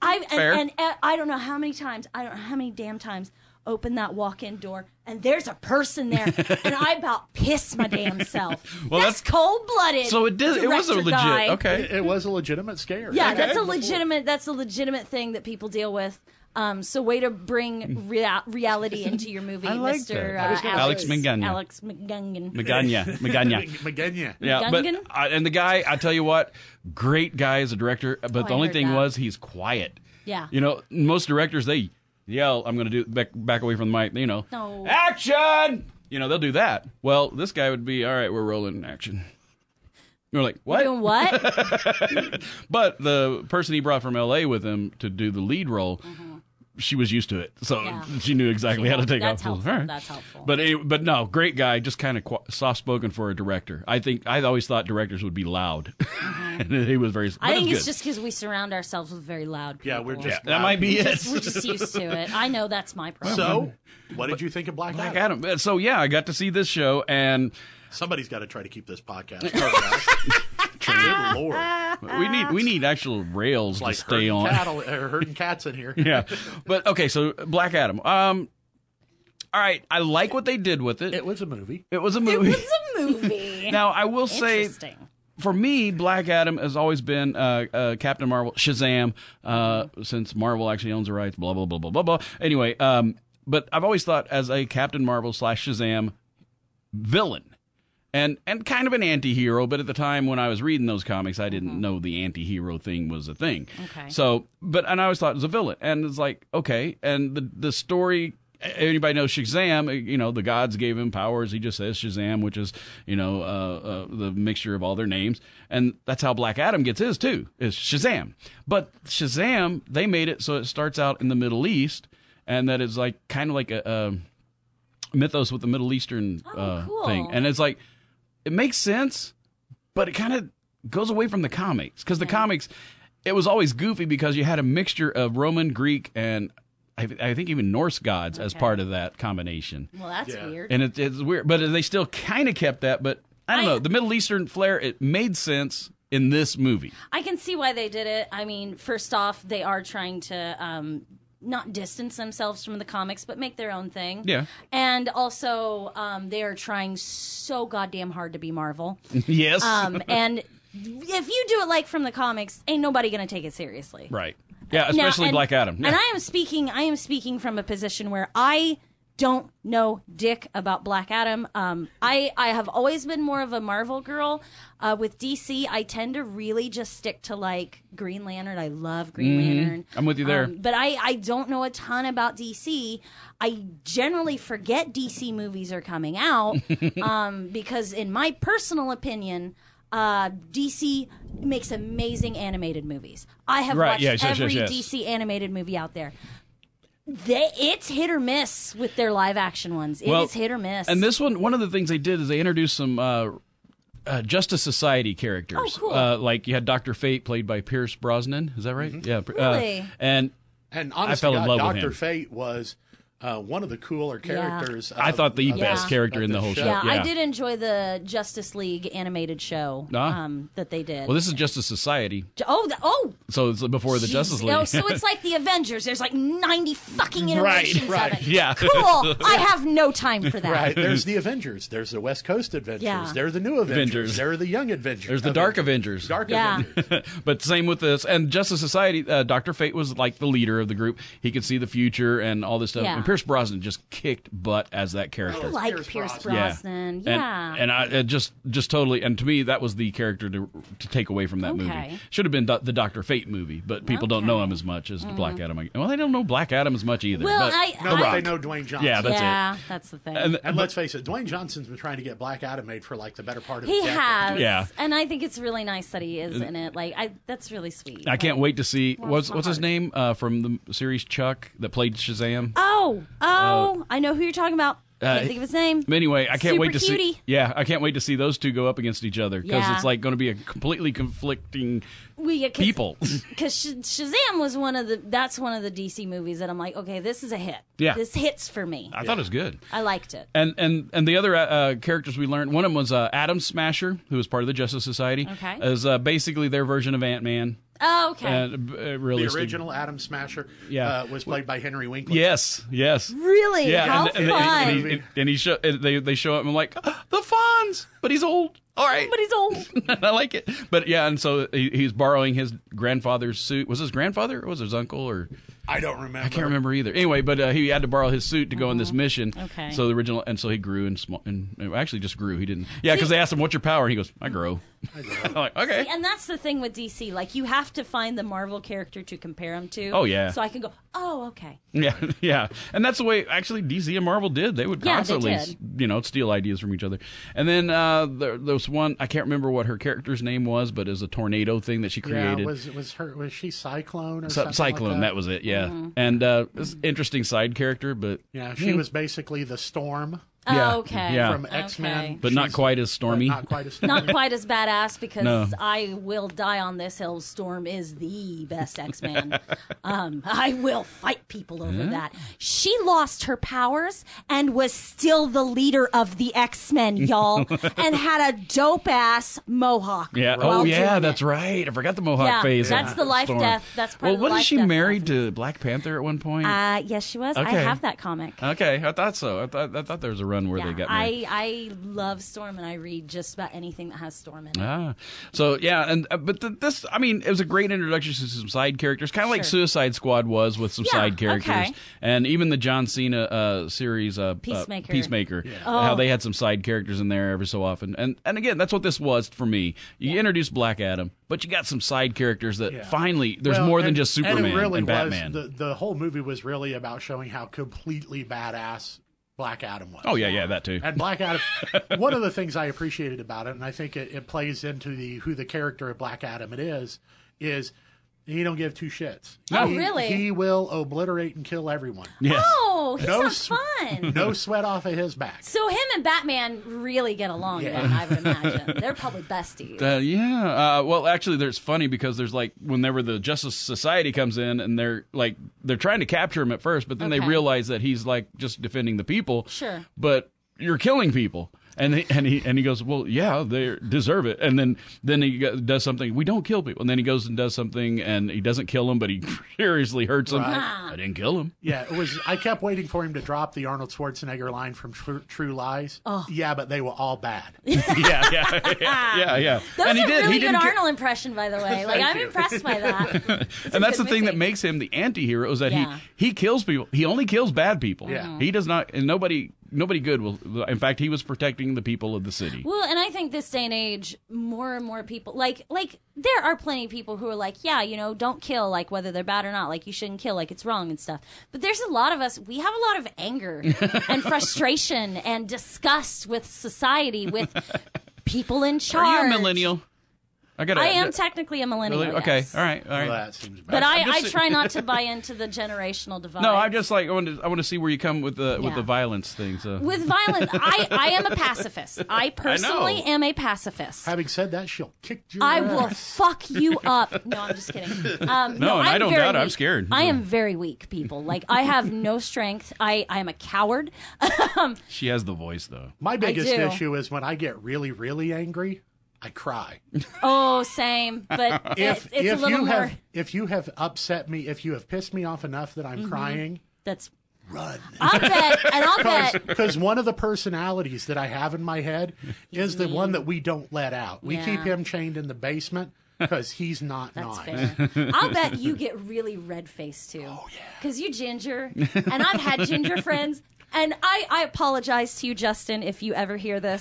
Speaker 7: I and,
Speaker 5: Fair.
Speaker 7: and, uh, I don't know how many times I don't know how many damn times open that walk-in door and there's a person there and I about piss my damn self.
Speaker 5: [laughs] Well, that's-
Speaker 7: that's,
Speaker 1: Mm.
Speaker 7: cold-blooded.
Speaker 5: So it did. It was a
Speaker 7: director
Speaker 5: legit.
Speaker 7: guy.
Speaker 5: Okay.
Speaker 1: [laughs] It was a legitimate scare.
Speaker 7: Yeah, that's a legitimate. That's a legitimate thing that people deal with. Um, so way to bring rea- reality into your movie,
Speaker 5: [laughs] I like
Speaker 7: Mr.
Speaker 5: that. I was
Speaker 7: Uh,
Speaker 5: gonna
Speaker 7: Alex
Speaker 5: say- Alex Mangano.
Speaker 7: Alex McGungan.
Speaker 5: Maganya. Maganya.
Speaker 1: Magana.
Speaker 5: Yeah,
Speaker 7: Gungan?
Speaker 5: but uh, and the guy, I tell you what, great guy as a director. But the
Speaker 7: Oh, I
Speaker 5: only
Speaker 7: heard
Speaker 5: thing
Speaker 7: that.
Speaker 5: was he's quiet.
Speaker 7: Yeah.
Speaker 5: you know, most directors they yell, "I'm going to do back back away from the mic." You know,
Speaker 7: No.
Speaker 5: action. You know, they'll do that. Well, this guy would be all right. We're rolling in action. You're like [laughs] what?
Speaker 7: Doing what?
Speaker 5: But the person he brought from L.A. with him to do the lead role. She was used to it, so
Speaker 7: Mm-hmm. Yeah.
Speaker 5: [laughs] she knew exactly how to take
Speaker 7: That's
Speaker 5: off. [laughs]
Speaker 7: helpful.
Speaker 5: All right.
Speaker 7: That's helpful.
Speaker 5: But anyway, but no, great guy, just kind of qu- soft spoken for a director. I think I always thought directors would be loud. [laughs] he was very.
Speaker 7: Mm-hmm. I
Speaker 5: but
Speaker 7: think
Speaker 5: it was
Speaker 7: it's
Speaker 5: good.
Speaker 7: just because we surround ourselves with very loud people.
Speaker 1: Yeah, we're just
Speaker 5: that might be it. [laughs]
Speaker 7: we're just used to it. I know that's my problem.
Speaker 1: So, what did you think of Black,
Speaker 5: Black
Speaker 1: Adam?
Speaker 5: Adam. Uh, So yeah, I got to see this show, and
Speaker 1: Somebody's got to try to keep this podcast. organized. Good lord,
Speaker 5: we need we need actual rails
Speaker 1: like
Speaker 5: to stay
Speaker 1: herding
Speaker 5: on.
Speaker 1: cattle, or herding cats in here.
Speaker 5: [laughs] yeah, but okay. So Black Adam. Um, all right. I like what they did with it. It,
Speaker 1: It was a movie.
Speaker 5: was a
Speaker 7: it
Speaker 5: movie.
Speaker 7: was a [laughs] movie.
Speaker 5: [laughs] now I will say,
Speaker 7: Interesting.
Speaker 5: for me, Black Adam has always been uh, uh, Captain Marvel, Shazam, uh, since Marvel actually owns the rights, blah, blah, blah, blah, blah, blah. Anyway, um, but I've always thought as a Captain Marvel slash Shazam villain. And, and kind of an anti-hero, but at the time when I was reading those comics, I didn't know the anti-hero thing was a thing.
Speaker 7: Okay.
Speaker 5: So, but and I always thought it was a villain, and it's like okay, and the the story. Anybody knows Shazam? eh, You know the gods gave him powers. He just says Shazam, which is you know uh, uh, the mixture of all their names, and that's how Black Adam gets his too. Is Shazam? But Shazam, they made it so it starts out in the Middle East, and that is like kind of like a, um, a mythos with the Middle Eastern uh,
Speaker 7: Oh, cool.
Speaker 5: thing, and it's like it makes sense but it kind of goes away from the comics because the comics it was always goofy because you had a mixture of roman greek and i, I think even norse gods as part of that combination
Speaker 7: Well, that's
Speaker 1: Yeah.
Speaker 7: weird.
Speaker 5: and it, it's weird but they still kind of kept that but i don't
Speaker 7: I-
Speaker 5: know the middle eastern flair it made sense in this movie
Speaker 7: I can see why they did it. I mean, first off, they are trying to um, not distance themselves from the comics, but make their own thing.
Speaker 5: Yeah.
Speaker 7: And also, um, they are trying so goddamn hard to be Marvel.
Speaker 5: yes [laughs]
Speaker 7: Um, and if you do it like from the comics, ain't nobody gonna take it seriously.
Speaker 5: right yeah
Speaker 7: Now,
Speaker 5: especially
Speaker 7: and-
Speaker 5: black adam yeah.
Speaker 7: And I am speaking. I am speaking from a position where I don't know dick about Black Adam. Um, I I have always been more of a Marvel girl. Uh, with DC, I tend to really just stick to like Green Lantern. I love Green Lantern.
Speaker 5: Mm-hmm. I'm with you there.
Speaker 7: Um, but I I don't know a ton about DC. I generally forget DC movies are coming
Speaker 5: [laughs]
Speaker 7: out um, because, in my personal opinion. Uh, DC makes amazing animated movies. I have
Speaker 5: Right,
Speaker 7: watched
Speaker 5: yes, yes,
Speaker 7: every
Speaker 5: yes, yes.
Speaker 7: DC animated movie out there. They, it's hit or miss with their live action ones. It is
Speaker 5: Well,
Speaker 7: hit or miss.
Speaker 5: And this one, one of the things they did is they introduced some uh, uh, Justice Society characters.
Speaker 7: Oh, cool.
Speaker 5: uh, like you had Doctor Fate played by Pierce Brosnan. Is that right? Yeah. uh,
Speaker 7: Mm-hmm. Really?
Speaker 5: and
Speaker 1: And honestly,
Speaker 5: fell in love with
Speaker 1: Doctor
Speaker 5: him.
Speaker 1: Fate was uh, one of the cooler characters.
Speaker 5: I
Speaker 1: of-
Speaker 5: thought the
Speaker 1: of
Speaker 5: best
Speaker 7: Yeah.
Speaker 5: character
Speaker 1: of
Speaker 5: in the whole show.
Speaker 7: yeah,
Speaker 5: Yeah.
Speaker 7: I did enjoy the Justice League animated show
Speaker 5: Ah.
Speaker 7: um, that they did.
Speaker 5: Well, this is Justice Society,
Speaker 7: oh, the, oh,
Speaker 5: so it's before the
Speaker 7: jeez.
Speaker 5: Justice League.
Speaker 7: No, so it's like the Avengers. There's like 90 fucking
Speaker 5: Right,
Speaker 7: iterations
Speaker 1: right,
Speaker 7: of it.
Speaker 5: yeah. [laughs]
Speaker 7: Cool. I have no time for that.
Speaker 1: Right. There's the Avengers. There's the West Coast Avengers.
Speaker 7: Yeah.
Speaker 1: There are the new Avengers.
Speaker 5: Avengers.
Speaker 1: There are the young Avengers.
Speaker 5: [laughs] There's the Dark Avengers.
Speaker 1: Dark
Speaker 7: Yeah.
Speaker 1: Avengers.
Speaker 5: [laughs] but same with this and Justice Society. Uh, Doctor Fate was like the leader of the group. He could see the future and all this stuff.
Speaker 7: Yeah.
Speaker 5: And Pierce Brosnan just kicked butt as that character.
Speaker 7: I like
Speaker 1: Pierce
Speaker 7: Pierce,
Speaker 1: Brosnan.
Speaker 7: Brosnan.
Speaker 5: And-
Speaker 7: Yeah.
Speaker 5: And, I it just just totally and to me that was the character to to take away from that movie.
Speaker 7: Okay.
Speaker 5: Should have been Do- the Doctor Fate movie, but people don't know him as much as Black Adam. I- Well, they don't know Black Adam as much either.
Speaker 7: Mm. well,
Speaker 5: but-
Speaker 7: I,
Speaker 1: No,
Speaker 7: I
Speaker 1: but they know Dwayne Johnson.
Speaker 5: Yeah, that's it.
Speaker 7: yeah, that's the thing.
Speaker 5: and,
Speaker 1: And let's face it, Dwayne Johnson's been trying to get Black Adam made for like the better part of a
Speaker 7: He
Speaker 1: decade.
Speaker 7: has,
Speaker 5: Yeah.
Speaker 7: and I think it's really nice that he is in it. Like, I that's really sweet.
Speaker 5: I can't wait to see what's
Speaker 7: my
Speaker 5: what's his
Speaker 7: heart.
Speaker 5: name uh, from the series Chuck that played Shazam.
Speaker 7: Oh, oh, I know who you're talking about. I
Speaker 5: uh,
Speaker 7: can't think of his name.
Speaker 5: Anyway, I can't
Speaker 7: Super
Speaker 5: wait to see.
Speaker 7: cutie.
Speaker 5: Yeah, I can't wait to see those two go up against each other because
Speaker 7: Yeah.
Speaker 5: it's like going to be a completely conflicting
Speaker 7: We yeah, cause,
Speaker 5: people.
Speaker 7: because Shazam was one of the. That's one of the DC movies that I'm like, okay, this is a hit.
Speaker 5: Yeah.
Speaker 7: this hits for me.
Speaker 5: I thought it was good.
Speaker 7: I liked it.
Speaker 5: And and and the other uh, uh, characters we learned, one of them was uh, Adam Smasher, who was part of the Justice Society.
Speaker 7: Okay.
Speaker 5: Is uh, basically their version of Ant Man.
Speaker 7: Oh, okay,
Speaker 5: And uh,
Speaker 1: The
Speaker 5: really.
Speaker 1: original Adam Smasher
Speaker 5: Yeah.
Speaker 1: uh, was played by Henry Winkler.
Speaker 5: Yes. Yes.
Speaker 7: really?
Speaker 5: Yeah,
Speaker 7: How
Speaker 5: and, and,
Speaker 7: fun!
Speaker 5: and, he- and, and he show, and they they show up and I'm like "Ah, the Fonz, but he's old. All right,
Speaker 7: but he's old.
Speaker 5: [laughs] I like it. But yeah, and so he, he's borrowing his grandfather's suit. Was his grandfather or was it his uncle or
Speaker 1: I don't remember.
Speaker 5: I can't remember either. Anyway, but uh, he had to borrow his suit to go on this mission.
Speaker 7: Mm-hmm. Okay.
Speaker 5: So the original, and so he grew and small, and and actually just grew. He didn't. Yeah, because they asked him, "What's your power?" And he goes, "I grow." [laughs] I grow. am like, okay.
Speaker 7: And that's the thing with DC. Like, you have to find the Marvel character to compare him to.
Speaker 5: Oh, yeah.
Speaker 7: So I can go. Oh, okay.
Speaker 5: Yeah, [laughs] yeah, and that's the way actually DC and Marvel did. They would
Speaker 7: Yeah, they
Speaker 5: constantly,
Speaker 7: did.
Speaker 5: you know, steal ideas from each other. And then uh, there, there was one I can't remember what her character's name was, but it was a tornado thing that she
Speaker 1: Yeah,
Speaker 5: created.
Speaker 1: was was her was she Cyclone or
Speaker 5: Cy-
Speaker 1: something?
Speaker 5: Cyclone,
Speaker 1: like
Speaker 5: that.
Speaker 1: that?
Speaker 5: was
Speaker 7: Mm-hmm.
Speaker 5: it. Yeah, and uh, it was an interesting side character, but
Speaker 1: Yeah, she was basically the storm.
Speaker 5: Yeah.
Speaker 7: Oh, okay.
Speaker 5: Yeah.
Speaker 1: from X Men,
Speaker 7: Okay.
Speaker 5: But not quite as stormy.
Speaker 1: Not quite as
Speaker 5: [laughs]
Speaker 7: Not quite as badass because
Speaker 5: No.
Speaker 7: I will die on this hill. Storm is the best X
Speaker 5: [laughs]
Speaker 7: Man. um, I will fight people over that. She lost her powers and was still the leader of the X Men,
Speaker 5: [laughs]
Speaker 7: y'all, and had a dope ass mohawk.
Speaker 5: Yeah.
Speaker 7: while
Speaker 5: Oh,
Speaker 7: doing
Speaker 5: yeah.
Speaker 7: it.
Speaker 5: That's right. I forgot the Mohawk
Speaker 7: Yeah,
Speaker 5: phase.
Speaker 7: that's
Speaker 5: of
Speaker 7: the life
Speaker 5: Storm.
Speaker 7: death- that's part
Speaker 5: Well,
Speaker 7: of the
Speaker 5: wasn't
Speaker 7: life
Speaker 5: she
Speaker 7: death
Speaker 5: married to Black Panther at one point?
Speaker 7: Uh, yes, she was. I
Speaker 5: Okay.
Speaker 7: have that comic.
Speaker 5: okay, I thought so. I thought, I thought there was a run where they got married.
Speaker 7: I I love Storm, and I read just about anything that has Storm in it.
Speaker 5: Ah, so yeah, and uh, but th- this, I mean, it was a great introduction to some side characters, kind of like Suicide Squad was with some
Speaker 7: Yeah,
Speaker 5: side characters,
Speaker 7: okay.
Speaker 5: and even the John Cena uh, series, uh, uh,
Speaker 7: Peacemaker.
Speaker 5: Peacemaker, how
Speaker 7: Oh.
Speaker 5: they had some side characters in there every so often, and and again, that's what this was for me. You introduced Black Adam, but you got some side characters that finally there's
Speaker 1: Well,
Speaker 5: more than
Speaker 1: and-
Speaker 5: just Superman
Speaker 1: and,
Speaker 5: and,
Speaker 1: it really was-
Speaker 5: Batman.
Speaker 1: the, the whole movie was really about showing how completely badass Black Adam was.
Speaker 5: oh yeah, yeah, that too.
Speaker 1: And Black Adam, [laughs] one of the things I appreciated about it, and I think it, it plays into the who the character of Black Adam it is, is he don't give two shits.
Speaker 7: Oh,
Speaker 1: He-
Speaker 7: really?
Speaker 1: He will obliterate and kill everyone.
Speaker 5: yes.
Speaker 7: Oh, he
Speaker 1: No
Speaker 7: sounds
Speaker 1: sw-
Speaker 5: [laughs]
Speaker 7: fun.
Speaker 1: No sweat off of his back.
Speaker 7: So him and Batman really get along.
Speaker 1: Yeah.
Speaker 7: Then, I would imagine they're probably besties.
Speaker 5: Uh, yeah. Uh, well, actually, there's funny because there's like whenever the Justice Society comes in and they're like they're trying to capture him at first, but then they
Speaker 7: Okay.
Speaker 5: realize that he's like just defending the people.
Speaker 7: Sure.
Speaker 5: But you're killing people. And he, and he and he goes, well, yeah, they deserve it. And then then he go- does something. We don't kill people. And then he goes and does something, and he doesn't kill him, but he [laughs] seriously hurts him. I didn't kill him. [laughs]
Speaker 1: Yeah, it was. I kept waiting for him to drop the Arnold Schwarzenegger line from True, True Lies.
Speaker 7: Oh.
Speaker 1: Yeah, but they were all bad.
Speaker 5: yeah, yeah, [laughs] yeah, yeah, yeah.
Speaker 7: Those
Speaker 5: and he
Speaker 7: are
Speaker 5: did.
Speaker 7: really
Speaker 5: he
Speaker 7: good
Speaker 5: didn't ki-
Speaker 7: Arnold impression, by the
Speaker 5: [laughs]
Speaker 7: way. Like
Speaker 1: Thank
Speaker 7: I'm
Speaker 1: you.
Speaker 7: impressed by that. It's a
Speaker 5: and that's
Speaker 7: good
Speaker 5: the thing that
Speaker 7: movie.
Speaker 5: makes him the anti-hero is that
Speaker 7: Yeah.
Speaker 5: he he kills people he only kills bad people
Speaker 1: Yeah.
Speaker 5: he does not and nobody nobody good will in fact he was protecting the people of the city
Speaker 7: Well, and I think this day and age, more and more people like like there are plenty of people who are like, yeah, you know, don't kill, like whether they're bad or not, like you shouldn't kill, like it's wrong and stuff. But there's a lot of us. We have a lot of anger
Speaker 5: [laughs]
Speaker 7: and frustration and disgust with
Speaker 5: [laughs]
Speaker 7: society, with people in charge.
Speaker 5: are you a millennial i got
Speaker 7: I am technically a millennial.
Speaker 5: really okay
Speaker 7: yes.
Speaker 5: all right all right
Speaker 1: Well, that seems bad.
Speaker 7: But I,
Speaker 5: I'm
Speaker 7: I
Speaker 5: just-
Speaker 7: try not
Speaker 5: [laughs]
Speaker 7: to buy into the generational divide.
Speaker 5: no i'm just like i want to i want to see where you come with the with
Speaker 7: Yeah.
Speaker 5: the violence thing so
Speaker 7: with violence. I, I am a
Speaker 5: [laughs]
Speaker 7: pacifist. I personally am a pacifist.
Speaker 1: Having said that, she'll kick your
Speaker 7: I
Speaker 1: ass.
Speaker 7: will fuck
Speaker 5: [laughs]
Speaker 7: you up. No, I'm just kidding. Um,
Speaker 5: No, and I
Speaker 7: I'm
Speaker 5: don't
Speaker 7: very
Speaker 5: doubt it. I'm
Speaker 7: weak.
Speaker 5: scared.
Speaker 7: I am very weak, people. Like
Speaker 5: [laughs]
Speaker 7: I have no strength. I I am a coward.
Speaker 5: she has the voice though
Speaker 1: My biggest
Speaker 7: do.
Speaker 1: issue is when I get really, really angry, I
Speaker 7: [laughs]
Speaker 1: cry.
Speaker 7: Oh, same.
Speaker 5: [laughs]
Speaker 7: But
Speaker 1: If
Speaker 7: it, it's
Speaker 1: if
Speaker 7: a little
Speaker 1: you
Speaker 7: more.
Speaker 1: have if you have upset me, if you have pissed me off enough that I'm
Speaker 7: Mm-hmm.
Speaker 1: crying,
Speaker 7: that's.
Speaker 1: run.
Speaker 7: I'll bet, and
Speaker 5: [laughs]
Speaker 7: I'll bet.
Speaker 1: Because one of the personalities that I have in my head is the one that we don't let out. We keep
Speaker 7: Yeah.
Speaker 1: him chained in the
Speaker 7: [laughs]
Speaker 1: basement because he's not
Speaker 7: That's
Speaker 1: nice.
Speaker 7: fair. I'll bet you get really red faced too. Oh yeah. Because you ginger, and I've had ginger friends. And I, I apologize to you, Justin, if you ever hear this.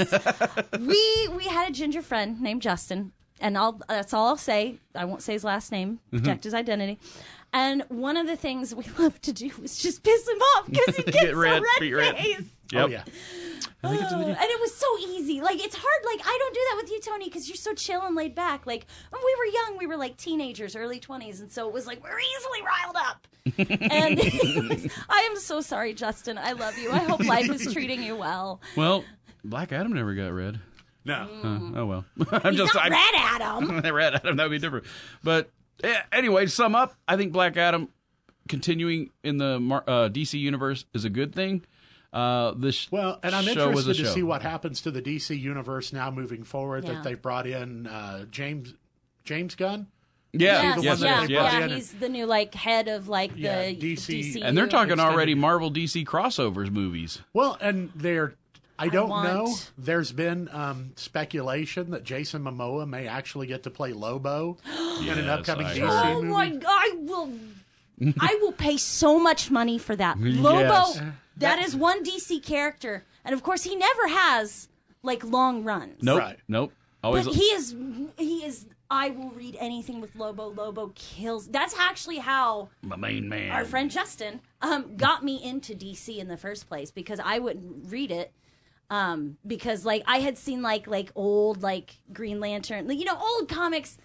Speaker 7: we we had a ginger friend named Justin, and I'll that's all I'll say. I won't say his last name, protect his identity. And one of the things we [laughs] loved to do was just piss him off because he gets
Speaker 5: Get red,
Speaker 7: so
Speaker 5: be
Speaker 7: red
Speaker 5: red.
Speaker 7: faced.
Speaker 5: yep
Speaker 1: Oh yeah.
Speaker 7: and it was so easy. Like it's hard. Like I don't do that with you, Tony, because you're so chill and laid back. Like when we were young, we were like teenagers, early twenties, and so it was like we're easily riled up. and [laughs] it was- I am so sorry, Justin. I love you. I hope life is treating
Speaker 1: [laughs]
Speaker 7: you well.
Speaker 5: well black adam never got red
Speaker 1: No.
Speaker 5: Uh, oh well [laughs] i'm
Speaker 7: He's
Speaker 5: just
Speaker 7: not
Speaker 5: I'm-
Speaker 7: red
Speaker 5: [laughs]
Speaker 7: Adam.
Speaker 5: they Red Adam. That would be different. But eh, anyway, to sum up, I think Black Adam continuing in the Mar- uh, DC universe is a good thing. Uh, this
Speaker 1: Well, and I'm
Speaker 5: show was a
Speaker 1: interested to
Speaker 5: show.
Speaker 1: see what happens to the DC universe now moving forward
Speaker 7: Yeah.
Speaker 1: that they've brought in uh, James James Gunn.
Speaker 5: Yeah,
Speaker 1: the one that
Speaker 5: yes,
Speaker 7: yeah,
Speaker 5: yes,
Speaker 1: they
Speaker 5: yes.
Speaker 1: brought
Speaker 7: yeah.
Speaker 1: in.
Speaker 7: He's the new like head of like the
Speaker 1: Yeah,
Speaker 7: DC,
Speaker 1: DC.
Speaker 5: And they're talking
Speaker 1: Extended.
Speaker 5: already Marvel DC crossovers movies.
Speaker 1: Well, and they're I don't
Speaker 7: want-
Speaker 1: know. There's been um, speculation that Jason Momoa may actually get to play Lobo in an
Speaker 5: Yes,
Speaker 1: upcoming
Speaker 5: I
Speaker 1: DC
Speaker 5: heard.
Speaker 7: Oh
Speaker 1: movie.
Speaker 7: my god! I will. I will pay so much money
Speaker 5: [laughs]
Speaker 7: for that. Lobo, that is one DC character, and of course he never has like long runs.
Speaker 5: Nope,
Speaker 1: Right.
Speaker 5: nope. Always
Speaker 7: But he is he is I will read anything with Lobo. Lobo kills. That's actually how
Speaker 5: my main man.
Speaker 7: our friend Justin um, got me into DC in the first place because I wouldn't read it um, because like I had seen like like old like Green Lantern, like, you know, old comics.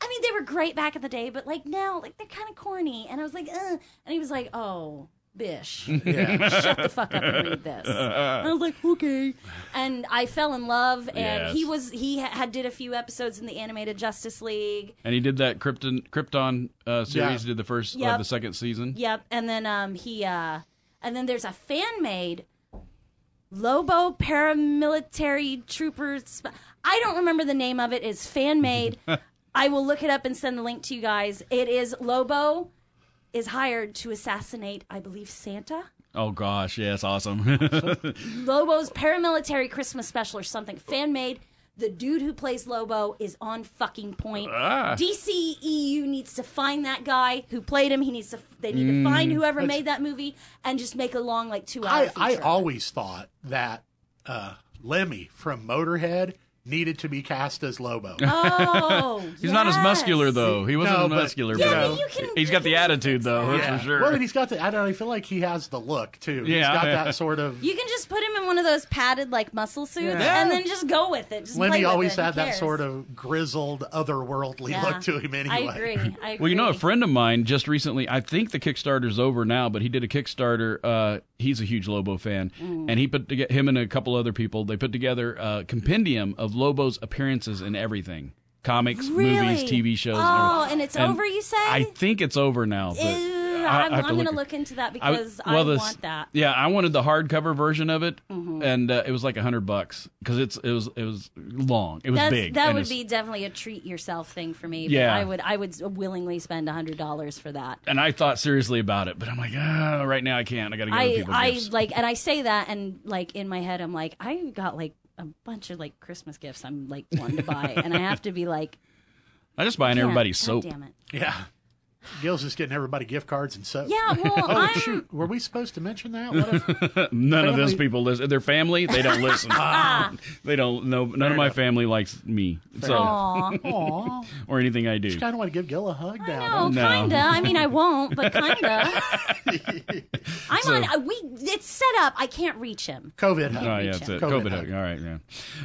Speaker 7: I mean, they were great back in the day, but like now, like they're kind of corny. And I was like, Ugh. and he was like, oh, bish. Shut the fuck up and read this. I was like, okay. And I fell in love, and
Speaker 5: Yes.
Speaker 7: he was he ha- had did a few episodes in the animated Justice League.
Speaker 5: And he did that Krypton Krypton uh, series.
Speaker 1: Yeah.
Speaker 5: Did the first
Speaker 7: Yep.
Speaker 5: of the second season.
Speaker 7: Yep. And then um he uh and then there's a fan made Lobo paramilitary troopers. sp- I don't remember the name of it. It's fan made. I will look it up and send the link to you guys. It is Lobo is hired to assassinate, I believe, Santa.
Speaker 5: Oh gosh, yes, awesome. [laughs]
Speaker 7: Lobo's paramilitary Christmas special or something. Fan made. The dude who plays Lobo is on fucking point.
Speaker 5: Ah.
Speaker 7: DCEU needs to find that guy who played him. He needs to. They need
Speaker 5: Mm.
Speaker 7: to find whoever made that movie and just make a long like two
Speaker 1: I,
Speaker 7: hour.
Speaker 1: I
Speaker 7: feature.
Speaker 1: always thought that uh, Lemmy from Motorhead needed to be cast as
Speaker 5: [laughs]
Speaker 1: Lobo.
Speaker 7: [laughs] Oh,
Speaker 5: He's not as
Speaker 7: yes.
Speaker 5: muscular though. He wasn't
Speaker 1: No,
Speaker 5: as
Speaker 1: but-
Speaker 5: muscular,
Speaker 1: Yeah,
Speaker 5: but, uh,
Speaker 1: but
Speaker 7: you can-
Speaker 5: he's got the attitude though. That's
Speaker 1: Yeah.
Speaker 5: for sure.
Speaker 1: Well, and he's got the, I don't know, I feel like he has the look too. he's
Speaker 5: Yeah.
Speaker 1: got
Speaker 5: [laughs]
Speaker 1: that sort of.
Speaker 7: You can just put him in one of those padded like muscle suits
Speaker 5: Yeah.
Speaker 7: and then just go with it. Just play
Speaker 1: Lemmy
Speaker 7: with
Speaker 1: always
Speaker 7: it. Who
Speaker 1: had that
Speaker 7: cares?
Speaker 1: sort of grizzled, otherworldly
Speaker 7: Yeah.
Speaker 1: look to him anyway.
Speaker 7: I agree. I agree.
Speaker 5: Well, you know, a friend of mine just recently, I think the Kickstarter's over now, but he did a Kickstarter. Uh, he's a huge Lobo fan.
Speaker 7: Mm.
Speaker 5: And he put together, him and a couple other people, they put together a compendium of Lobo's appearances in everything comics,
Speaker 7: Really?
Speaker 5: movies, TV shows.
Speaker 7: Oh,
Speaker 5: everything.
Speaker 7: and it's over, you say?
Speaker 5: I think it's over now. But
Speaker 7: Ew,
Speaker 5: I,
Speaker 7: Eh, I'm,
Speaker 5: I have to look
Speaker 7: I'm gonna
Speaker 5: at-
Speaker 7: look into that
Speaker 5: I-
Speaker 7: because I,
Speaker 5: well, this-
Speaker 7: want that. Mm-hmm.
Speaker 5: Yeah, I wanted the hardcover version of it, and uh, it was like a hundred bucks because it's it was it was long, it was
Speaker 7: That's,
Speaker 5: big.
Speaker 7: That
Speaker 5: and
Speaker 7: would
Speaker 5: it's-
Speaker 7: be definitely a treat yourself thing for me. but
Speaker 5: Yeah.
Speaker 7: I would I would willingly spend hundred dollars for that.
Speaker 5: And I thought seriously about it, but I'm like, ah, right now I can't. I got to give other
Speaker 7: I
Speaker 5: people
Speaker 7: I
Speaker 5: gifts.
Speaker 7: like and I say that and like in my head I'm like I got like a bunch of like Christmas gifts I'm like one to buy and I have to
Speaker 5: [laughs]
Speaker 7: be like
Speaker 5: I just buying
Speaker 7: "Damn,
Speaker 5: everybody's soap.
Speaker 7: God Damn it.
Speaker 1: Yeah. Gil's just getting everybody gift cards and soap.
Speaker 7: Yeah,
Speaker 5: [laughs]
Speaker 7: well
Speaker 1: Oh,
Speaker 7: I'm
Speaker 1: shoot. Were we supposed to mention that? What if,
Speaker 5: None of those
Speaker 1: Family-
Speaker 5: people listen. Their family, they don't
Speaker 7: [laughs]
Speaker 5: listen. [laughs] they don't know. None of my family likes me, so
Speaker 7: [laughs] Aw.
Speaker 1: aw,
Speaker 5: [laughs] or anything I do.
Speaker 1: kind of want to give Gil a hug now.
Speaker 7: No,
Speaker 5: No.
Speaker 7: kinda. I mean, I won't, but kinda.
Speaker 5: [laughs]
Speaker 7: I'm on. uh, We it's set up. I can't reach him.
Speaker 1: COVID hug.
Speaker 5: Oh yeah, that's it.
Speaker 1: COVID
Speaker 5: COVID,
Speaker 1: hug.
Speaker 5: hug. All right, yeah.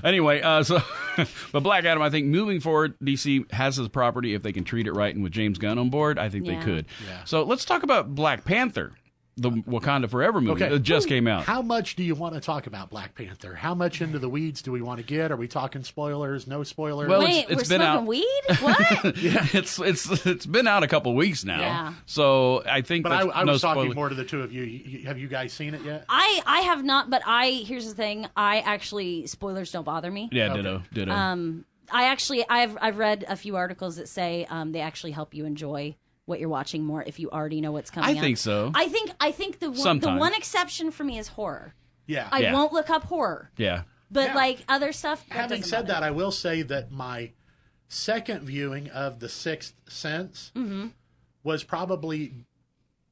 Speaker 5: Anyway, uh, so [laughs] but Black Adam, I think moving forward, DC has his property if they can treat it right, and with James Gunn on board, I think
Speaker 7: Yeah.
Speaker 5: they could. So let's talk about Black Panther, the Wakanda Forever movie
Speaker 1: Okay.
Speaker 5: that just came out.
Speaker 1: How much do you want to talk about Black Panther? How much into the weeds do we want to get? Are we talking spoilers? No spoilers?
Speaker 5: Well, it's-
Speaker 7: Wait,
Speaker 5: it's
Speaker 7: we're
Speaker 5: been
Speaker 7: smoking
Speaker 5: out- [laughs]
Speaker 7: weed? [coughs] What?
Speaker 5: it's it's it's been out a couple weeks now,
Speaker 7: Yeah.
Speaker 5: so I think.
Speaker 1: but I,
Speaker 5: that's
Speaker 1: I
Speaker 5: no
Speaker 1: was talking
Speaker 5: spoiler-
Speaker 1: more to the two of you. You- you- Have you guys seen it yet?
Speaker 7: I I have not, but I here's the thing. I actually spoilers don't bother me.
Speaker 5: Yeah, ditto, ditto.
Speaker 7: Um, I actually I've I've read a few articles that say um, they actually help you enjoy what you're watching more if you already know what's coming.
Speaker 5: I
Speaker 7: up.
Speaker 5: think so.
Speaker 7: I think I think the one, the
Speaker 5: Sometimes.
Speaker 7: one exception for me is horror.
Speaker 1: Yeah.
Speaker 7: I
Speaker 5: Yeah.
Speaker 7: won't look up horror,
Speaker 5: yeah.
Speaker 7: but
Speaker 1: Yeah.
Speaker 7: like other stuff. That
Speaker 1: Having
Speaker 7: doesn't
Speaker 1: said
Speaker 7: bother
Speaker 1: that, I will say that my second viewing of The Sixth Sense
Speaker 7: Mm-hmm.
Speaker 1: was probably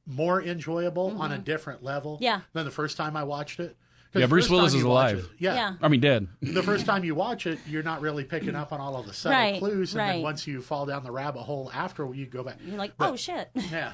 Speaker 1: more enjoyable on a different level
Speaker 7: Mm-hmm. Yeah.
Speaker 1: than the first time I watched it. 'Cause
Speaker 5: Yeah,
Speaker 1: the
Speaker 5: Bruce
Speaker 1: first
Speaker 5: Willis
Speaker 1: time
Speaker 5: is
Speaker 1: you watch
Speaker 5: alive.
Speaker 1: it- yeah.
Speaker 7: Yeah.
Speaker 5: I mean, dead. [laughs]
Speaker 1: The first time you watch it, you're not really picking up on all of the subtle
Speaker 7: Right,
Speaker 1: clues. And
Speaker 7: right.
Speaker 1: then once you fall down the rabbit hole after, you go back.
Speaker 7: me. You're like,
Speaker 1: But-
Speaker 7: oh shit.
Speaker 1: Yeah.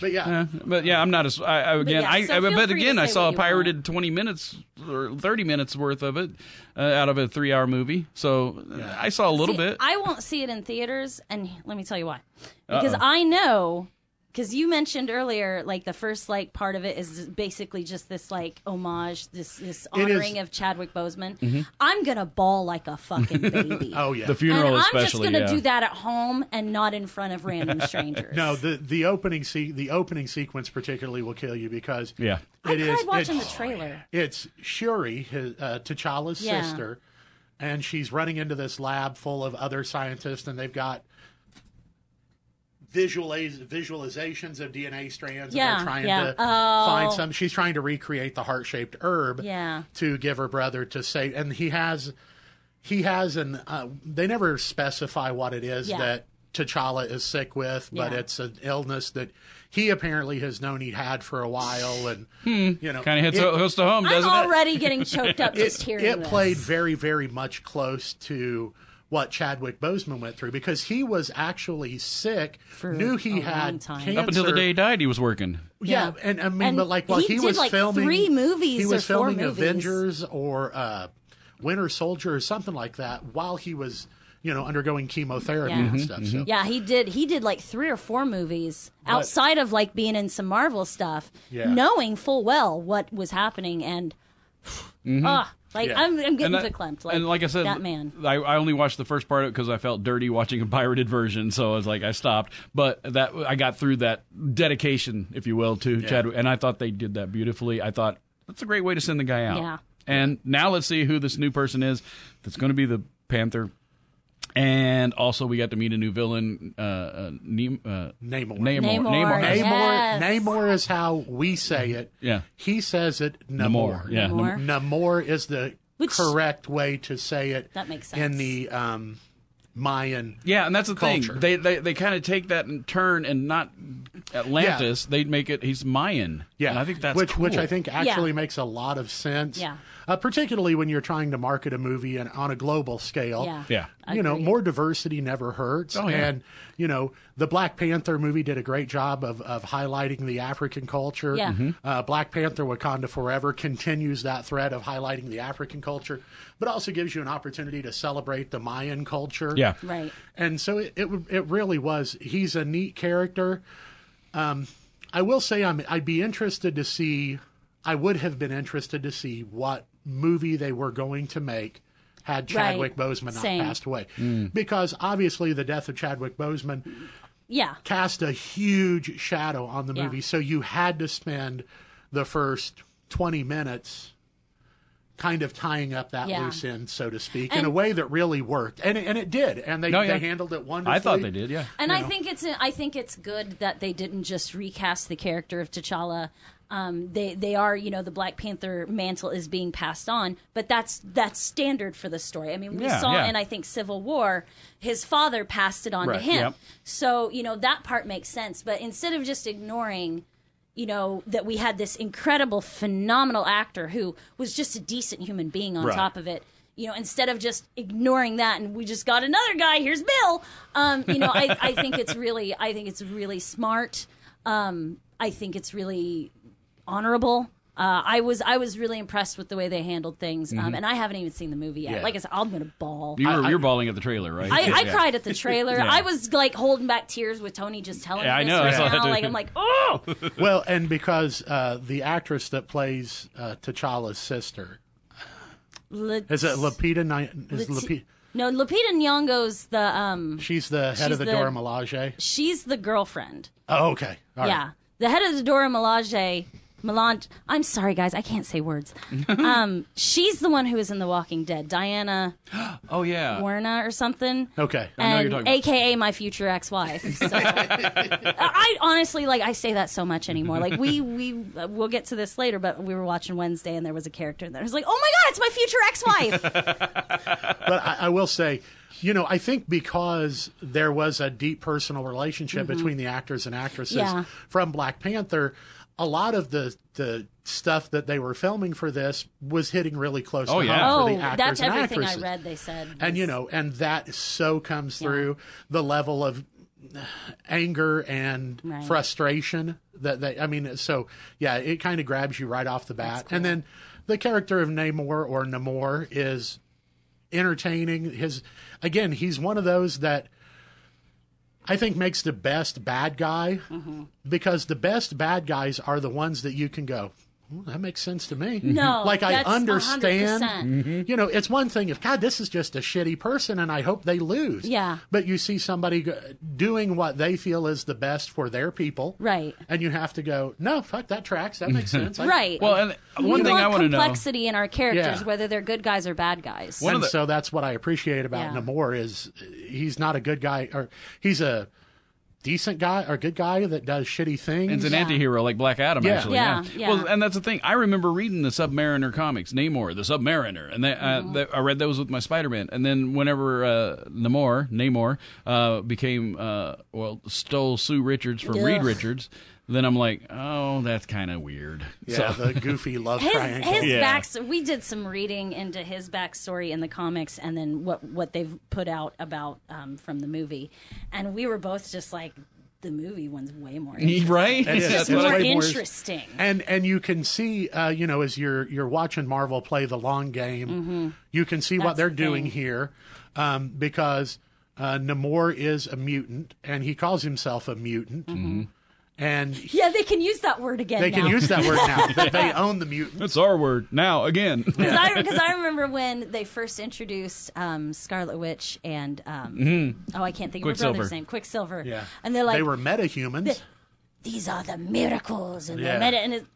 Speaker 1: But yeah.
Speaker 5: But yeah, I'm not as. I, I, again,
Speaker 7: yeah,
Speaker 5: I,
Speaker 7: so
Speaker 5: I
Speaker 7: feel
Speaker 5: but
Speaker 7: free to
Speaker 5: again, I
Speaker 7: say
Speaker 5: saw
Speaker 7: what
Speaker 5: a
Speaker 7: you want.
Speaker 5: pirated 20 minutes or 30 minutes worth of it uh, out of a three-hour movie. So uh, I saw a little
Speaker 7: See,
Speaker 5: bit.
Speaker 7: I won't see it in theaters, and let me tell you why. Because I know, because you mentioned earlier, like the first like part of it is basically just this like homage, this this
Speaker 1: It is-
Speaker 7: honoring of Chadwick Boseman. I'm gonna ball like
Speaker 1: [laughs]
Speaker 7: a fucking baby.
Speaker 1: Mm-hmm. Oh yeah.
Speaker 5: the funeral,
Speaker 7: and I'm just
Speaker 5: especially.
Speaker 7: gonna
Speaker 5: yeah.
Speaker 7: do that at home and not in front of random strangers.
Speaker 1: [laughs] no, the the opening se- the opening sequence particularly will kill you because
Speaker 5: Yeah.
Speaker 7: I
Speaker 1: it
Speaker 7: cried
Speaker 1: is-
Speaker 7: watching the
Speaker 1: it's-
Speaker 7: trailer.
Speaker 1: it's Shuri, his, uh, T'Challa's
Speaker 7: Yeah.
Speaker 1: sister, and she's running into this lab full of other scientists, and they've got visualiz- visualizations of DNA strands. and
Speaker 7: Yeah,
Speaker 1: they're trying
Speaker 7: yeah.
Speaker 1: to
Speaker 7: Oh.
Speaker 1: find some. She's trying to recreate the heart shaped herb.
Speaker 7: Yeah.
Speaker 1: to give her brother to save, and he has. He has an. Uh, they never specify what it is
Speaker 7: Yeah.
Speaker 1: that T'Challa is sick with, but
Speaker 7: Yeah.
Speaker 1: it's an illness that he apparently has known he had for a while, and you know,
Speaker 5: Kind of hits
Speaker 1: it-
Speaker 5: close to home,
Speaker 7: I'm
Speaker 5: doesn't it?
Speaker 7: already getting choked up
Speaker 1: [laughs]
Speaker 7: just
Speaker 1: it,
Speaker 7: hearing
Speaker 1: it
Speaker 7: this.
Speaker 1: played very, very much close to what Chadwick Boseman went through because he was actually sick, knew
Speaker 7: a
Speaker 1: he
Speaker 7: long
Speaker 1: had
Speaker 7: time.
Speaker 1: cancer.
Speaker 5: Up until the day he died, he was working.
Speaker 1: yeah,
Speaker 7: Yeah.
Speaker 1: and I mean,
Speaker 7: And
Speaker 1: but like while
Speaker 7: he
Speaker 1: he,
Speaker 7: did,
Speaker 1: was
Speaker 7: like,
Speaker 1: filming
Speaker 7: three movies
Speaker 1: he
Speaker 7: or
Speaker 1: was
Speaker 7: four
Speaker 1: filming
Speaker 7: movies.
Speaker 1: Avengers or uh, Winter Soldier or something like that. While he was you know, undergoing chemotherapy
Speaker 7: Yeah.
Speaker 5: Mm-hmm,
Speaker 1: and stuff. So
Speaker 7: Yeah, he did. He did like three or four movies outside of like being in some Marvel stuff,
Speaker 1: Yeah.
Speaker 7: knowing full well what was happening, and ah, like
Speaker 1: Yeah.
Speaker 7: I'm, I'm getting
Speaker 5: Mm-hmm. And that-
Speaker 7: verklempt. Like,
Speaker 5: and like I said,
Speaker 7: that man.
Speaker 5: I, I only watched the first part of it because I felt dirty watching a pirated version, so I was like, I stopped. But that I got through that dedication, if you will, to Chadwick, and I thought they did that beautifully. I thought that's a great way to send the guy out.
Speaker 7: Yeah.
Speaker 5: And now let's see who this new person is that's going to be the Panther. And also, we got to meet a new villain, uh, uh, Nem- uh,
Speaker 1: Namor.
Speaker 5: Namor.
Speaker 7: Namor.
Speaker 1: Namor,
Speaker 7: Yes.
Speaker 1: Namor is how we say it.
Speaker 5: Yeah.
Speaker 1: He says it Namor.
Speaker 5: Namor, yeah.
Speaker 7: Namor.
Speaker 1: Namor is the
Speaker 7: Which-
Speaker 1: correct way to say it.
Speaker 7: That makes
Speaker 1: In
Speaker 7: sense.
Speaker 1: the um, Mayan.
Speaker 5: Yeah, and that's the
Speaker 1: Culture.
Speaker 5: thing. They they, they kind of take that and turn and not Atlantis. They make it he's Mayan. And I think that's
Speaker 1: which which
Speaker 5: cool.
Speaker 1: I think actually makes a lot of sense.
Speaker 7: Yeah.
Speaker 1: Uh, particularly when you're trying to market a movie and on a global scale.
Speaker 7: Yeah.
Speaker 5: Yeah.
Speaker 1: You know,
Speaker 7: Agreed.
Speaker 1: more diversity never hurts.
Speaker 5: Oh, yeah.
Speaker 1: And, you know, the Black Panther movie did a great job of, of highlighting the African culture.
Speaker 7: Yeah.
Speaker 5: Mm-hmm.
Speaker 7: Mhm.
Speaker 1: Uh, Black Panther Wakanda Forever continues that thread of highlighting the African culture, but also gives you an opportunity to celebrate the Mayan culture.
Speaker 5: Yeah.
Speaker 7: Right.
Speaker 1: And so it, it it really was. He's a neat character. Um, I will say I'm I'd be interested to see. I would have been interested to see what movie they were going to make had Chadwick
Speaker 7: Right.
Speaker 1: Boseman not
Speaker 7: Same.
Speaker 1: passed away, because obviously the death of Chadwick Boseman
Speaker 7: Yeah.
Speaker 1: cast a huge shadow on the
Speaker 7: Yeah.
Speaker 1: movie. So you had to spend the first twenty minutes. Kind of tying up that
Speaker 7: Yeah.
Speaker 1: loose end, so to speak, in
Speaker 7: And-
Speaker 1: a way that really worked, and and it did, and they,
Speaker 5: No, yeah.
Speaker 1: they handled it wonderfully.
Speaker 5: I thought they did, yeah.
Speaker 7: And I think it's I think it's good that they didn't just recast the character of T'Challa. Um, they they are you know the Black Panther mantle is being passed on, but that's that's standard for the story. I mean, we
Speaker 5: Yeah,
Speaker 7: saw
Speaker 5: yeah.
Speaker 7: in I think Civil War, his father passed it on
Speaker 1: Right,
Speaker 7: to him.
Speaker 5: yep.
Speaker 7: So you know that part makes sense. But instead of just ignoring, you know, that we had this incredible, phenomenal actor who was just a decent human being on
Speaker 1: Right.
Speaker 7: top of it. You know, instead of just ignoring that and we just got another guy, here's Bill. Um, you know, I, I think it's really, I think it's really smart. Um, I think it's really honorable. Uh, I was, I was really impressed with the way they handled things. Um, and I haven't even seen the movie yet.
Speaker 1: Mm-hmm. Yeah.
Speaker 7: Like I said, I'm gonna ball.
Speaker 5: you were, you're bawling at the trailer, right?
Speaker 7: I, I
Speaker 5: Yeah.
Speaker 7: cried at the trailer.
Speaker 5: Yeah.
Speaker 7: I was like holding back tears with Tony just telling
Speaker 5: Yeah,
Speaker 7: me
Speaker 5: I
Speaker 7: this
Speaker 5: know. I
Speaker 7: right
Speaker 5: saw that
Speaker 7: now.
Speaker 5: too.
Speaker 7: Like I'm like, oh,
Speaker 1: Well, and because uh, the actress that plays uh, T'Challa's sister
Speaker 7: Le-
Speaker 1: is it Lapita? Ni- Is
Speaker 7: Leti-
Speaker 1: Lapi-
Speaker 7: No, Lupita Nyong'o's the um,
Speaker 1: She's the head of
Speaker 7: She's
Speaker 1: the,
Speaker 7: the-
Speaker 1: Dora Milaje.
Speaker 7: she's the girlfriend.
Speaker 1: Oh, okay. All right.
Speaker 7: yeah, the head of the Dora Milaje. Melange. I'm sorry, guys, I can't say words. um, she's the one who was in The Walking Dead, Diana
Speaker 5: Oh yeah.
Speaker 7: Werna or something.
Speaker 1: Okay.
Speaker 5: know
Speaker 7: And
Speaker 5: you're talking about.
Speaker 7: AKA my future ex-wife. So, I honestly like I say that so much anymore. Like we we uh, we'll get to this later, but we were watching Wednesday and there was a character that was like, oh my god, it's my future ex-wife.
Speaker 1: But I, I will say, you know, I think because there was a deep personal relationship between the actors and actresses
Speaker 7: Mm-hmm. Yeah.
Speaker 1: from Black Panther, a lot of the the stuff that they were filming for this was hitting really close
Speaker 5: Oh,
Speaker 1: to
Speaker 5: yeah.
Speaker 1: home for
Speaker 7: oh,
Speaker 1: the actors
Speaker 7: that's
Speaker 1: and
Speaker 7: everything I
Speaker 1: actresses.
Speaker 7: read. They said,
Speaker 1: and you know and that so comes through the level of uh, anger and
Speaker 7: Right.
Speaker 1: frustration that they i mean so yeah it kind of grabs you right off the bat and then the character of namor or namor is entertaining his again he's one of those that i think makes the best bad guy
Speaker 7: Mm-hmm.
Speaker 1: because the best bad guys are the ones that you can go "Hmm, that makes sense to me.
Speaker 7: No,
Speaker 1: like I
Speaker 7: that's
Speaker 1: understand
Speaker 7: 100%.
Speaker 1: you know, it's one thing if God, this is just a shitty person, and I hope they lose.
Speaker 7: Yeah.
Speaker 1: But you see somebody go- doing what they feel is the best for their people,
Speaker 7: right. Mm-hmm.
Speaker 1: And you have to go, no, fuck that tracks. That makes sense. I-
Speaker 7: Right.
Speaker 5: Well, and one
Speaker 7: we
Speaker 5: thing
Speaker 7: want
Speaker 5: I want to know.
Speaker 7: complexity in our characters,
Speaker 1: Yeah.
Speaker 7: whether they're good guys or bad guys.
Speaker 5: One of
Speaker 1: and
Speaker 5: the-
Speaker 1: so that's what I appreciate about
Speaker 7: Yeah.
Speaker 1: Namor is he's not a good guy, or he's a decent guy or good guy that does shitty
Speaker 5: It's
Speaker 1: things.
Speaker 5: an
Speaker 7: Yeah.
Speaker 5: anti-hero like Black Adam,
Speaker 1: Yeah.
Speaker 5: actually.
Speaker 7: Yeah, yeah.
Speaker 5: Well, and that's the thing. I remember reading the Submariner comics, Namor, the Submariner, and they, uh, they, I read those with my Spider-Man. And then whenever uh, Namor, Namor, uh, became uh, well, stole Sue Richards from Reed
Speaker 7: Ugh.
Speaker 5: Richards, then I'm like, oh, that's kind of weird. [laughs]
Speaker 1: yeah, the goofy love
Speaker 7: his
Speaker 1: triangle.
Speaker 7: his
Speaker 5: Yeah.
Speaker 7: backs we did some reading into his backstory in the comics and then what what they've put out about um, from the movie and we were both just like the movie one's way more.
Speaker 5: Right?
Speaker 1: It is.
Speaker 7: It's
Speaker 5: That's
Speaker 7: just
Speaker 1: It's
Speaker 5: what I-
Speaker 7: more
Speaker 1: way more-
Speaker 7: interesting.
Speaker 1: And and you can see, uh, you know, as you're you're watching Marvel play the long game, you can see what
Speaker 7: Mm-hmm. That's
Speaker 1: they're
Speaker 7: the
Speaker 1: doing
Speaker 7: thing.
Speaker 1: here, um, because uh, Namor is a mutant, and he calls himself a mutant, and he-
Speaker 7: Yeah, they can use that word again.
Speaker 1: they can
Speaker 7: Mm-hmm. now.
Speaker 1: use that word now that they own the mutant.
Speaker 5: That's our word now again. [laughs]
Speaker 7: Because
Speaker 1: [laughs]
Speaker 7: I, [laughs] 'cause I remember when they first introduced um, Scarlet Witch and um, oh, I can't think of her
Speaker 5: Quicksilver.
Speaker 7: brother's name, Quicksilver.
Speaker 1: Mm-hmm. Yeah,
Speaker 7: and they're like,
Speaker 1: they were metahumans.
Speaker 7: these are the miracles, and
Speaker 1: Yeah.
Speaker 7: they're meta, and it,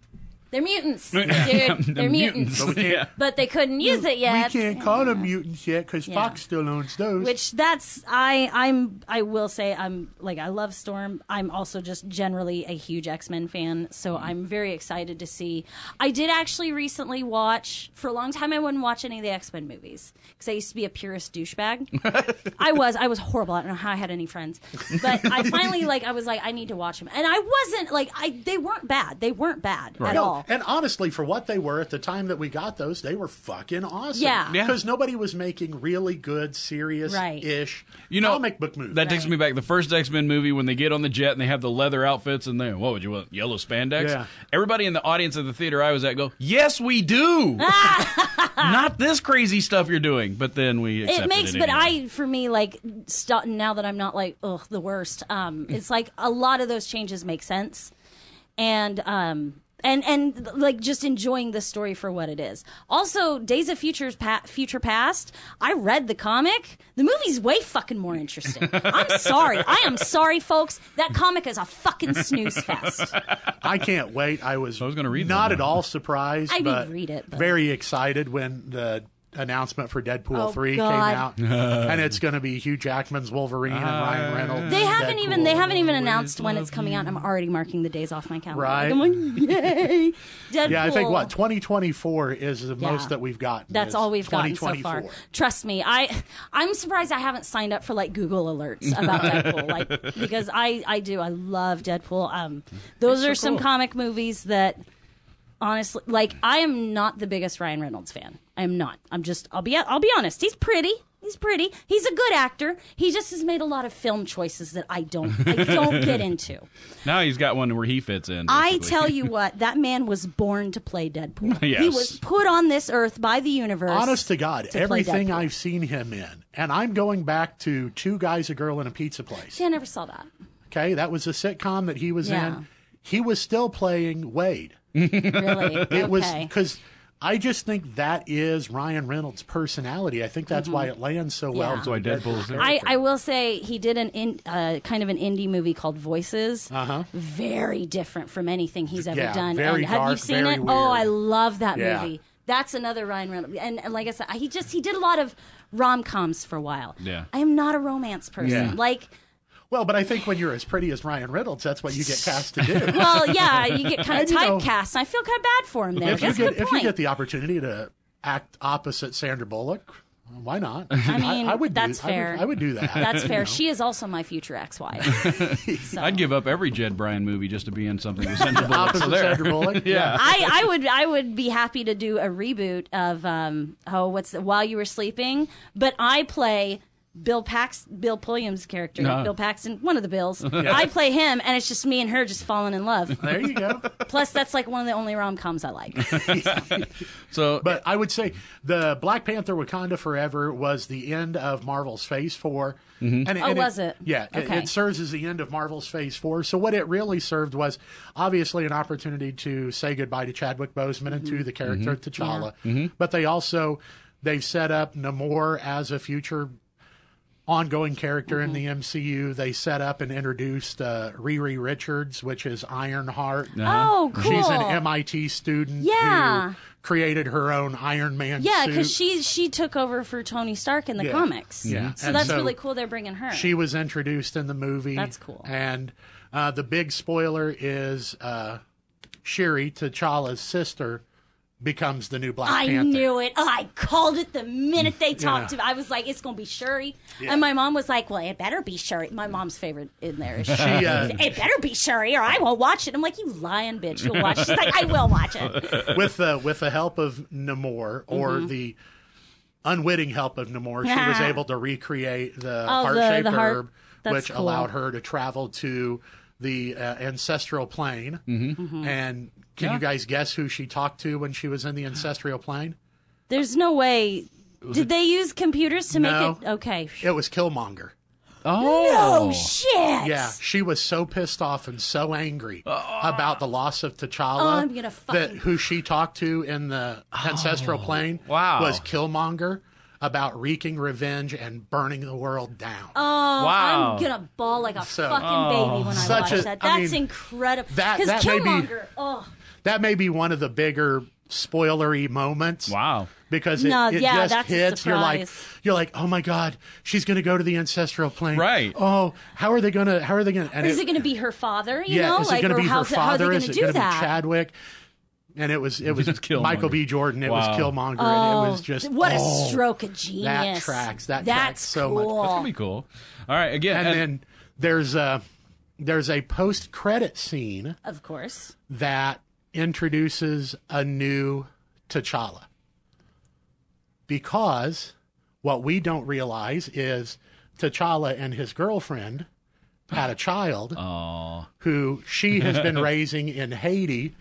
Speaker 1: [laughs]
Speaker 7: they're mutants, dude.
Speaker 5: The
Speaker 7: they're mutants.
Speaker 5: mutants. Yeah.
Speaker 7: But they couldn't use it yet.
Speaker 1: We can't call them mutants yet because
Speaker 7: Yeah.
Speaker 1: Fox still owns those.
Speaker 7: Which that's I I'm I will say I'm like I love Storm. I'm also just generally a huge X Men fan, so I'm very excited to see. I did actually recently watch for a long time. I wouldn't watch any of the X Men movies because I used to be a purist douchebag. I was I was horrible. I don't know how I had any friends, but I finally like I was like I need to watch them, and I wasn't like I they weren't bad. They weren't bad at
Speaker 1: No,
Speaker 7: all.
Speaker 1: And honestly, for what they were at the time that we got those, they were fucking awesome.
Speaker 7: Yeah. Yeah.
Speaker 1: Because nobody was making really good, serious ish
Speaker 5: You know,
Speaker 1: comic book movies.
Speaker 5: That takes me back. The first X Men movie when they get on the jet and they have the leather outfits and they what would you want? Yellow spandex.
Speaker 1: Yeah.
Speaker 5: Everybody in the audience of the theater I was at go, yes, we
Speaker 7: [laughs]
Speaker 5: do. Not this crazy stuff you're doing. But then we accepted
Speaker 7: it
Speaker 5: it
Speaker 7: makes but
Speaker 5: anyway.
Speaker 7: i for me like st- now that i'm not like ugh the worst um
Speaker 1: Mm.
Speaker 7: it's like a lot of those changes make sense and um and and like just enjoying the story for what it is also days of futures pa- future past i read the comic the movie's way fucking
Speaker 1: [laughs]
Speaker 7: more interesting i'm sorry i am sorry folks that comic is a fucking snooze
Speaker 1: [laughs]
Speaker 7: fest
Speaker 1: I can't wait. I
Speaker 5: [laughs]
Speaker 1: was,
Speaker 5: was gonna read
Speaker 1: not
Speaker 5: that
Speaker 1: at
Speaker 5: one.
Speaker 1: all surprised.
Speaker 7: I did
Speaker 1: but
Speaker 7: read it, but-
Speaker 1: Very excited when the announcement for Deadpool
Speaker 7: Oh,
Speaker 1: 3
Speaker 5: [laughs]
Speaker 7: God.
Speaker 1: came out. and it's going to be Hugh Jackman's Wolverine and
Speaker 5: Uh,
Speaker 1: Ryan Reynolds.
Speaker 7: they haven't even they
Speaker 1: Deadpool.
Speaker 7: haven't even announced when it's coming out i'm already marking the days off my calendar
Speaker 1: Right.
Speaker 7: Like, i'm like yay
Speaker 1: [laughs]
Speaker 7: Deadpool.
Speaker 1: Yeah, I think what 2024 is the most that we've gotten.
Speaker 7: That's
Speaker 1: is
Speaker 7: all we've gotten so far.
Speaker 1: 2024.
Speaker 7: Trust me, I I'm surprised I haven't signed up for like Google alerts about Deadpool, like because I I do I love Deadpool. Um, those are some comic movies that honestly, like I am not the biggest Ryan Reynolds fan. I am not. I'm just I'll be I'll be honest. He's pretty. He's pretty. He's a good actor. He just has made a lot of film choices that I don't I don't get into.
Speaker 5: now he's got one where he fits in.
Speaker 7: I
Speaker 1: [laughs]
Speaker 5: basically.
Speaker 7: tell you what, that man was born to play Deadpool. He
Speaker 5: Yes.
Speaker 7: was put on this earth by the universe.
Speaker 1: Honest to God,
Speaker 7: play
Speaker 1: everything
Speaker 7: Deadpool.
Speaker 1: I've seen him in, and I'm going back to Two Guys, a Girl, and a Pizza Place.
Speaker 7: See, I never saw that.
Speaker 1: Okay, that was a sitcom that he was
Speaker 7: Yeah.
Speaker 1: in. He was still playing Wade.
Speaker 7: Really?
Speaker 1: [laughs] It was
Speaker 7: okay.
Speaker 1: because I just think that is Ryan Reynolds' personality. I think that's why it lands so well.
Speaker 7: Mm-hmm. Yeah.
Speaker 1: with
Speaker 7: That's why
Speaker 1: the
Speaker 5: Deadpool's there.
Speaker 7: I, I will say he did an in, uh, kind of an indie movie called Voices. Uh-huh. Very different from anything he's ever
Speaker 1: Yeah,
Speaker 7: done.
Speaker 1: very
Speaker 7: and have you
Speaker 1: dark,
Speaker 7: seen
Speaker 1: very
Speaker 7: it?
Speaker 1: weird.
Speaker 7: Oh, I love that
Speaker 1: Yeah.
Speaker 7: movie. That's another Ryan Reynolds. And, and like I said, he just he did a lot of rom coms for a while.
Speaker 5: Yeah.
Speaker 7: I am not a romance person.
Speaker 1: Yeah.
Speaker 7: Like,
Speaker 1: Well, but I think when you're as pretty as Ryan Reynolds, that's what you get cast
Speaker 7: [laughs]
Speaker 1: to do.
Speaker 7: well, yeah, you get kind
Speaker 1: [laughs] And,
Speaker 7: of
Speaker 1: you know-
Speaker 7: typecast. and I feel kind of bad for him there.
Speaker 1: if you
Speaker 7: That's a
Speaker 1: get
Speaker 7: good
Speaker 1: if you
Speaker 7: point.
Speaker 1: get the opportunity to act opposite Sandra Bullock, why not? I
Speaker 7: mean, that's
Speaker 1: do, I would-
Speaker 7: fair.
Speaker 1: I would, do that.
Speaker 7: That's fair. She is also my future
Speaker 1: [laughs]
Speaker 7: ex-wife. So.
Speaker 5: I'd give up every Jed Bryan movie just to be in something with
Speaker 1: [laughs]
Speaker 5: Sandra Bullock.
Speaker 1: opposite
Speaker 5: there.
Speaker 7: [laughs]
Speaker 1: Sandra Bullock.
Speaker 5: Yeah.
Speaker 7: I, I would I would be happy to do a reboot of um oh what's the, while you were sleeping, but I play Bill Pax Bill Pulliam's character
Speaker 1: Uh-huh.
Speaker 5: No.
Speaker 7: Bill Paxton one of
Speaker 1: [laughs]
Speaker 7: the Bills I play him and it's just me and her just falling in love.
Speaker 1: There you go. Uh-huh.
Speaker 7: Plus that's like one of the only rom coms
Speaker 1: [laughs]
Speaker 7: I like.
Speaker 5: So
Speaker 1: But I would say the Black Panther Wakanda Forever was the end of Marvel's Phase 4. And
Speaker 7: Oh, was it?
Speaker 1: Yeah, it-
Speaker 7: Okay.
Speaker 1: it, serves as the end of Marvel's Phase 4. So what it really served was obviously an opportunity to say goodbye to Chadwick Boseman and
Speaker 7: Mm-hmm.
Speaker 1: to the character T'Challa. But they also they've set up Namor as a future ongoing character
Speaker 7: Mm-hmm.
Speaker 1: in the MCU. They set up and introduced uh, Riri Richards, which is Ironheart.
Speaker 7: Oh cool.
Speaker 1: She's an MIT student
Speaker 7: Yeah.
Speaker 1: who created her own Iron Man
Speaker 7: yeah,
Speaker 1: suit.
Speaker 7: because she she took over for Tony Stark in the
Speaker 1: Yeah.
Speaker 7: comics.
Speaker 1: Yeah.
Speaker 7: So
Speaker 1: And
Speaker 7: that's
Speaker 1: so
Speaker 7: really cool. They're bringing her.
Speaker 1: she was introduced in the movie.
Speaker 7: That's cool.
Speaker 1: And uh, the big spoiler is uh, Shiri, T'Challa's sister, becomes the new Black
Speaker 7: I
Speaker 1: Panther.
Speaker 7: knew it. Oh, I called it the minute they talked
Speaker 1: Yeah.
Speaker 7: to me. I was like, it's going to be Shuri. And my mom was like, well, it better be Shuri. My mom's favorite in there is
Speaker 1: [laughs]
Speaker 7: Shuri.
Speaker 1: She, uh,
Speaker 7: it better be Shuri or I won't watch it. I'm like, you lying bitch. You'll watch it. She's like, I will
Speaker 1: [laughs]
Speaker 7: watch it.
Speaker 1: with the with the help of Namor or
Speaker 7: Mm-hmm.
Speaker 1: the
Speaker 7: [laughs]
Speaker 1: unwitting help of Namor, she was able to recreate the
Speaker 7: Oh,
Speaker 1: heart
Speaker 7: the,
Speaker 1: shaped
Speaker 7: the heart.
Speaker 1: herb.
Speaker 7: The That's
Speaker 1: which
Speaker 7: cool.
Speaker 1: allowed her to travel to the uh, ancestral plane.
Speaker 7: Mm-hmm.
Speaker 1: And can you guys guess who she talked to when she was in the ancestral plane?
Speaker 7: There's no way. Did they use computers to
Speaker 1: No.
Speaker 7: make it? Okay.
Speaker 1: It was Killmonger.
Speaker 5: Oh,
Speaker 7: Oh shit!
Speaker 1: Yeah, she was so pissed off and so angry about the loss of T'Challa.
Speaker 7: Oh, I'm gonna
Speaker 1: that
Speaker 7: fucking- Oh,
Speaker 1: who she talked to in the ancestral plane
Speaker 5: wow.
Speaker 1: was Killmonger about wreaking revenge and burning the world down.
Speaker 7: Oh,
Speaker 5: Wow.
Speaker 7: I'm gonna bawl like a
Speaker 1: So-
Speaker 7: fucking baby when I
Speaker 1: Such
Speaker 7: watch
Speaker 1: a-
Speaker 7: that.
Speaker 1: I
Speaker 7: That's
Speaker 1: mean,
Speaker 7: incredible.
Speaker 1: that-
Speaker 7: Because
Speaker 1: that may be-
Speaker 7: Killmonger. oh,
Speaker 1: that may be one of the bigger spoilery moments.
Speaker 5: wow.
Speaker 1: Because it,
Speaker 7: No,
Speaker 1: it
Speaker 7: yeah,
Speaker 1: just
Speaker 7: that's a
Speaker 1: hits. You're like,
Speaker 7: surprise.
Speaker 1: you're like, oh my god, she's gonna go to the ancestral plane.
Speaker 5: Right.
Speaker 1: Oh, how are they gonna? How are they gonna? And
Speaker 7: is it gonna be her father? You
Speaker 1: yeah,
Speaker 7: know,
Speaker 1: is
Speaker 7: like,
Speaker 1: it gonna
Speaker 7: or
Speaker 1: be her
Speaker 7: how's it- how are
Speaker 1: father?
Speaker 7: they gonna
Speaker 1: Is it
Speaker 7: do
Speaker 1: gonna
Speaker 7: that?
Speaker 1: be Chadwick? And it was it was
Speaker 5: was Killmonger.
Speaker 1: Michael B. Jordan. It
Speaker 5: Wow.
Speaker 1: was Killmonger,
Speaker 7: Oh,
Speaker 1: and it was just
Speaker 7: what
Speaker 1: oh.
Speaker 7: a stroke of genius.
Speaker 1: tracks, that
Speaker 7: That's
Speaker 1: tracks so much.
Speaker 7: cool.
Speaker 5: That'd be cool. All right, again,
Speaker 1: and then there's a there's a post credit scene
Speaker 7: Of course.
Speaker 1: that introduces a new T'Challa because what we don't realize is T'Challa and his girlfriend had a child who she has been raising in Haiti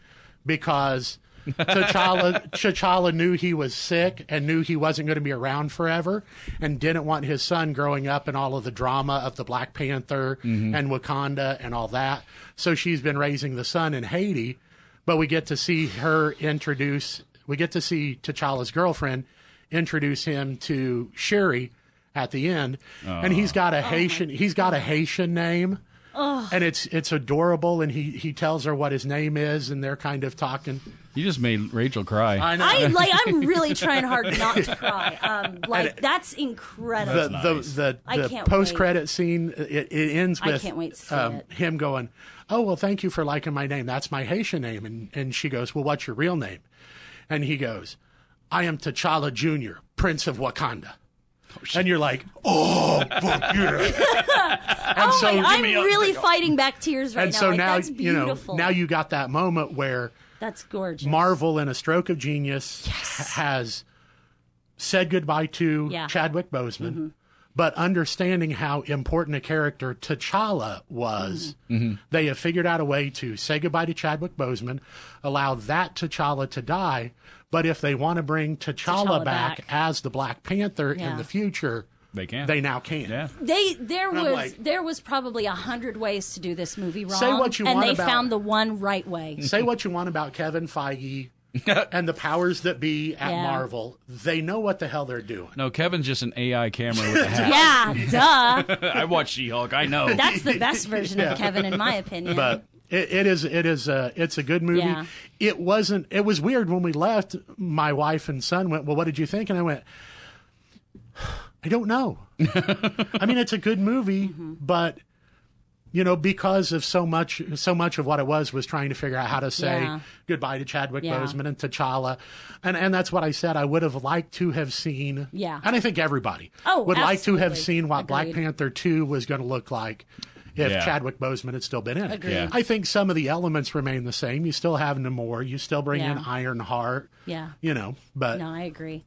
Speaker 1: because T'Challa T'Challa knew he was sick and knew he wasn't going to be around forever and didn't want his son growing up in all of the drama of the Black Panther and Wakanda and all that. So she's been raising the son in Haiti, but we get to see her introduce we get to see T'Challa's girlfriend introduce him to Shuri at the end. And he's got a Haitian he's got a Haitian name and it's it's adorable and he he tells her what his name is and they're kind of talking
Speaker 5: you just made Rachel cry.
Speaker 1: i know
Speaker 7: I
Speaker 1: [laughs]
Speaker 7: like. I'm really trying hard not to cry. Um, like that's incredible.
Speaker 1: the, the
Speaker 7: I
Speaker 1: the the
Speaker 7: can't
Speaker 1: post credit scene it, it ends
Speaker 7: I
Speaker 1: with
Speaker 7: can't wait to see
Speaker 1: um,
Speaker 7: it.
Speaker 1: him going oh well thank you for liking my name that's my Haitian name and and she goes well what's your real name and he goes I am T'Challa Jr Prince of Wakanda and you're like [laughs] oh fuck
Speaker 7: [laughs]
Speaker 1: yeah and
Speaker 7: oh
Speaker 1: so
Speaker 7: my, I'm
Speaker 1: [laughs]
Speaker 7: really fighting back tears right
Speaker 1: and
Speaker 7: now.
Speaker 1: so
Speaker 7: like,
Speaker 1: now
Speaker 7: that's
Speaker 1: you know
Speaker 7: beautiful.
Speaker 1: now you got that moment where
Speaker 7: that's gorgeous.
Speaker 1: Marvel, in a stroke of genius, h- has said goodbye to
Speaker 7: Yeah. Mm-hmm.
Speaker 1: Chadwick Boseman, but understanding how important a character T'Challa was,
Speaker 7: Mm-hmm.
Speaker 1: they have figured out a way to say goodbye to Chadwick Boseman, allow that T'Challa to die. But if they want to bring T'Challa,
Speaker 7: T'Challa
Speaker 1: back,
Speaker 7: back.
Speaker 1: as the Black Panther
Speaker 7: Yeah.
Speaker 1: in the future,
Speaker 5: They can.
Speaker 1: They now can.
Speaker 5: yeah.
Speaker 7: They there
Speaker 1: I'm
Speaker 7: was
Speaker 1: like-
Speaker 7: there was probably a hundred ways to do this movie wrong.
Speaker 1: Say what you
Speaker 7: and
Speaker 1: want
Speaker 7: they
Speaker 1: about-
Speaker 7: found the one right way.
Speaker 1: Say what you want about Kevin
Speaker 5: [laughs]
Speaker 1: Feige. and the powers that be at
Speaker 7: Yeah.
Speaker 1: Marvel, they know what the hell they're doing.
Speaker 5: No, Kevin's just an AI camera
Speaker 7: [laughs]
Speaker 5: with a hat.
Speaker 7: yeah,
Speaker 1: [laughs]
Speaker 7: duh.
Speaker 5: [laughs] I watch She-Hulk. I know.
Speaker 7: That's the best version of Kevin, in my opinion.
Speaker 1: but it, it is it is a it's a good movie.
Speaker 7: Yeah.
Speaker 1: It wasn't. It was weird when we left. My wife and son went. Well, what did you think? And I went. [sighs] I don't
Speaker 7: [laughs]
Speaker 1: know. I mean, it's a good movie,
Speaker 7: Mm-hmm.
Speaker 1: but you know, because of so much, so much of what it was was trying to figure out how to say
Speaker 7: Yeah.
Speaker 1: goodbye to Chadwick
Speaker 7: Yeah.
Speaker 1: Boseman and T'Challa, and and that's what I said. I would have liked to have seen.
Speaker 7: Yeah.
Speaker 1: and I think everybody
Speaker 7: Oh,
Speaker 1: would like to have
Speaker 7: absolutely.
Speaker 1: seen what Black
Speaker 7: Agreed.
Speaker 1: Panther Two was going to look like if
Speaker 5: Yeah.
Speaker 1: Chadwick Boseman had still been in it.
Speaker 7: Agreed. Yeah.
Speaker 1: I think some of the elements remain the same. You still have Namor. You still bring in
Speaker 7: Yeah.
Speaker 1: Ironheart.
Speaker 7: Yeah.
Speaker 1: You know, but
Speaker 7: no, I agree.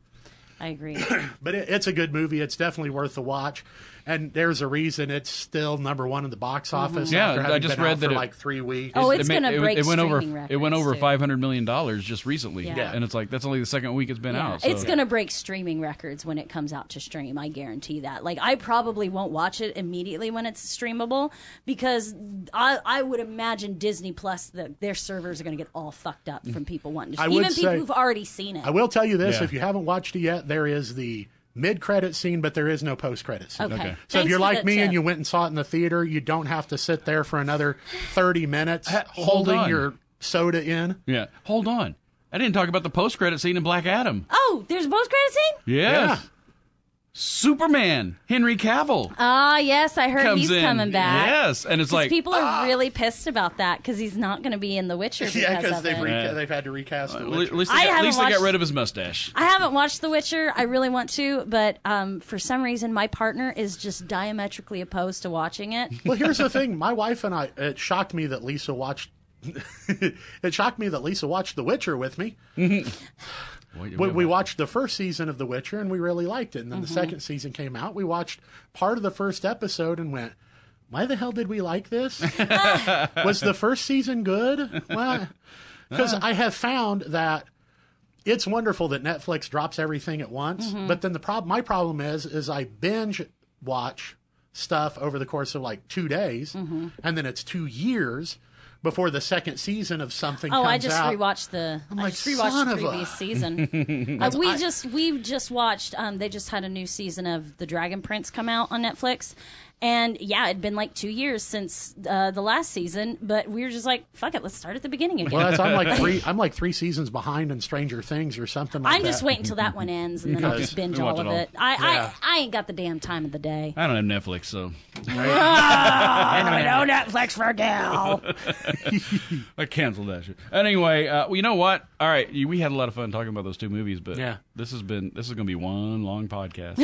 Speaker 7: I agree.
Speaker 1: but it, it's a good movie. It's definitely worth the watch. And there's a reason it's still number one in the box office.
Speaker 5: Yeah,
Speaker 1: after
Speaker 5: I
Speaker 1: having
Speaker 5: just
Speaker 1: been
Speaker 5: read
Speaker 1: out
Speaker 5: that
Speaker 1: for
Speaker 5: it-
Speaker 1: like three weeks.
Speaker 7: Mm-hmm. Oh, it's
Speaker 5: ma-
Speaker 7: gonna break
Speaker 5: it went over
Speaker 7: streaming
Speaker 5: it went
Speaker 7: records,
Speaker 5: over
Speaker 7: too.
Speaker 5: 500 million dollars just recently
Speaker 7: Yeah.
Speaker 5: and it's like that's only the second week it's been
Speaker 7: Yeah.
Speaker 5: out so.
Speaker 7: It's going to break streaming records when it comes out to stream. I guarantee that. Like, I probably won't watch it immediately when it's streamable because I, I would imagine Disney Plus, the, their servers are going to get all fucked up from people wanting to
Speaker 1: I
Speaker 7: Even
Speaker 1: would
Speaker 7: people
Speaker 1: say-
Speaker 7: who've already seen it.
Speaker 1: I will tell you this:
Speaker 5: Yeah.
Speaker 1: if you haven't watched it yet, there is the mid-credit scene, but there is no post-credit scene.
Speaker 7: Okay.
Speaker 5: Okay. So
Speaker 1: So
Speaker 7: Thanks
Speaker 1: if you're
Speaker 7: for
Speaker 1: like
Speaker 7: that
Speaker 1: me and
Speaker 7: tip.
Speaker 1: you went and saw it in the theater, you don't have to sit there for another 30 minutes
Speaker 5: hold
Speaker 1: holding
Speaker 5: on.
Speaker 1: your soda in.
Speaker 5: yeah hold on i didn't talk about the post-credit scene in black adam
Speaker 7: Oh, there's a post credit scene?
Speaker 5: yes superman henry cavill
Speaker 7: Ah, yes, I heard
Speaker 5: comes
Speaker 7: he's
Speaker 5: in
Speaker 7: coming back.
Speaker 5: yes and it's
Speaker 7: 'Cause
Speaker 5: like
Speaker 7: people are really pissed about that because he's not going to be in
Speaker 1: [laughs]
Speaker 7: The Witcher because
Speaker 1: "Ah." Yeah, because
Speaker 7: of
Speaker 1: they've,
Speaker 7: it.
Speaker 1: reca- they've had to recast the
Speaker 5: at least
Speaker 1: Witcher.
Speaker 5: they,
Speaker 7: I
Speaker 5: got, at
Speaker 7: haven't
Speaker 5: least they got
Speaker 7: watched-
Speaker 5: rid of his mustache
Speaker 7: I haven't watched The Witcher. I really want to, but um, for some reason, my partner is just diametrically opposed to watching it.
Speaker 1: well, here's the thing: my wife and I. It shocked me that Lisa watched. [laughs] it shocked me that Lisa watched The Witcher with me. We, we watched the first season of The Witcher and we really liked it. And then the second season came out. We watched part of the first episode and went, why the hell did we like this? Was the first season good? Well, because I have found that it's wonderful that Netflix drops everything at once. But then the problem, my problem is, is I binge watch stuff over the course of like two days, and then it's two years before the second season of something.
Speaker 7: Oh,
Speaker 1: comes
Speaker 7: I just
Speaker 1: out.
Speaker 7: rewatched the i
Speaker 1: like,
Speaker 7: just
Speaker 1: "Son
Speaker 7: rewatched
Speaker 1: of
Speaker 7: the
Speaker 1: a-"
Speaker 7: previous
Speaker 1: [laughs]
Speaker 7: season. Uh, we just we just watched. Um, they just had a new season of The Dragon Prince come out on Netflix, and yeah, it'd been like two years since uh, the last season. But we were just like, fuck it, let's start at the beginning again.
Speaker 1: Well, that's, I'm
Speaker 5: [laughs]
Speaker 1: like three. I'm like three seasons behind in Stranger Things or something. like
Speaker 7: I'm just
Speaker 1: that.
Speaker 7: waiting till that one ends, and then I'll just binge
Speaker 5: We watch
Speaker 7: all of
Speaker 5: it all.
Speaker 7: it. I,
Speaker 1: Yeah.
Speaker 7: I I ain't got the damn time of the day.
Speaker 5: I don't have Netflix, so
Speaker 7: no Netflix for now.
Speaker 5: I canceled that shit. Anyway, uh, well, you know what? All right, you- we had a lot of fun talking about those two movies, but
Speaker 1: Yeah.
Speaker 5: this has been this is going to be one long
Speaker 7: [laughs]
Speaker 5: podcast,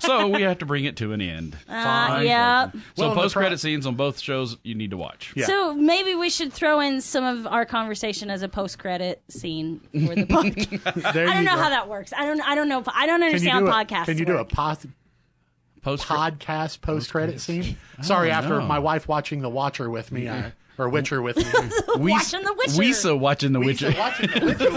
Speaker 5: so we have to bring it to an end.
Speaker 7: uh, yeah.
Speaker 5: So
Speaker 1: Well, and the
Speaker 5: post
Speaker 1: pro-
Speaker 5: credit scenes on both shows you need to watch.
Speaker 1: [laughs]
Speaker 7: [laughs]
Speaker 1: Yeah.
Speaker 7: So maybe we should throw in some of our conversation as a post-credit scene
Speaker 1: [laughs]
Speaker 7: for the podcast.
Speaker 1: There
Speaker 7: I don't
Speaker 1: you
Speaker 7: know
Speaker 1: go.
Speaker 7: how that works. I don't. I don't know. I don't
Speaker 1: Can you
Speaker 7: understand
Speaker 1: do
Speaker 7: how
Speaker 1: a-
Speaker 7: podcasts.
Speaker 1: Can you do a
Speaker 7: work.
Speaker 1: pod,
Speaker 5: Post
Speaker 1: podcast post credit scene? Sorry, after
Speaker 5: know.
Speaker 1: my wife watching The Watcher with me, I, or Witcher with me.
Speaker 7: watching The Witcher?
Speaker 5: Wisa watching the [laughs] Witcher.
Speaker 1: She's watching The Witcher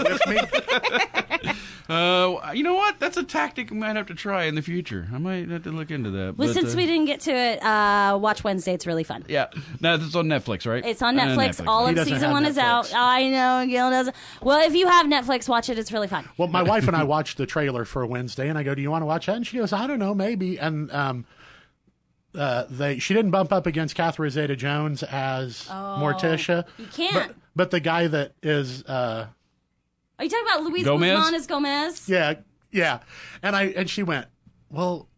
Speaker 1: with me.
Speaker 5: [laughs] Uh, you know what? That's a tactic I might have to try in the future. I might have to look into that.
Speaker 7: Well,
Speaker 5: but,
Speaker 7: since
Speaker 5: uh,
Speaker 7: we didn't get to it, uh, watch Wednesday. It's really fun.
Speaker 5: yeah, no, this is on Netflix, right?
Speaker 7: It's on Netflix. All
Speaker 1: He
Speaker 7: of
Speaker 1: doesn't
Speaker 7: season
Speaker 1: have
Speaker 7: one is
Speaker 1: Netflix.
Speaker 7: out. I know Gil doesn't. Well, if you have Netflix, watch it. It's really fun.
Speaker 1: Well, my wife and I watched the trailer for Wednesday, and I go, "Do you want to watch that?" And she goes, "I don't know, maybe." And um, uh, they she didn't bump up against Catherine Zeta-Jones as
Speaker 7: Oh.
Speaker 1: Morticia.
Speaker 7: You can't.
Speaker 1: But, but the guy that is uh,
Speaker 7: Are you talking about Luis
Speaker 5: Gomez?
Speaker 7: Guzman as Gomez?
Speaker 1: yeah yeah, and I and she went, "Well,"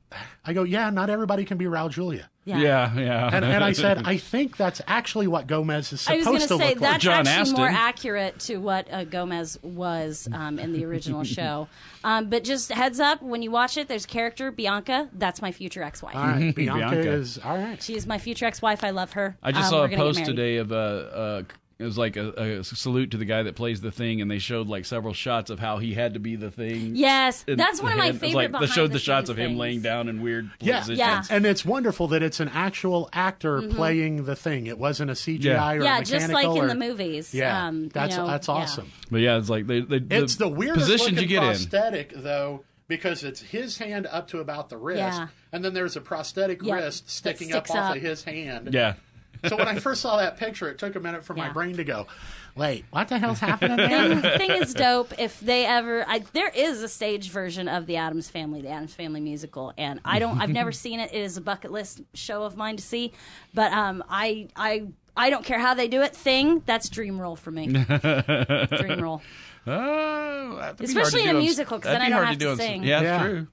Speaker 1: I go, "Yeah, not everybody can be Raul Julia."
Speaker 5: Yeah, yeah.
Speaker 1: And, and I said, "I think that's actually what Gomez is
Speaker 7: I was
Speaker 1: supposed to
Speaker 7: going to say
Speaker 1: look like."
Speaker 7: that's
Speaker 5: John
Speaker 7: actually
Speaker 5: Astin.
Speaker 7: more accurate to what uh, Gomez was um, in the
Speaker 5: [laughs]
Speaker 7: original show. Um, but just heads up, when you watch it, there's a character Bianca. That's my future ex-wife.
Speaker 1: All right, Bianca,
Speaker 5: [laughs] Bianca.
Speaker 1: is all right.
Speaker 7: She is my future ex-wife. I love her.
Speaker 5: [laughs] I just
Speaker 7: Um,
Speaker 5: saw
Speaker 7: we're
Speaker 5: a
Speaker 7: gonna get
Speaker 5: post
Speaker 7: married.
Speaker 5: today of uh, uh, it was like a, a salute to the guy that plays the thing, and they showed like several shots of how he had to be the thing.
Speaker 7: Yes,
Speaker 5: in
Speaker 7: that's one of my
Speaker 5: hand. It was
Speaker 7: favorite.
Speaker 5: Like they showed the,
Speaker 7: behind-the-scenes
Speaker 5: shots of him
Speaker 7: things.
Speaker 5: laying down in weird
Speaker 1: Yeah.
Speaker 5: positions.
Speaker 7: Yeah. Mm-hmm.
Speaker 1: And it's wonderful that it's an actual actor playing the thing. It wasn't a CGI
Speaker 5: Yeah.
Speaker 1: or a
Speaker 7: Yeah,
Speaker 1: mechanical
Speaker 7: just like in
Speaker 1: or-
Speaker 7: the movies.
Speaker 1: Yeah,
Speaker 7: um, you
Speaker 1: that's
Speaker 7: know,
Speaker 1: that's
Speaker 7: yeah.
Speaker 1: awesome.
Speaker 5: But yeah, it's like they, they
Speaker 1: it's the weirdest
Speaker 5: positions
Speaker 1: looking
Speaker 5: you get in.
Speaker 1: prosthetic though, because it's his hand up to about the wrist,
Speaker 7: Yeah.
Speaker 1: and then there's a prosthetic
Speaker 7: Yeah,
Speaker 1: wrist
Speaker 7: that
Speaker 1: sticking up,
Speaker 7: sticks
Speaker 1: off
Speaker 7: up.
Speaker 1: of his hand.
Speaker 5: Yeah.
Speaker 1: so [laughs] when I first saw that picture, it took a minute for my
Speaker 7: Yeah.
Speaker 1: brain to go, "Wait, what the hell's happening [laughs] there?"
Speaker 7: The thing is dope. If they ever, I, there is a stage version of the Adams Family, the Adams Family musical, and I don't,
Speaker 1: [laughs]
Speaker 7: I've never seen it. It is a bucket list show of mine to see, but um, I, I, I don't care how they do it. Thing that's dream roll
Speaker 1: [laughs]
Speaker 7: for me. dream roll.
Speaker 5: Oh, that'd be hard
Speaker 7: Especially
Speaker 5: to
Speaker 7: in
Speaker 5: do
Speaker 7: a
Speaker 5: on s-
Speaker 7: musical, 'cause
Speaker 5: that'd
Speaker 7: then
Speaker 5: be
Speaker 7: I don't
Speaker 5: hard
Speaker 7: have
Speaker 5: do
Speaker 7: to
Speaker 5: on s-
Speaker 7: sing.
Speaker 5: Yeah, that's
Speaker 1: Yeah.
Speaker 5: true.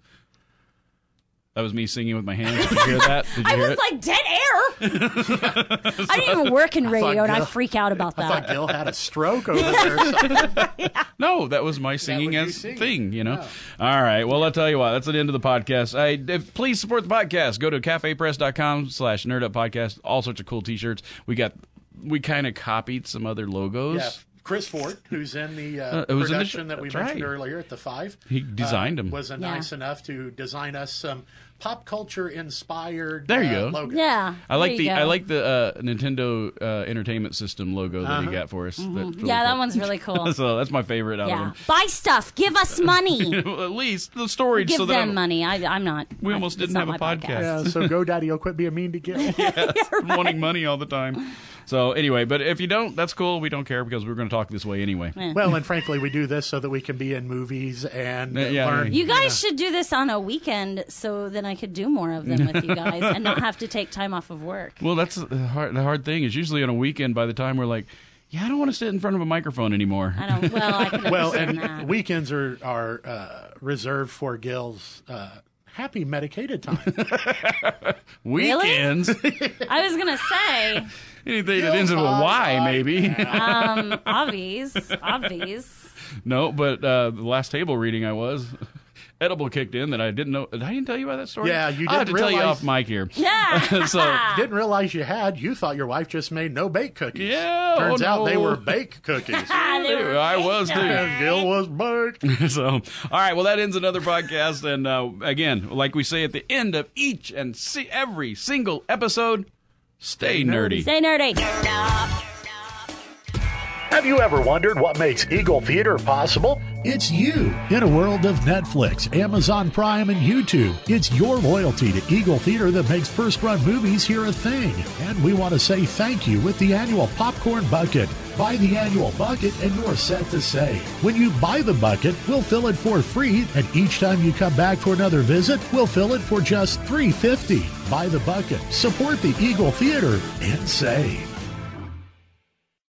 Speaker 5: That was me singing with my
Speaker 7: [laughs]
Speaker 5: hands. Did you hear that? Did you
Speaker 7: I
Speaker 5: hear
Speaker 7: was
Speaker 5: it?
Speaker 7: like dead air.
Speaker 1: [laughs]
Speaker 7: I didn't even work in radio, and I
Speaker 1: Gil-
Speaker 7: freak out about that.
Speaker 1: I thought Gil had a stroke over there. or something.
Speaker 5: No, that was my singing
Speaker 1: was you
Speaker 5: as
Speaker 1: singing.
Speaker 5: thing, you know. All right. Well, I'll tell you what. That's the end of the podcast. I if, please support the podcast. Go to cafepress.com slash nerd up podcast. All sorts of cool t-shirts. We got we kind of copied some other logos.
Speaker 1: Yeah, Chris Ford, who's in the uh,
Speaker 5: it was in the
Speaker 1: production
Speaker 5: sh-
Speaker 1: that we
Speaker 5: that's
Speaker 1: mentioned
Speaker 5: right.
Speaker 1: earlier at the five,
Speaker 5: He designed 'em.
Speaker 1: Was uh,
Speaker 7: Yeah.
Speaker 1: nice enough to design us some pop culture inspired.
Speaker 5: There you
Speaker 1: uh,
Speaker 5: go.
Speaker 1: logos.
Speaker 7: yeah,
Speaker 5: I like
Speaker 7: there
Speaker 5: the
Speaker 7: you go.
Speaker 5: I like the uh, Nintendo uh, Entertainment System logo that he got for us. That's really
Speaker 7: Mm-hmm. yeah, that
Speaker 5: cool. [laughs]
Speaker 7: one's really cool.
Speaker 5: so that's my favorite out
Speaker 7: yeah,
Speaker 5: of
Speaker 7: buy stuff.
Speaker 5: [laughs]
Speaker 7: Give us money.
Speaker 5: them. At least the storage.
Speaker 7: Give
Speaker 5: so that
Speaker 7: them
Speaker 5: I'm-
Speaker 7: money. I, I'm not.
Speaker 5: We almost
Speaker 7: it's
Speaker 5: didn't
Speaker 7: not
Speaker 5: have a
Speaker 7: my
Speaker 5: podcast.
Speaker 1: Yeah, so GoDaddy will quit being mean to
Speaker 7: [laughs]
Speaker 1: Gil.
Speaker 5: from [laughs] wanting money all the time. So anyway, but if you don't, that's cool. We don't care because we're going to talk this way anyway.
Speaker 1: Well, and frankly, we do this so that we can be in movies and
Speaker 5: Uh, yeah,
Speaker 1: learn.
Speaker 5: yeah.
Speaker 7: You guys should do this on a weekend so then I could do more of them
Speaker 5: [laughs]
Speaker 7: with you guys and not have to take time off of work.
Speaker 5: Well, that's the hard, the hard thing is usually on a weekend. By the time we're like, yeah, I don't want to sit in front of a microphone anymore.
Speaker 7: I don't. Well, I
Speaker 1: [laughs]
Speaker 7: can
Speaker 1: Well,
Speaker 7: understand
Speaker 1: and
Speaker 7: that.
Speaker 1: weekends are are uh, reserved for Gil's uh, happy medicated time.
Speaker 5: Weekends,
Speaker 7: I was gonna say,
Speaker 5: [laughs] anything that ends in a Y, maybe.
Speaker 7: um, obvious,
Speaker 5: [laughs]
Speaker 7: obvious.
Speaker 5: no, but uh, the last table reading I was. [laughs] Edible kicked in that I didn't know. I didn't tell you about that story.
Speaker 1: Yeah, you
Speaker 5: I have to
Speaker 1: didn't
Speaker 5: tell you
Speaker 1: realize-
Speaker 5: off mic here. [laughs]
Speaker 7: Yeah.
Speaker 5: so
Speaker 1: Didn't realize you had. You thought your wife just made no bake cookies.
Speaker 5: Yeah,
Speaker 1: Turns
Speaker 5: oh,
Speaker 1: out they
Speaker 5: no.
Speaker 1: were bake
Speaker 5: [laughs]
Speaker 1: cookies.
Speaker 5: I was [laughs] too.
Speaker 1: and Gil was baked.
Speaker 5: so, all right. Well, that ends another podcast. And uh, again, like we say at the end of each and si- every single episode, Stay nerdy.
Speaker 7: [laughs] Stay nerdy.
Speaker 1: Have you ever wondered what makes Eagle Theater possible? It's you. In a world of Netflix, Amazon Prime, and YouTube, it's your loyalty to Eagle Theater that makes first run movies here a thing. And we want to say thank you with the annual Popcorn Bucket. Buy the annual bucket and you're set to save. When you buy the bucket, we'll fill it for free, and each time you come back for another visit, we'll fill it for just $3.50. Buy the bucket, support the Eagle Theater, and save.